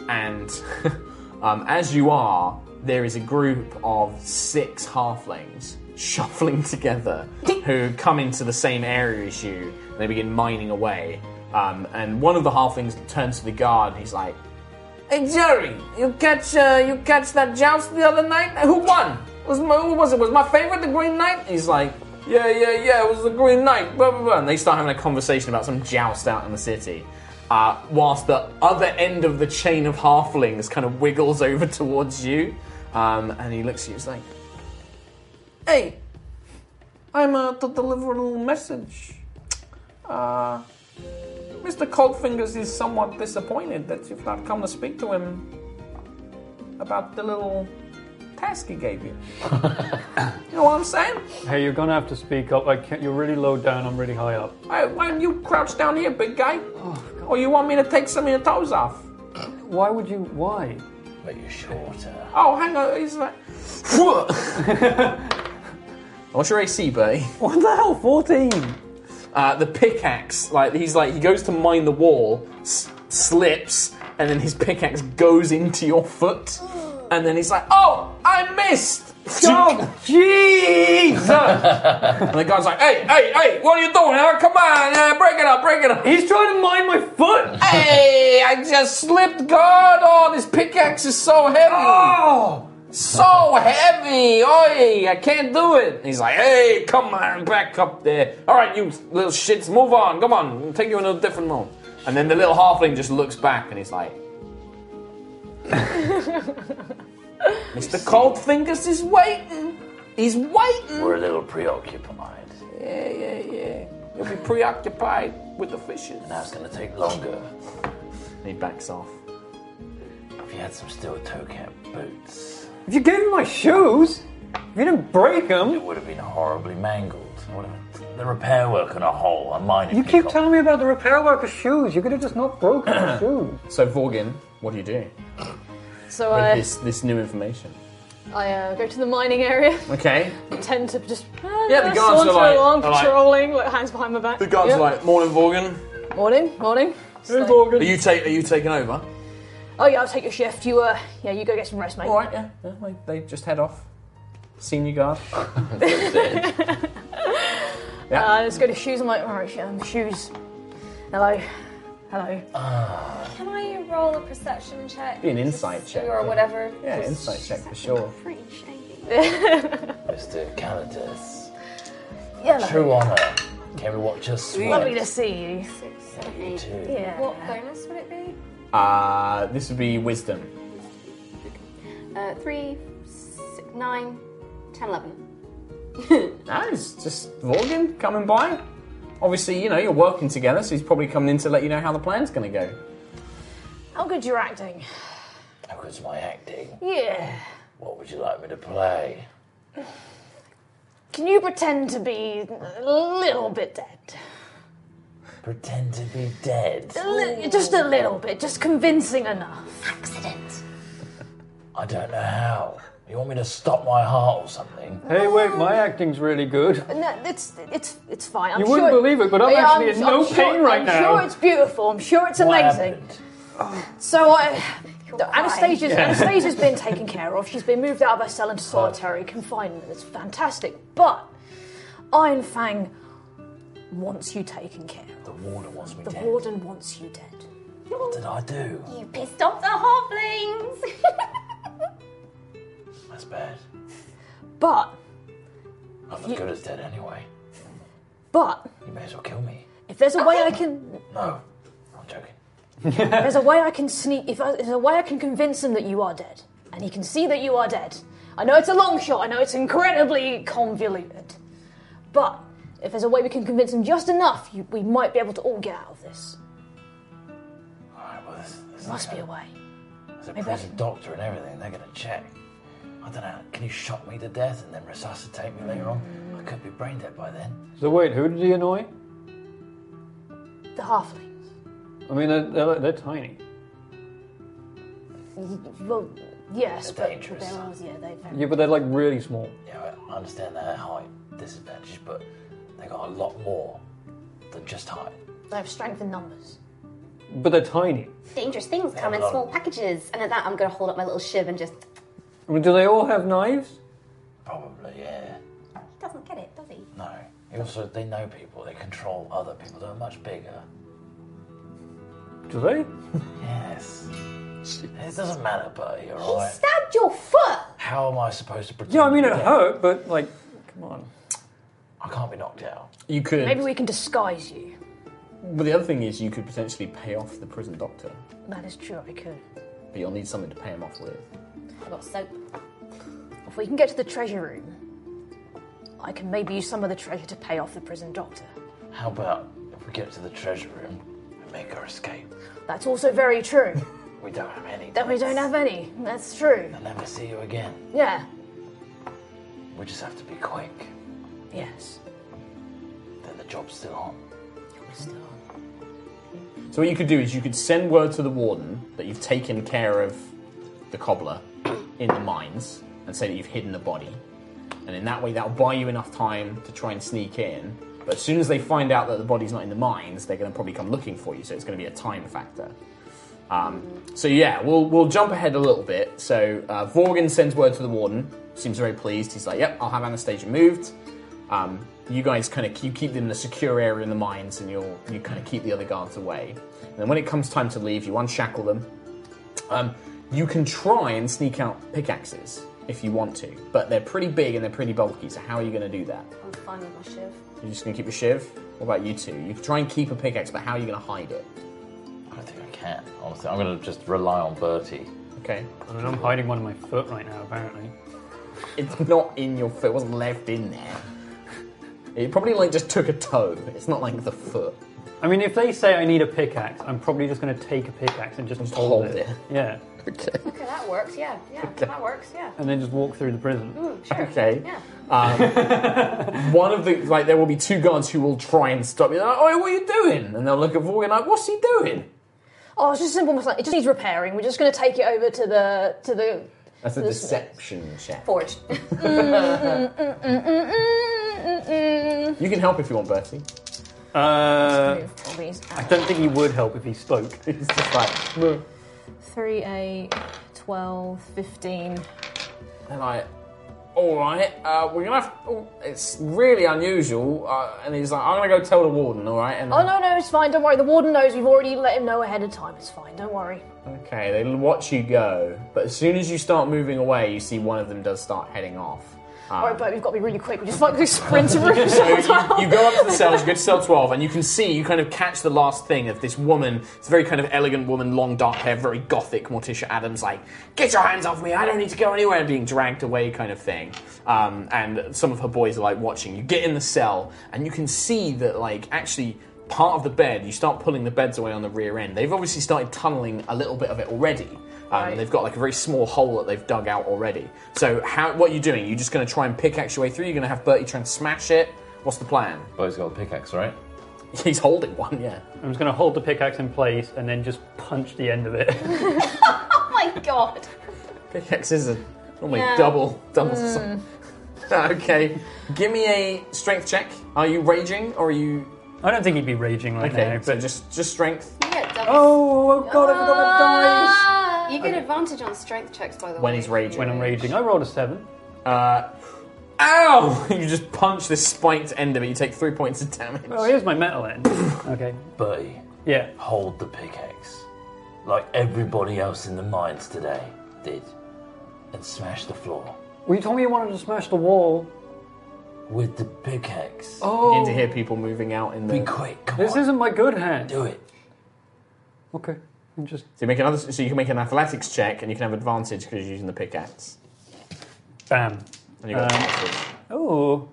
Speaker 3: and um, as you are, there is a group of six halflings shuffling together who come into the same area as you. And they begin mining away, um, and one of the halflings turns to the guard and he's like, "Hey Jerry, you catch uh, you catch that joust the other night? Who won? Was my, who was it? Was my favorite the Green Knight?" He's like. Yeah, yeah, yeah, it was the Green Knight, blah, blah, blah. And they start having a conversation about some joust out in the city uh, whilst the other end of the chain of halflings kind of wiggles over towards you. Um, and he looks at you, he's like,
Speaker 8: Hey, I'm uh, to deliver a little message. Uh, Mr. Coldfingers is somewhat disappointed that you've not come to speak to him about the little task he gave you. you know what I'm saying?
Speaker 5: Hey, you're gonna have to speak up. I can't, you're really low down. I'm really high up.
Speaker 8: Hey, why don't you crouch down here, big guy? or you want me to take some of your toes off?
Speaker 5: Why would you? Why?
Speaker 1: But you're shorter.
Speaker 8: Oh, hang on. He's like.
Speaker 3: What's your AC, buddy?
Speaker 5: What the hell? Fourteen.
Speaker 3: Uh, the pickaxe, like he's like he goes to mine the wall, s- slips, and then his pickaxe goes into your foot, and then he's like, "Oh, I missed!"
Speaker 5: Oh, Jesus!
Speaker 3: And the guy's like, "Hey, hey, hey, what are you doing? Huh? Come on, uh, break it up, break it up!"
Speaker 5: He's trying to mine my foot.
Speaker 3: Hey, I just slipped. God, oh, this pickaxe is so heavy.
Speaker 5: Oh,
Speaker 3: So heavy. Oi, I can't do it. He's like, hey, come on, back up there. All right, you little shits, move on. Come on, we'll take you in a different mode. And then the little halfling just looks back and he's like, Mr. Cold Fingers is waiting. He's waiting.
Speaker 1: We're a little preoccupied.
Speaker 3: Yeah, yeah, yeah. He'll be preoccupied with the fishes.
Speaker 1: Now it's gonna take longer.
Speaker 3: He backs off.
Speaker 1: If you had some steel toe cap boots,
Speaker 5: if you gave me my shoes, if you didn't break them,
Speaker 1: it would have been horribly mangled. I would have- The repair work on a whole, I mine
Speaker 5: you keep telling me about the repair worker's shoes. You could have just not broken my shoes.
Speaker 3: So, Vorgin, what do you do
Speaker 6: So I,
Speaker 3: this, this new information?
Speaker 6: I uh, go to the mining area.
Speaker 3: Okay.
Speaker 6: tend to just uh,
Speaker 3: Yeah, the guards are
Speaker 6: saunter
Speaker 3: like-
Speaker 6: along,
Speaker 3: are like-
Speaker 6: patrolling, like, hands behind my back.
Speaker 3: The guards
Speaker 6: Yeah.
Speaker 3: are like, morning, Vorgin.
Speaker 6: morning, morning. It's like,
Speaker 3: Are you, ta- are you taking over?
Speaker 6: oh yeah, I'll take your shift. You uh, yeah, you go get some rest, mate.
Speaker 3: All right, yeah. yeah like, they just head off. Senior guard.
Speaker 6: Uh, let's go to shoes. I'm like, all right, um, shoes. Hello, hello.
Speaker 3: Ah.
Speaker 11: Can I roll a perception check?
Speaker 3: Be an insight
Speaker 11: Just-
Speaker 3: check,
Speaker 11: Or
Speaker 3: yeah.
Speaker 11: whatever.
Speaker 3: Yeah, insight check for sure.
Speaker 11: Pretty shady.
Speaker 1: Mr. Calidus.
Speaker 6: Yeah, hello.
Speaker 1: True honor. Can we watch us
Speaker 6: Lovely
Speaker 1: sweat?
Speaker 6: to see you.
Speaker 11: Six, seven, eight.
Speaker 1: too?
Speaker 6: Yeah.
Speaker 11: What bonus would it be?
Speaker 3: Uh, this would be wisdom.
Speaker 4: Uh, three, six, nine, ten, eleven.
Speaker 3: Nice. Just Vorgin coming by. Obviously, you know, you're working together, so he's probably coming in to let you know how the plan's going to go.
Speaker 6: How good you're acting.
Speaker 1: How good's my acting?
Speaker 6: Yeah.
Speaker 1: What would you like me to play?
Speaker 6: Can you pretend to be a little bit dead?
Speaker 1: Pretend to be dead.
Speaker 6: A li- just a little bit, just convincing enough.
Speaker 11: Accident.
Speaker 1: I don't know how. You want me to stop my heart or something?
Speaker 5: Hey, wait, my acting's really good.
Speaker 6: No, it's it's it's fine. I'm
Speaker 5: You
Speaker 6: sure
Speaker 5: wouldn't
Speaker 6: it-
Speaker 5: believe it, but I'm
Speaker 6: Yeah,
Speaker 5: actually in no
Speaker 6: sure-
Speaker 5: pain right
Speaker 6: I'm
Speaker 5: now.
Speaker 6: sure it's beautiful. I'm sure it's
Speaker 1: What
Speaker 6: amazing.
Speaker 1: happened?
Speaker 6: So I, Anastasia's Anastasia's been taken care of. She's been moved out of her cell into solitary confinement. It's fantastic. But Iron Fang wants you taken care
Speaker 1: The warden wants me
Speaker 6: of. The
Speaker 1: dead.
Speaker 6: warden wants you dead.
Speaker 1: What did I do?
Speaker 11: You pissed off the halflings.
Speaker 1: That's bad.
Speaker 6: But
Speaker 1: I'm as good as dead anyway.
Speaker 6: but
Speaker 1: You may as well kill me.
Speaker 6: if there's a way I can
Speaker 1: No, I'm joking.
Speaker 6: there's a way I can sneak if I, there's a way I can convince him that you are dead and he can see that you are dead. I know it's a long shot. I know it's incredibly convoluted. But if there's a way we can convince him just enough, you, we might be able to all get out of this.
Speaker 1: All right, well, this, this
Speaker 6: Must be a way.
Speaker 1: There's a
Speaker 6: I
Speaker 1: prison doctor and everything. They're gonna check. I don't know. Can you shock me to death and then resuscitate me later on? I could be brain dead by then.
Speaker 5: So wait, who did he annoy?
Speaker 6: The halflings.
Speaker 5: I mean, they're, they're, they're tiny.
Speaker 6: Well, yes,
Speaker 1: They're
Speaker 6: but
Speaker 1: dangerous.
Speaker 6: they're always- yeah, they're very-
Speaker 5: Yeah, but they're like really small.
Speaker 1: Yeah, I understand their height disadvantage, but they got a lot more than just height.
Speaker 6: they have strength in numbers.
Speaker 5: But they're tiny.
Speaker 4: Dangerous things come in small packages, and at that, I'm gonna hold up my little shiv and just.
Speaker 5: I mean, do they all have knives?
Speaker 1: Probably, yeah.
Speaker 11: he doesn't get it, does he?
Speaker 1: No. They Also, they know people. They control other people. They're much bigger.
Speaker 5: Do they?
Speaker 1: Yes. It doesn't matter, buddy. All
Speaker 4: He
Speaker 1: right.
Speaker 4: stabbed your foot.
Speaker 1: How am I supposed to pretend?
Speaker 5: Yeah, I mean,
Speaker 1: to
Speaker 5: it
Speaker 1: be dead?
Speaker 5: hurt, but like, come on.
Speaker 1: I can't be knocked out.
Speaker 3: You could.
Speaker 6: Maybe we can disguise you.
Speaker 3: But the other thing is, you could potentially pay off the prison doctor,
Speaker 6: That is true, I could.
Speaker 3: but you'll need something to pay him off with.
Speaker 4: I got soap.
Speaker 6: If we can get to the treasure room, I can maybe use some of the treasure to pay off the prison doctor.
Speaker 1: How about if we get to the treasure room and make our escape?
Speaker 6: That's also very true.
Speaker 1: We we don't have any.
Speaker 6: That we don't have any. That's true.
Speaker 1: I'll never see you again.
Speaker 6: Yeah.
Speaker 1: We just have to be quick.
Speaker 6: Yes.
Speaker 1: Then the job's still on.
Speaker 3: So what you could do is you could send word to the warden that you've taken care of the cobbler in the mines and say that you've hidden the body. And in that way that'll buy you enough time to try and sneak in. But as soon as they find out that the body's not in the mines, they're going to probably come looking for you, so it's going to be a time factor. Um, so yeah, we'll we'll jump ahead a little bit. So uh, Vorgan sends word to the warden. Seems very pleased. He's like, "Yep, I'll have Anastasia moved." Um, you guys kind of keep keep them in a secure area in the mines, and you'll you kind of keep the other guards away. And then when it comes time to leave, you unshackle them. Um, you can try and sneak out pickaxes if you want to, but they're pretty big and they're pretty bulky. So how are you going to do that?
Speaker 4: I'm fine with my shiv.
Speaker 3: You're just going to keep your shiv. What about you two? You can try and keep a pickaxe, but how are you going to hide it?
Speaker 1: I don't think I can. Honestly, I'm going to just rely on Bertie.
Speaker 3: Okay,
Speaker 5: I mean, I'm hiding one in my foot right now, apparently.
Speaker 3: it's not in your foot. It wasn't left in there. It probably like just took a toe. It's not like the foot.
Speaker 5: I mean, if they say I need a pickaxe, I'm probably just going to take a pickaxe and just,
Speaker 3: Just
Speaker 5: hold,
Speaker 3: hold
Speaker 5: it.
Speaker 3: it.
Speaker 5: Yeah,
Speaker 3: Okay.
Speaker 4: Okay, that works. Yeah, yeah, that works. Yeah.
Speaker 5: and then just walk through the prison.
Speaker 4: Ooh, sure.
Speaker 3: Okay.
Speaker 4: Yeah.
Speaker 3: Um, One of the like, there will be two guards who will try and stop you. They're like, "Oh, what are you doing?" And they'll look at Vorgan like, "What's he doing?"
Speaker 6: Oh, it's just simple mistake. It just needs repairing. We're just going to take it over to the to the.
Speaker 3: That's a deception check.
Speaker 4: Forged.
Speaker 6: Mm-mm-mm-mm-mm.
Speaker 3: You can help if you want, Bertie.
Speaker 5: Uh,
Speaker 6: Move all these
Speaker 5: I
Speaker 6: out.
Speaker 5: don't think he would help if he spoke.
Speaker 3: It's just like, "Meh."
Speaker 6: 3, 8, 12, 15.
Speaker 3: and I, all right, uh, we're gonna have. oh, it's really unusual. Uh, and he's like, "I'm gonna go tell the warden." All right. And
Speaker 6: Oh, no, no, it's fine. Don't worry. The warden knows. We've already let him know ahead of time. It's fine. Don't worry.
Speaker 3: Okay, they watch you go, but as soon as you start moving away, you see one of them does start heading off. Um,
Speaker 6: All right, but we've got to be really quick. We just fucking sprint to room.
Speaker 3: So you, you go up to the cells, you go to cell 12, and you can see, you kind of catch the last thing of this woman. It's a very kind of elegant woman, long dark hair, very gothic Morticia Adams, like, get your hands off me, I don't need to go anywhere, being dragged away kind of thing. Um, and some of her boys are like watching. You get in the cell, and you can see that, like, actually, part of the bed, you start pulling the beds away on the rear end. They've obviously started tunneling a little bit of it already. Um, and They've got like a very small hole that they've dug out already. So, how, what are you doing? You're just going to try and pickaxe your way through. You're going to have Bertie try and smash it. What's the plan?
Speaker 1: Bo's got a pickaxe, right?
Speaker 3: He's holding one, yeah.
Speaker 5: I'm just going to hold the pickaxe in place and then just punch the end of it.
Speaker 4: Oh my god.
Speaker 3: Pickaxes are normally
Speaker 4: Yeah.
Speaker 3: Oh double, double.
Speaker 11: Hmm.
Speaker 3: si- okay, give me a strength check. Are you raging or are you
Speaker 5: I don't think he'd be raging right
Speaker 3: okay?
Speaker 5: now,
Speaker 3: so
Speaker 5: but just
Speaker 3: just just strength.
Speaker 4: You get double. Ah!
Speaker 3: Oh, oh god, I forgot
Speaker 4: You get advantage on strength checks, by the way.
Speaker 3: When he's raging.
Speaker 5: when I'm raging, I rolled a seven.
Speaker 3: the dice. Uh, ow! You just punch this spiked end of it. You take three points of damage.
Speaker 5: Oh, here's my metal end. Okay,
Speaker 1: Bertie,
Speaker 5: yeah.
Speaker 1: hold the pickaxe. Like everybody else in the mines today did. And smash the floor.
Speaker 5: Well, you told me you wanted to smash the wall.
Speaker 1: With the pickaxe.
Speaker 7: Oh.
Speaker 3: You
Speaker 5: Oh.
Speaker 3: begin to hear people moving out in the.
Speaker 1: Be quick, come
Speaker 5: This
Speaker 1: on.
Speaker 5: isn't my good hand.
Speaker 1: Do it.
Speaker 5: Okay, I'm just
Speaker 3: So you make another. So you can make an athletics check, and you can have advantage because you're using the pickaxe.
Speaker 5: bam.
Speaker 3: And you got
Speaker 5: Um,
Speaker 3: advantage.
Speaker 5: Oh,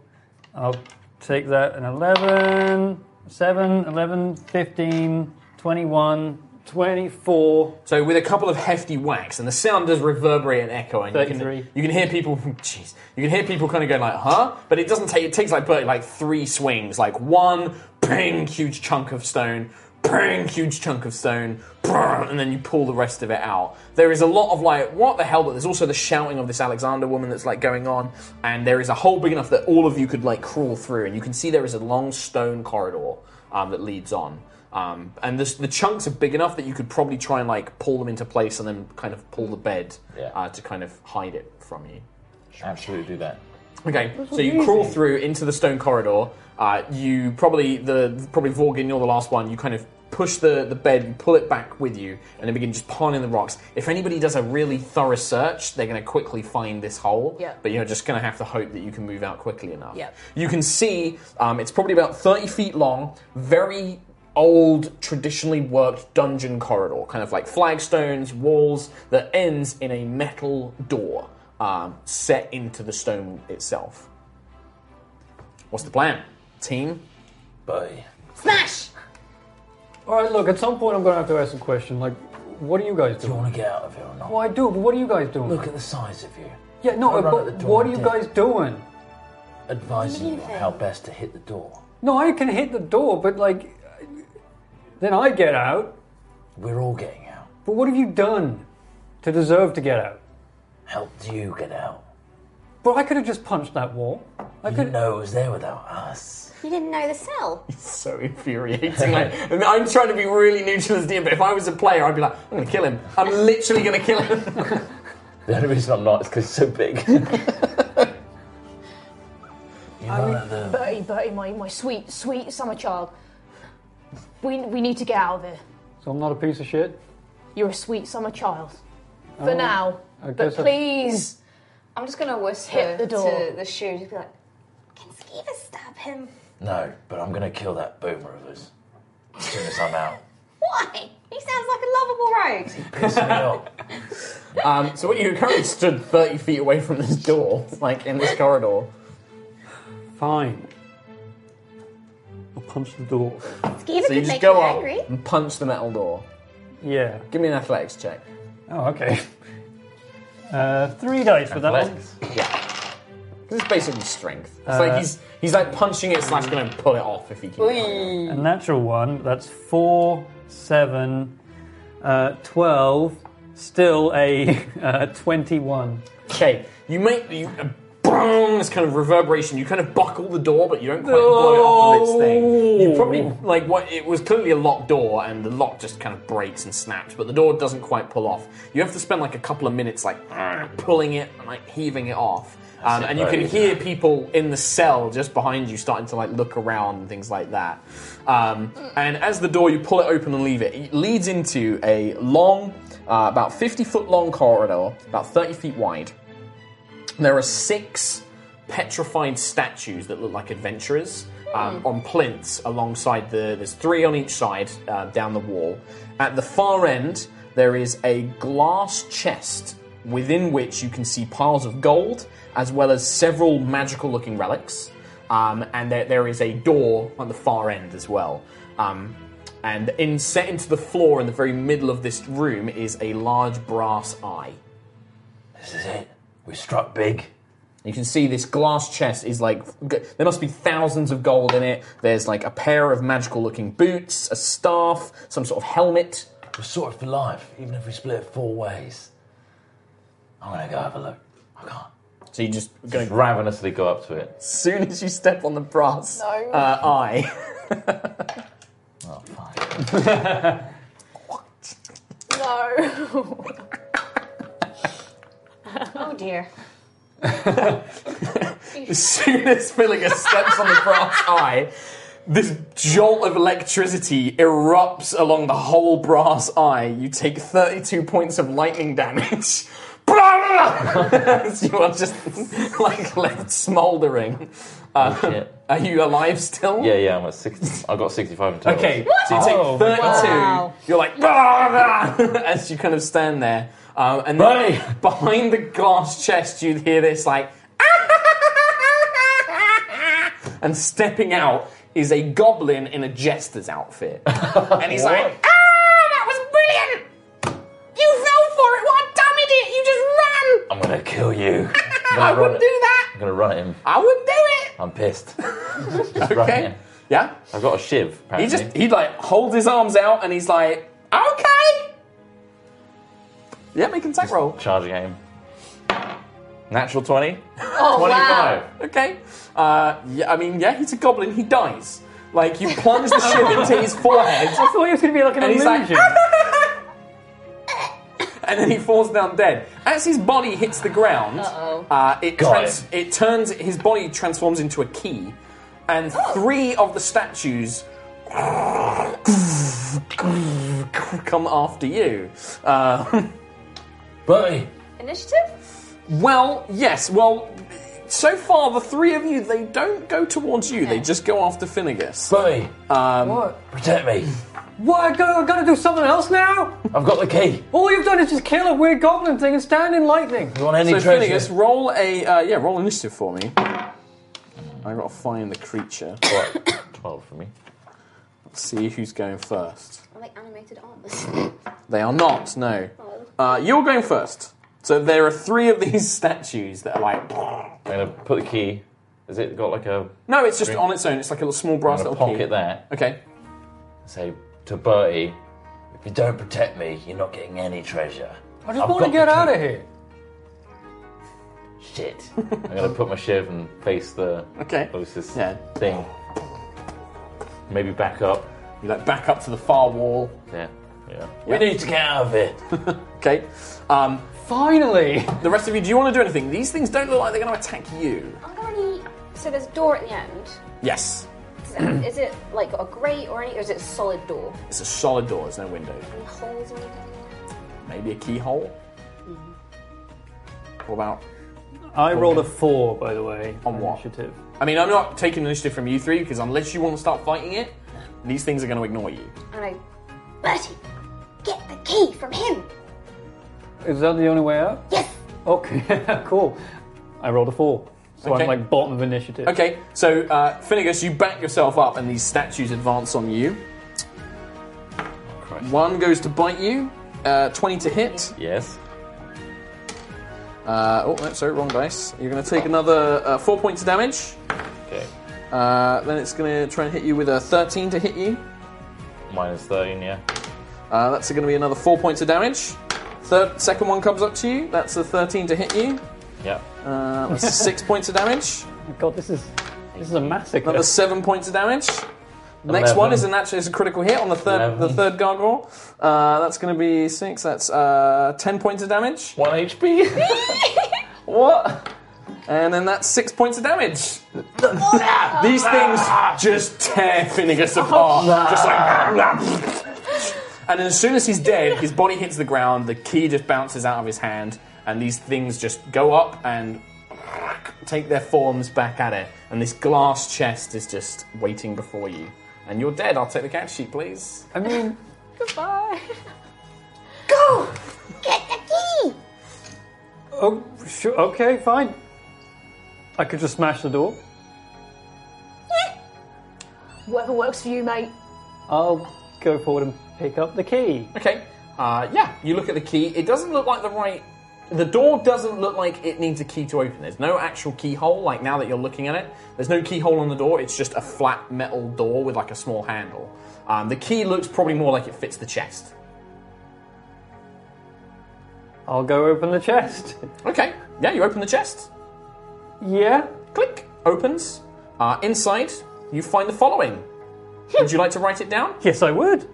Speaker 5: I'll take that an 11, 7, 11, 15, 21, 24.
Speaker 3: So with a couple of hefty whacks, and the sound does reverberate and echo, and you can,
Speaker 5: 33.
Speaker 3: you can hear people. Jeez, you can hear people kind of going like, "Huh?" But it doesn't take. It takes like Bertie like three swings, like one ping, huge chunk of stone, ping, huge chunk of stone, brrr, and then you pull the rest of it out. There is a lot of like, "What the hell?" But there's also the shouting of this Alexander woman that's like going on, and there is a hole big enough that all of you could like crawl through, and you can see there is a long stone corridor um, that leads on. Um, and this, the chunks are big enough that you could probably try and like pull them into place and then kind of pull the bed
Speaker 1: Yeah.
Speaker 3: uh, to kind of hide it from you.
Speaker 1: Absolutely do that.
Speaker 3: Okay, so you crawl through into the stone corridor. Uh, you probably the probably Vorgin, you're the last one. You kind of push the the bed, you pull it back with you, and then begin just piling the rocks. If anybody does a really thorough search, they're going to quickly find this hole.
Speaker 6: Yeah.
Speaker 3: But you're just going to have to hope that you can move out quickly enough.
Speaker 6: Yeah.
Speaker 3: You can see um, it's probably about thirty feet long. Very old traditionally worked dungeon corridor kind of like flagstones walls that ends in a metal door um, set into the stone itself What's the plan? Team?
Speaker 1: Bertie.
Speaker 4: Smash!
Speaker 5: All right, look, at some point I'm going to have to ask a question. Like, What are you guys
Speaker 7: Do you
Speaker 5: doing?
Speaker 7: want to get out of here or not?
Speaker 5: Well, I do, but what are you guys doing?
Speaker 7: Look at the size of you.
Speaker 5: yeah, no,
Speaker 7: I run at
Speaker 5: but
Speaker 7: the door
Speaker 5: what are you
Speaker 7: and did.
Speaker 5: guys doing?
Speaker 7: Advising you how best to hit the door.
Speaker 5: No, I can hit the door, but like, then I get out.
Speaker 7: We're all getting out.
Speaker 5: But what have you done to deserve to get out?
Speaker 7: Helped you get out.
Speaker 5: But I could have just punched that wall. I could.
Speaker 7: You didn't know it was there without us.
Speaker 11: You didn't know the cell.
Speaker 3: so infuriating. I, I mean, I'm trying to be really neutral as DM, but if I was a player, I'd be like, I'm going to kill him. I'm literally going to kill him.
Speaker 1: The only reason I'm not is because he's so big.
Speaker 7: You run at the
Speaker 6: Bertie, Bertie, my, my sweet, sweet summer child. We, we need to get out of here.
Speaker 5: So I'm not a piece of shit. Um,
Speaker 6: You're a sweet summer child. For now.
Speaker 5: Oh, I
Speaker 6: But
Speaker 5: guess I-
Speaker 6: please.
Speaker 4: I'm just gonna whisper
Speaker 6: Hit the door.
Speaker 4: to the shoe to be like,
Speaker 11: Can Skeever stab him?
Speaker 7: No, but I'm gonna kill that boomer of us as soon as I'm out.
Speaker 11: Why? He sounds like a lovable rogue.
Speaker 7: Piss me off.
Speaker 3: Um, so what you currently stood 30 feet away from this door, like in this corridor.
Speaker 5: Fine. I'll punch the door.
Speaker 11: Skeever
Speaker 3: So you
Speaker 11: could
Speaker 3: just
Speaker 11: make
Speaker 3: go
Speaker 11: you
Speaker 3: up
Speaker 11: angry.
Speaker 3: and punch the metal door.
Speaker 5: Yeah.
Speaker 3: Give me an athletics check.
Speaker 5: Oh, okay. Uh, three dice for that one. Uh,
Speaker 1: Legs.
Speaker 3: Because it's basically strength. It's like he's he's like punching it slash going to pull it off if he can.
Speaker 5: A natural one. That's four, seven, uh, twelve. Still a uh, twenty-one.
Speaker 3: Okay, you make you uh, boom, this kind of reverberation. You kind of buckle the door, but you don't quite blow it off of its thing. You probably like what it was clearly a locked door, and the lock just kind of breaks and snaps, but the door doesn't quite pull off. You have to spend like a couple of minutes like pulling it and like heaving it off. Um, and you can hear people in the cell just behind you starting to like look around and things like that. Um, and as the door, you pull it open and leave it. It leads into a long, uh, about 50 foot long corridor, about 30 feet wide. There are six petrified statues that look like adventurers um, on plinths alongside the. There's three on each side uh, down the wall. At the far end, there is a glass chest within which you can see piles of gold as well as several magical looking relics. Um, and there, there is a door on the far end as well. Um, and in, set into the floor in the very middle of this room is a large brass eye.
Speaker 7: This is it. We struck big.
Speaker 3: You can see this glass chest is like g- there must be thousands of gold in it. There's like a pair of magical looking boots, a staff, some sort of helmet.
Speaker 7: We're sorted for life, even if we split it four ways. I'm gonna go have a look. I can't.
Speaker 3: So you just going to
Speaker 1: Ravenously go up to it.
Speaker 3: as soon as you step on the brass
Speaker 6: No.
Speaker 3: uh, eye.
Speaker 7: Oh, fine.
Speaker 6: No.
Speaker 11: Oh dear.
Speaker 3: As soon as Philigus steps on the brass eye, this jolt of electricity erupts along the whole brass eye. You take 32 points of lightning damage. As you are just like left smouldering. Uh,
Speaker 1: shit.
Speaker 3: Are you alive still?
Speaker 1: Yeah, yeah, I'm at 60. I've got 65 in total. Oh,
Speaker 3: Okay, so you take 32. You're like, as you kind of stand there. Um, and then
Speaker 1: Buddy!
Speaker 3: behind the glass chest, you'd hear this, like, and stepping out is a goblin in a jester's outfit. And he's like, ah, that was brilliant! You fell for it, what a dumb idiot! You just
Speaker 1: I'm gonna kill you. I'm
Speaker 3: ran!
Speaker 1: gonna
Speaker 3: I
Speaker 1: run
Speaker 3: wouldn't
Speaker 1: it.
Speaker 3: do that!
Speaker 1: I'm gonna run at him.
Speaker 3: I wouldn't do it!
Speaker 1: I'm pissed. Just run at
Speaker 3: Okay.
Speaker 1: him.
Speaker 3: Yeah?
Speaker 1: I've got a shiv,
Speaker 3: He
Speaker 1: apparently.
Speaker 3: just he like holds his arms out and he's like, okay. Yeah, make an attack roll.
Speaker 1: Charging at him. Natural 20.
Speaker 6: Oh, wow.
Speaker 3: Okay. Uh, yeah, I mean, yeah, he's a goblin. He dies. Like you plunge the ship into his forehead,
Speaker 5: I thought it was going to be like an
Speaker 3: and he's like,
Speaker 5: illusion.
Speaker 3: and then he falls down dead. As his body hits the ground, uh, it,
Speaker 1: Got
Speaker 3: trans- it turns his body transforms into a key, and
Speaker 5: Oh.
Speaker 3: three of the statues come after you. Uh,
Speaker 7: Buddy,
Speaker 11: Initiative?
Speaker 3: Well, yes. Well, so far the three of you they don't go towards you. They just go after Um, Finnegas.
Speaker 7: buddy,
Speaker 5: what?
Speaker 7: protect me.
Speaker 5: What? I gotta, I gotta do something else now?
Speaker 7: I've got the key.
Speaker 5: All you've done is just kill a weird goblin thing and stand in lightning.
Speaker 7: You want any
Speaker 3: So
Speaker 7: treasure?
Speaker 3: Finnegas, roll a uh, yeah, roll initiative for me. I gotta find the creature.
Speaker 1: What? 12 for me.
Speaker 3: Let's see who's going first.
Speaker 11: I like anime.
Speaker 4: knighted armors?
Speaker 3: They are not, no. Uh, you're going first. So there are three of these statues that are like.
Speaker 1: I'm gonna put the key. Has it got like a,
Speaker 3: No, it's just on its own. It's like a little small brass
Speaker 1: a
Speaker 3: little
Speaker 1: pocket
Speaker 3: key.
Speaker 1: there?
Speaker 3: Okay.
Speaker 1: Say to Bertie,
Speaker 7: If you don't protect me, you're not getting any treasure.
Speaker 5: I just
Speaker 1: I've
Speaker 5: want
Speaker 1: got
Speaker 5: to get
Speaker 1: the key.
Speaker 5: out of here.
Speaker 1: shit. I'm gonna put my shiv and face the
Speaker 3: Okay.
Speaker 1: closest
Speaker 3: Yeah.
Speaker 1: thing. Maybe back up.
Speaker 3: You like back up to the far wall.
Speaker 1: Yeah, yeah.
Speaker 7: We need to get out of here.
Speaker 3: Okay. Um,
Speaker 5: Finally.
Speaker 3: the rest of you, do you want to do anything? These things don't look like they're going to attack you.
Speaker 4: Are there any? So there's a door at the end.
Speaker 3: Yes.
Speaker 4: Is it, is it like a grate or any? Or is it a solid door?
Speaker 3: It's a solid door. There's no window.
Speaker 4: Any holes or anything?
Speaker 3: Maybe a keyhole.
Speaker 11: Mm.
Speaker 3: What about?
Speaker 5: I rolled a four, by the way.
Speaker 3: On what?
Speaker 5: Initiative.
Speaker 3: I mean, I'm not taking initiative from you three because unless you want to start fighting it, these things are going to ignore you.
Speaker 4: And I
Speaker 11: Bertie, get the key from him.
Speaker 5: Is that the only way out?
Speaker 11: Yes.
Speaker 5: Okay, cool. I rolled a four. So
Speaker 3: Okay.
Speaker 5: I'm like bottom of initiative.
Speaker 3: Okay, so uh, Finnegas, you back yourself up, and these statues advance on you. One goes to bite you. Uh, 20 to hit.
Speaker 1: Yes.
Speaker 3: Uh, oh, no, sorry, wrong dice. You're going to take another uh, 4 points of damage.
Speaker 1: Okay.
Speaker 3: Uh, then it's going to try and hit you with a 13 to hit you.
Speaker 1: Minus thirteen. Yeah.
Speaker 3: Uh, that's going to be another 4 points of damage. Third, second one comes up to you. That's a 13 to hit you.
Speaker 1: Yeah.
Speaker 3: Uh, that's 6 points of damage.
Speaker 5: Oh God, this is this is a massacre.
Speaker 3: Another 7 points of damage. The next one is a, natural, is a critical hit on the third the
Speaker 1: Eleven.
Speaker 3: third gargoyle. Uh, that's going to be 6. That's uh, 10 points of damage.
Speaker 1: One HP.
Speaker 3: What? And then that's six points of damage. These things just tear Finnegas apart. Just like. And as soon as he's dead, his body hits the ground, the key just bounces out of his hand, and these things just go up and take their forms back at it. And this glass chest is just waiting before you. And you're dead. I'll take the couch sheet, please.
Speaker 5: I mean,
Speaker 6: Goodbye.
Speaker 11: Go, get the key.
Speaker 5: oh, sure, okay, fine. I could just smash the door.
Speaker 6: Whatever works for you, mate.
Speaker 5: I'll go forward and pick up the key.
Speaker 3: Okay. Uh, yeah, you look at the key. It doesn't look like the right. The door doesn't look like it needs a key to open. There's no actual keyhole, like now that you're looking at it. There's no keyhole on the door, it's just a flat metal door with like a small handle. Um, the key looks probably more like it fits the chest.
Speaker 5: I'll go open the chest.
Speaker 3: Okay, yeah, you open the chest.
Speaker 5: Yeah.
Speaker 3: Click, opens. Uh, inside, you find the following. Would you like to write it down?
Speaker 5: Yes, I would.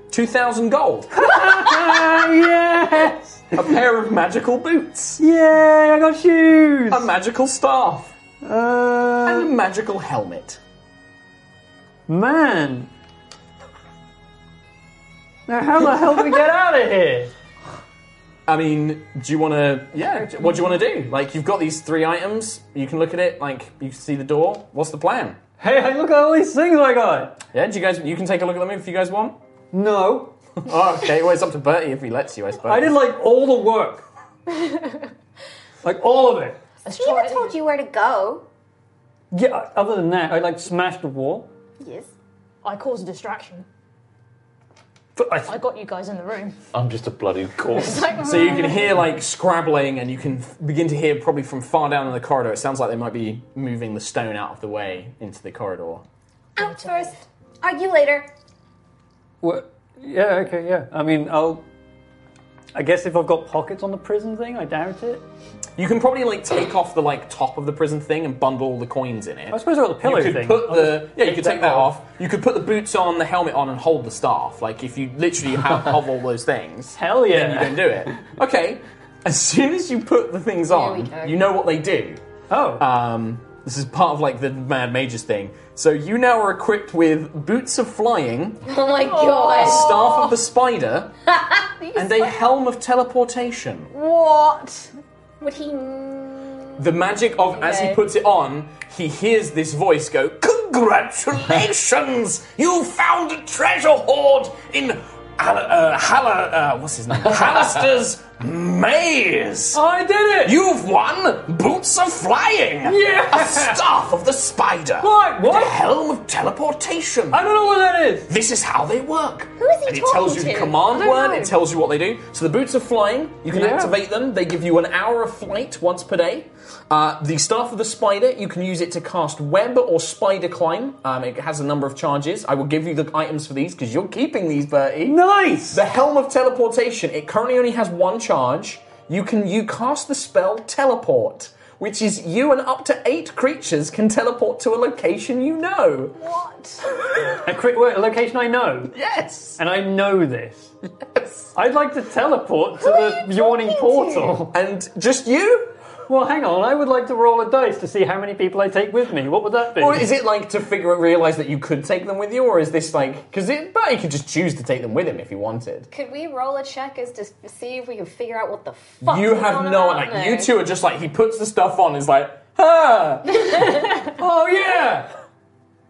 Speaker 3: 2,000 gold,
Speaker 5: Ah, yes.
Speaker 3: a pair of magical boots,
Speaker 5: Yay! I got shoes.
Speaker 3: a magical staff, and
Speaker 5: Uh,
Speaker 3: a magical helmet.
Speaker 5: man. Now, how the hell do we get out of here?
Speaker 3: I mean, do you want to? Yeah. d- What do you want to do? Like, you've got these three items. You can look at it. Like, you can see the door. What's the plan?
Speaker 5: Hey, hey, look at all these things I got.
Speaker 3: Yeah. Do you guys? You can take a look at them if you guys want.
Speaker 5: No,
Speaker 3: Oh, okay. Well, it's up to Bertie if he lets you, I suppose.
Speaker 5: I did like all the work. like all of it.
Speaker 6: Let's try
Speaker 11: Eva
Speaker 6: it.
Speaker 11: told you where to go.
Speaker 5: Yeah, other than that, I like smashed the wall.
Speaker 11: Yes.
Speaker 6: I caused a distraction.
Speaker 1: But
Speaker 6: I got you guys in the room.
Speaker 1: I'm just a bloody corpse.
Speaker 3: So you can hear like scrabbling, and you can f- begin to hear probably from far down in the corridor. It sounds like they might be moving the stone out of the way into the corridor.
Speaker 11: Out first. Argue later.
Speaker 5: What? Yeah, okay, yeah. I mean, I'll. I guess if I've got pockets on the prison thing, I doubt it.
Speaker 3: You can probably like take off the like top of the prison thing and bundle all the coins in it.
Speaker 5: I suppose I've got the pillow
Speaker 3: you could
Speaker 5: thing.
Speaker 3: Put
Speaker 5: I'll
Speaker 3: the,
Speaker 5: just
Speaker 3: yeah, you
Speaker 5: take
Speaker 3: could
Speaker 5: that
Speaker 3: take that off.
Speaker 5: off.
Speaker 3: You could put the boots on, the helmet on, and hold the staff. Like if you literally have, have all those things,
Speaker 5: Hell
Speaker 3: then you
Speaker 5: yeah.
Speaker 3: can do it. Okay. As soon as you put the things on,
Speaker 4: go.
Speaker 3: you know what they do.
Speaker 5: Oh.
Speaker 3: Um, this is part of like the Mad Mages thing. So you now are equipped with boots of flying,
Speaker 4: Oh my god!
Speaker 3: staff of the spider, and a helm of teleportation.
Speaker 6: What?
Speaker 11: Would he? kn-
Speaker 3: The magic of as he
Speaker 6: Okay.
Speaker 3: puts it on, he hears this voice go, "Congratulations! you found a treasure hoard in Hal- uh, Hal- uh, what's his name? Hallister's Maze!
Speaker 5: I did it!
Speaker 3: You've won Boots of Flying!
Speaker 5: Yeah!
Speaker 3: A Staff of the Spider!
Speaker 5: Right, what?
Speaker 3: And a Helm of Teleportation!
Speaker 5: I don't know what that is.
Speaker 3: This is how they work.
Speaker 11: Who is he
Speaker 3: And it
Speaker 11: talking
Speaker 3: tells you the
Speaker 11: to?
Speaker 3: command
Speaker 6: I don't
Speaker 3: word,
Speaker 6: know.
Speaker 3: it tells you what they do. So the boots are flying, you can
Speaker 5: Yeah.
Speaker 3: activate them, they give you an hour of flight once per day. Uh, the staff of the spider, you can use it to cast web or spider climb. Um, it has a number of charges. I will give you the items for these because you're keeping these, Bertie.
Speaker 5: Nice!
Speaker 3: The Helm of Teleportation, it currently only has one charge. You can you cast the spell Teleport, which is you and up to eight creatures can teleport to a location you know.
Speaker 5: A cri- wait, a location I know,
Speaker 3: Yes!
Speaker 5: and I know this.
Speaker 3: Yes.
Speaker 5: I'd like to teleport to
Speaker 11: are
Speaker 5: the
Speaker 11: you
Speaker 5: yawning
Speaker 11: talking to?
Speaker 5: portal.
Speaker 3: And just you?
Speaker 5: Well, hang on. I would like to roll a dice to see how many people I take with me. What would that be?
Speaker 3: Or is it like to figure out, realize that you could take them with you, or is this like because it? But he could just choose to take them with him if he wanted.
Speaker 4: Could we roll a check as to see if we can figure out what the fuck?
Speaker 3: you
Speaker 4: is
Speaker 3: have
Speaker 4: going
Speaker 3: no
Speaker 4: on
Speaker 3: like
Speaker 4: there?
Speaker 3: you two are just like he puts the stuff on. Is like, huh? oh yeah,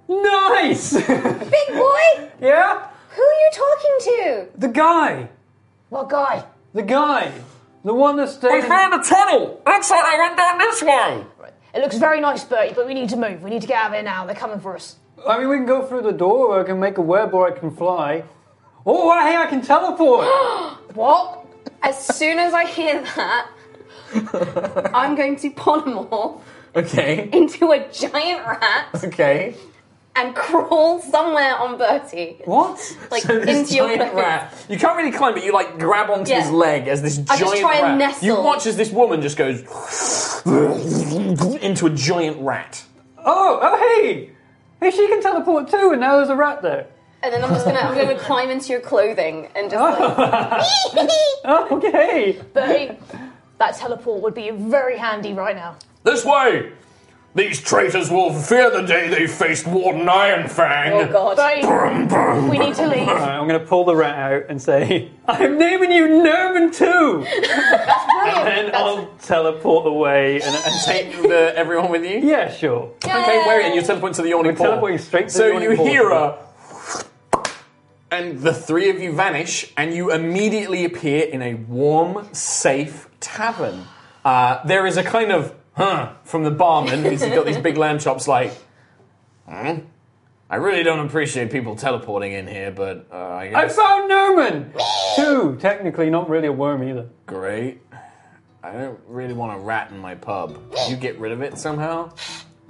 Speaker 5: nice?
Speaker 4: Big boy,
Speaker 5: yeah,
Speaker 4: who are you talking to?
Speaker 5: the guy,
Speaker 6: Well, guy.
Speaker 5: the guy, the one that stayed. in-
Speaker 3: found a tunnel. Looks like I went down this way.
Speaker 6: It looks very nice, Bertie, but we need to move. We need to get out of here now. They're coming for us.
Speaker 5: I mean, we can go through the door, or I can make a web, or I can fly. Oh, hey, I can teleport.
Speaker 6: What?
Speaker 4: As soon as I hear that, I'm going to polymorph
Speaker 3: Okay,
Speaker 4: into a giant rat
Speaker 3: okay.
Speaker 4: and crawl somewhere on Bertie.
Speaker 5: what?
Speaker 4: Like
Speaker 3: So this
Speaker 4: into your
Speaker 3: giant
Speaker 4: clothes.
Speaker 3: rat. You can't really climb, but you like grab onto
Speaker 4: Yeah.
Speaker 3: his leg as this giant
Speaker 4: I just try and
Speaker 3: rat.
Speaker 4: nestle.
Speaker 3: You watch as this woman just goes into a giant rat.
Speaker 5: Oh, oh, hey, hey, she can teleport too, and now there's a rat there.
Speaker 4: And then I'm just gonna I'm gonna climb into your clothing and just like
Speaker 5: Okay.
Speaker 6: Bertie, that teleport would be very handy right now.
Speaker 3: This way! These traitors will fear the day they faced Warden Ironfang!
Speaker 4: Oh god.
Speaker 6: Bertie, we need to leave.
Speaker 5: Alright, I'm gonna pull the rat out and say, I'm naming you Nerman too! and
Speaker 3: um,
Speaker 5: I'll teleport away and, and take.
Speaker 3: Take the, everyone with you?
Speaker 5: Yeah, sure.
Speaker 3: Okay, where and you teleport to the yawning portal.
Speaker 5: teleporting straight to
Speaker 3: So
Speaker 5: the yawning
Speaker 3: you
Speaker 5: portal.
Speaker 3: hear a. And the three of you vanish, and you immediately appear in a warm, safe tavern. Uh, there is a kind of, huh, from the barman. He's got these big lamb chops like, hmm? I really don't appreciate people teleporting in here, but uh, I guess.
Speaker 5: I found Nerman! Two, technically, not really a worm either.
Speaker 3: Great. I don't really want a rat in my pub. Can you get rid of it somehow?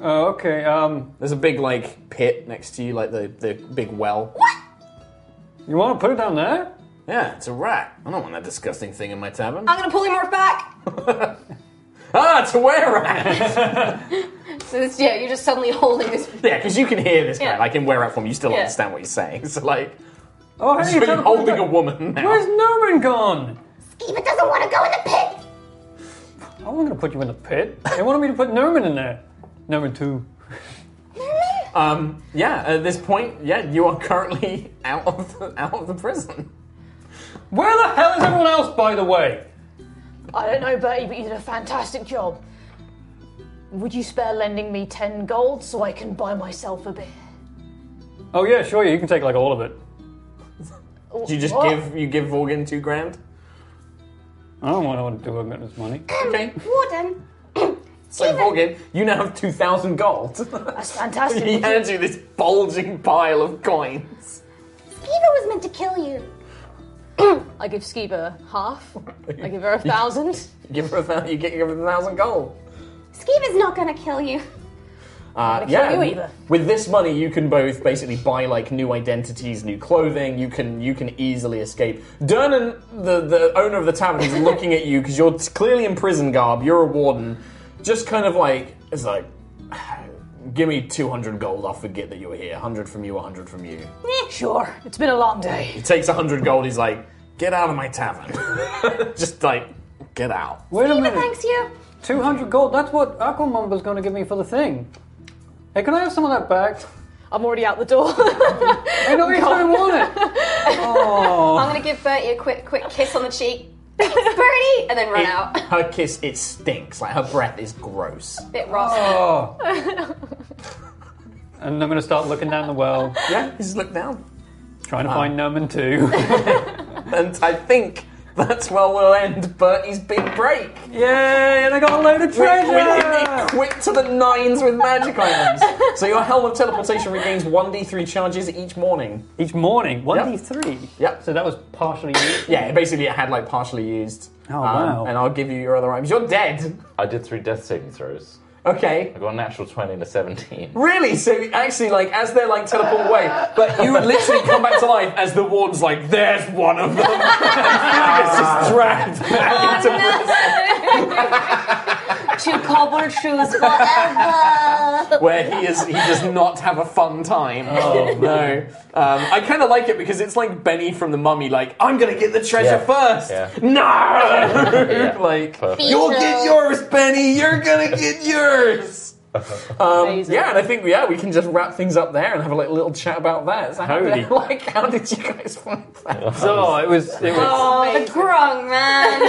Speaker 5: Oh, okay, um,
Speaker 3: There's a big like pit next to you, like the, the big well.
Speaker 5: you wanna put it down there?
Speaker 3: Yeah, it's a rat. I don't want that disgusting thing in my tavern.
Speaker 4: I'm gonna polymorph back.
Speaker 3: ah, it's a were rat.
Speaker 4: So this yeah, you're just suddenly holding this
Speaker 3: yeah, because you can hear this guy.
Speaker 4: Yeah.
Speaker 3: Like in were rat form, you still
Speaker 4: Yeah.
Speaker 3: understand what he's saying. So like,
Speaker 5: Oh, hey,
Speaker 3: so
Speaker 5: you
Speaker 3: you're holding a woman now.
Speaker 5: Where's Nerman gone?
Speaker 11: Eva doesn't want to go in the pit.
Speaker 5: I wasn't gonna put you in the pit. They wanted me to put Nerman in there. Nerman two.
Speaker 3: um, yeah, at this point, yeah, you are currently out of the, out of the prison.
Speaker 5: Where the hell is everyone else, by the way?
Speaker 6: I don't know, Bertie, but you did a fantastic job. Would you spare lending me 10 gold so I can buy myself a beer?
Speaker 5: Oh, yeah, sure, you can take like all of it.
Speaker 3: Do you just
Speaker 6: What?
Speaker 3: give you give Vorgan two grand?
Speaker 5: I don't want to do with this money.
Speaker 3: Okay.
Speaker 11: Warden,
Speaker 3: So Vorgan, you now have two thousand gold.
Speaker 6: That's fantastic.
Speaker 3: he
Speaker 6: Would you-
Speaker 3: hands you this bulging pile of coins.
Speaker 11: Eva was meant to kill you.
Speaker 6: I give Skiba half. I give her a thousand.
Speaker 3: Give her a thousand. You get give her a thousand gold.
Speaker 11: Skeever's not gonna kill you.
Speaker 3: Uh,
Speaker 6: kill
Speaker 3: yeah.
Speaker 6: you
Speaker 3: w-
Speaker 6: either.
Speaker 3: With this money, you can both basically buy like new identities, new clothing. You can you can easily escape. Dernan, the the owner of the tavern, is looking at you because you're t- clearly in prison garb. You're a warden. Just kind of like it's like. Give me 200 gold, I'll forget that you were here. 100 from you, 100 from you.
Speaker 6: Eh, Sure, it's been a long day.
Speaker 3: He takes 100 gold, he's like, Get out of my tavern. Just like, get out.
Speaker 5: Wait a
Speaker 11: Eva
Speaker 5: minute.
Speaker 11: thanks you.
Speaker 5: 200 gold, that's what Aquamum was going to give me for the thing. Hey, can I have some of that back?
Speaker 6: I'm already out the door.
Speaker 5: I know you don't want it. Oh.
Speaker 4: I'm gonna give Bertie a quick quick kiss on the cheek. Thanks, Bertie! And then run
Speaker 3: It-
Speaker 4: out.
Speaker 3: Her kiss, it stinks. Like, her breath is gross.
Speaker 4: Bit rough.
Speaker 5: Oh. and I'm going to start looking down the well,
Speaker 3: Yeah, just look down.
Speaker 5: trying to find Nerman too.
Speaker 3: And I think That's where we'll end Bertie's big break.
Speaker 5: Yay! And I got a load of
Speaker 3: We, we
Speaker 5: treasure.
Speaker 3: equipped to the nines with magic items. So your Helm of Teleportation regains 1d3 charges each morning.
Speaker 5: Each morning, one d three.
Speaker 3: Yep.
Speaker 5: So that was partially. used.
Speaker 3: Yeah, basically it had like partially used. Um,
Speaker 5: Oh, wow.
Speaker 3: And I'll give you your other items. You're dead.
Speaker 1: I did three death saving throws.
Speaker 3: Okay.
Speaker 1: I got a natural 20 and a 17.
Speaker 3: Really? So actually, like as they're like teleport away, but you literally come back to life as the warden's like, "There's one of them." It's just dragged back into
Speaker 11: Two cobble shoes forever.
Speaker 3: where he is he does not have a fun time.
Speaker 1: Oh,
Speaker 3: no. Um, I kind of like it because it's like Benny from the Mummy, like I'm gonna get the treasure
Speaker 1: Yeah.
Speaker 3: first.
Speaker 1: Yeah.
Speaker 3: No,
Speaker 1: Yeah.
Speaker 3: like
Speaker 1: Perfect.
Speaker 3: you'll
Speaker 11: Feature.
Speaker 3: get yours, Benny. You're gonna get yours. Um, yeah, and I think yeah we can just wrap things up there and have a like, little chat about that. So how
Speaker 5: Holy.
Speaker 3: did, like how did you guys find that?
Speaker 5: So it was. It was.
Speaker 4: Oh, the grung, man.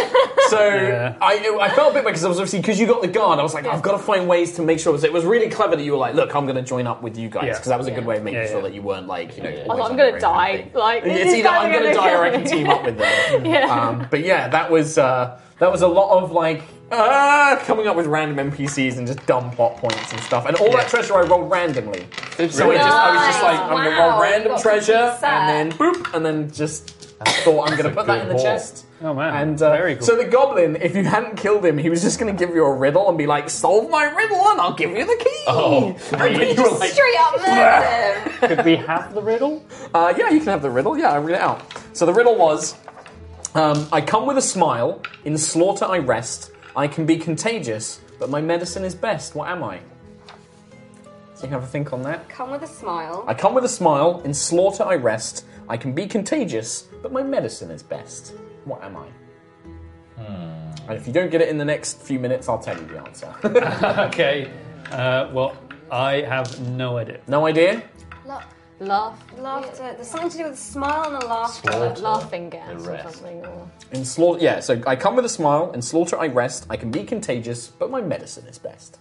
Speaker 3: So
Speaker 5: Yeah.
Speaker 3: I, I felt a bit bad because I was obviously because you got the guard. I was like, I've got to find ways to make sure. So it was really clever that you were like, look, I'm going to join up with you guys
Speaker 5: Yeah.
Speaker 3: because that was a good way of making
Speaker 5: Yeah,
Speaker 3: sure
Speaker 5: yeah.
Speaker 3: that you weren't like, you know,
Speaker 6: I
Speaker 3: always
Speaker 6: thought I'm
Speaker 3: under
Speaker 6: gonna die.
Speaker 3: everything.
Speaker 6: Like
Speaker 3: It's either I'm going to die or I can
Speaker 6: kill me.
Speaker 3: team up with them.
Speaker 6: Yeah.
Speaker 3: um, but yeah, that was uh, that was a lot of like ah, coming up with random NPCs and just dumb plot points and stuff. And all that treasure I rolled randomly. So it
Speaker 5: Really?
Speaker 3: just, I was just
Speaker 4: Nice.
Speaker 3: like, I'm going to
Speaker 4: Wow.
Speaker 3: roll random
Speaker 4: Got some
Speaker 3: treasure
Speaker 4: success.
Speaker 3: and then boop, and then just thought I'm going to put that
Speaker 1: good
Speaker 3: in the
Speaker 1: haul.
Speaker 3: chest.
Speaker 5: Oh man.
Speaker 3: And uh,
Speaker 5: very cool.
Speaker 3: so the goblin, if you hadn't killed him, he was just going to give you a riddle and be like, "Solve my riddle, and I'll give you the key."
Speaker 1: Oh,
Speaker 3: and you were like,
Speaker 4: Straight up murder.
Speaker 5: Could we have the riddle?
Speaker 3: uh, "Yeah, you can have the riddle. Yeah, I read it out." So the riddle was, um, "I come with a smile. In slaughter I rest. I can be contagious, but my medicine is best. What am I?" So you can have a think on that.
Speaker 4: Come with a smile.
Speaker 3: I come with a smile. In slaughter I rest. I can be contagious, but my medicine is best. What am I?
Speaker 1: Hmm.
Speaker 3: And if you don't get it in the next few minutes, I'll tell you the answer.
Speaker 5: okay. Uh, well, I have no idea.
Speaker 3: No idea?
Speaker 4: Look,
Speaker 6: Laugh,
Speaker 4: laughter. There's something to do with a smile and a laughter.
Speaker 1: Slaughter.
Speaker 6: laughing gas or
Speaker 1: rest.
Speaker 6: something. Or...
Speaker 3: In slaughter, yeah. So I come with a smile, in slaughter I rest. I can be contagious, but my medicine is best.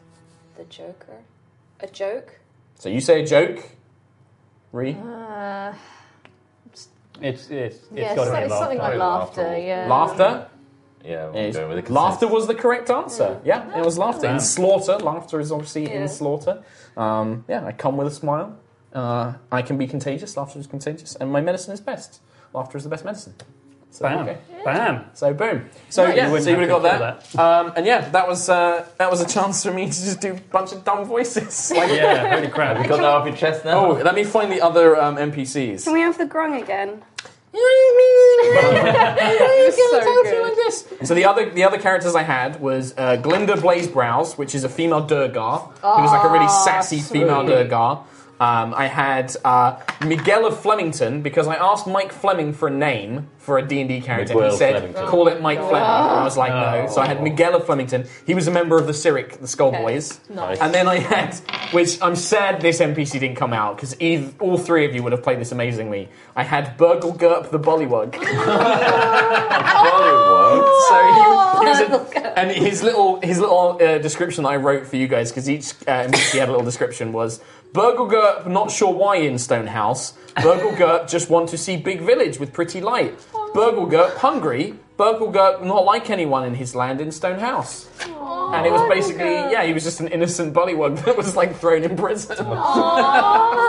Speaker 4: The Joker. A joke.
Speaker 3: So you say a joke, Ree?
Speaker 6: Uh,
Speaker 5: It's it's it's
Speaker 6: yeah,
Speaker 5: got
Speaker 6: so-
Speaker 5: to be
Speaker 6: it's
Speaker 5: laughter.
Speaker 6: something like
Speaker 1: Probably
Speaker 6: laughter.
Speaker 1: laughter.
Speaker 6: Yeah.
Speaker 3: laughter.
Speaker 1: Yeah, I'm
Speaker 3: Is-
Speaker 1: going with the consent.
Speaker 3: laughter was the correct answer. Yeah, it was laughter. In slaughter, laughter is obviously
Speaker 4: Yeah.
Speaker 3: in slaughter. Um, yeah, I come with a smile. Uh, I can be contagious. Laughter is contagious, and my medicine is best. Laughter is the best medicine. So,
Speaker 5: Bam.
Speaker 3: okay.
Speaker 5: Bam.
Speaker 3: So boom. So
Speaker 5: Nice.
Speaker 3: yeah,
Speaker 5: You wouldn't
Speaker 3: so you would
Speaker 5: have
Speaker 3: have got
Speaker 5: to
Speaker 3: that. Um, and yeah, that was uh, that was a chance for me to just do a bunch of dumb voices. Like,
Speaker 5: Yeah. Holy crap.
Speaker 1: You got that off your chest now?
Speaker 3: Oh, let me find the other um, NPCs.
Speaker 4: Can we have the grung again?
Speaker 6: so good.
Speaker 3: So the other the other characters I had was uh, Glinda Blazebrows, which is a female Durgar, who was like a really sassy female Durgar. Um, I had uh, Miguel of Flemington because I asked Mike Fleming for a name for a D&D character. and
Speaker 1: Miguel
Speaker 3: he said,
Speaker 1: Flemington. Oh.
Speaker 3: "Call it Mike Fleming." And I was like, "No." So I had Miguel of Flemington. He was a member of the Cyric, the Skullboys.
Speaker 6: Nice.
Speaker 3: And then I had, which I'm sad this NPC didn't come out because all three of you would have played this amazingly. I had Burgle Gurp the Bullywug.
Speaker 1: Bollywood.
Speaker 3: So he, he was a, and his little his little uh, description that I wrote for you guys because each uh, NPC had a little description was Burglegurp not sure why in Stonehouse. Burglegurp just want to see big village with pretty light. Burglegurp hungry. Burglegurp not like anyone in his land in Stonehouse. and it was basically yeah he was just an innocent bullywug that was like thrown in prison.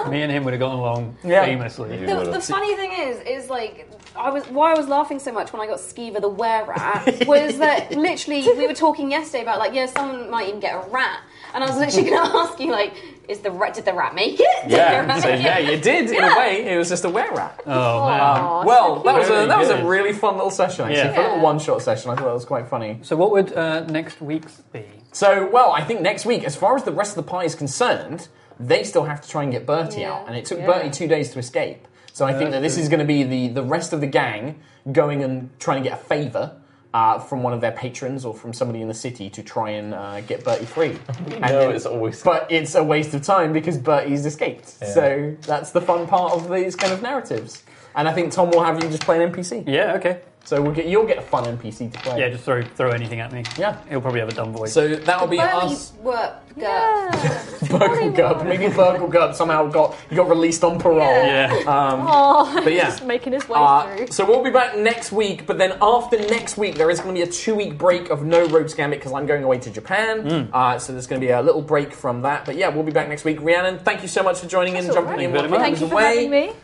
Speaker 5: Me and him would have gotten along
Speaker 3: Yeah.
Speaker 5: famously.
Speaker 1: You
Speaker 4: The,
Speaker 1: would've.
Speaker 4: the funny thing is, is like, I was why I was laughing so much when I got Skeever the were rat was that literally we were talking yesterday about like, yeah, someone might even get a rat, and I was literally going to ask you like, is the rat did the rat make it? Did the
Speaker 3: yeah,
Speaker 4: rat
Speaker 3: so,
Speaker 4: make it?
Speaker 3: yeah, you did in a way. It was just a were rat.
Speaker 5: Oh man.
Speaker 6: Aw,
Speaker 3: Well, that was a
Speaker 5: Very
Speaker 3: that was a
Speaker 5: good.
Speaker 3: really fun little session actually.
Speaker 5: Yeah.
Speaker 3: For a little one shot session, I thought that was quite funny.
Speaker 5: So what would uh, next week's be?
Speaker 3: So, well, I think next week, as far as the rest of the pie is concerned, they still have to try and get Bertie
Speaker 4: Yeah.
Speaker 3: out, and it took
Speaker 6: Yeah.
Speaker 3: Bertie two days to escape. So I think that this is going to be the the rest of the gang going and trying to get a favour. Uh, from one of their patrons or from somebody in the city to try and uh, get Bertie free. And
Speaker 1: No,
Speaker 3: then-
Speaker 1: it's always.
Speaker 3: but it's a waste of time because Bertie's escaped. So that's the fun part of these kind of narratives. And I think Tom will have you just play an NPC.
Speaker 5: Yeah. Okay.
Speaker 3: So we'll get you'll get a fun NPC to play.
Speaker 5: Yeah, just throw throw anything at me.
Speaker 3: Yeah.
Speaker 5: He'll probably have a dumb voice.
Speaker 3: So that'll be
Speaker 4: Burly
Speaker 3: us.
Speaker 4: work. uh, Gurp.
Speaker 3: Burgle Gub. Maybe Burgle Gub somehow got he got released on parole. Um,
Speaker 5: yeah.
Speaker 6: Oh,
Speaker 3: But yeah.
Speaker 6: just making his way
Speaker 3: Uh,
Speaker 6: through.
Speaker 3: so we'll be back next week, but then after next week, there is going to be a two-week break of no ropes gambit because I'm going away to Japan. Uh, so there's going to be a little break from that. But yeah, we'll be back next week. Rhiannon, thank you so much for joining in,
Speaker 6: That's
Speaker 3: jumping
Speaker 6: all right.
Speaker 3: in.
Speaker 5: Thank you
Speaker 3: while
Speaker 5: very
Speaker 3: I was
Speaker 6: much. Thank you for having
Speaker 3: away.
Speaker 6: me.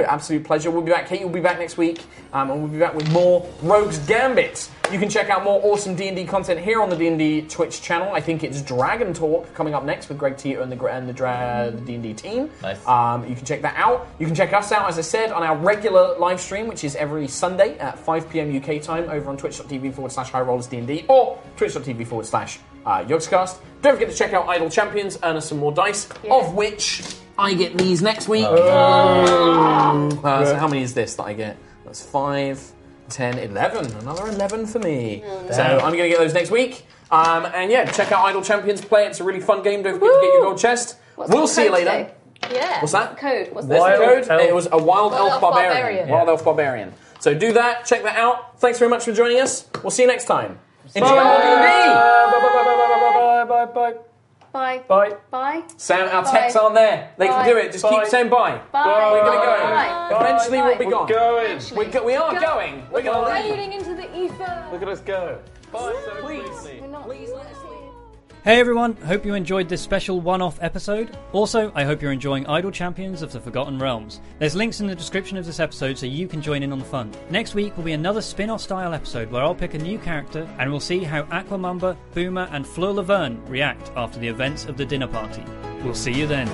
Speaker 3: Uh, no, absolute pleasure. We'll be back. Kate, you'll be back next week, um, and we'll be back with more Rogues Gambit. You can check out more awesome D and D content here on the D and D Twitch channel. I think it's Dragon Talk coming up next with Greg Tito and the Gra- and the Dra- the D and D team.
Speaker 1: Nice.
Speaker 3: Um, you can check that out. You can check us out, as I said, on our regular live stream, which is every Sunday at 5 p.m. UK time over on twitch.tv forward slash high rollers D&D or twitch.tv forward slash uh, yogscast. Don't forget to check out Idle Champions, earn us some more dice, of which I get these next week. Uh, so how many is this that I get? That's 5, 10, 11. Another 11 for me.
Speaker 4: Oh,
Speaker 3: So I'm going to get those next week. Um, and yeah, check out Idle Champions play. It's a really fun game. Don't forget to get your gold chest.
Speaker 4: What's
Speaker 3: we'll
Speaker 4: the
Speaker 3: see you
Speaker 4: code
Speaker 3: later.
Speaker 4: today?
Speaker 6: Yeah.
Speaker 3: What's that?
Speaker 4: Code. What's
Speaker 3: There's
Speaker 4: the
Speaker 5: Wild
Speaker 3: the code.
Speaker 5: elf.
Speaker 3: It was a wild, elf,
Speaker 6: elf
Speaker 3: barbarian.
Speaker 6: barbarian.
Speaker 3: Wild elf barbarian. So do that. Check that out. Thanks very much for joining us. We'll see you next time. Enjoy D&D.
Speaker 5: Bye, bye, bye, bye, bye, bye,
Speaker 4: Bye.
Speaker 5: bye, bye.
Speaker 4: Bye.
Speaker 3: Sam, our
Speaker 4: Bye.
Speaker 3: techs aren't there. They
Speaker 4: Bye.
Speaker 3: can do it. Just
Speaker 5: Bye.
Speaker 3: keep saying bye.
Speaker 4: Bye.
Speaker 3: We're gonna go.
Speaker 4: Bye.
Speaker 3: Eventually, we'll be
Speaker 4: Bye.
Speaker 3: gone.
Speaker 5: Going.
Speaker 3: We, go- we are going. We're gonna leave.
Speaker 6: Riding into the ether.
Speaker 5: Look at us go.
Speaker 3: Please, please let us leave.
Speaker 2: Hey everyone, hope you enjoyed this special one off episode. Also, I hope you're enjoying Idle Champions of the Forgotten Realms. There's links in the description of this episode so you can join in on the fun. Next week will be another spin off style episode where I'll pick a new character and we'll see how Aquamumba, Boomer, and Fleur Laverne react after the events of the dinner party. We'll see you then.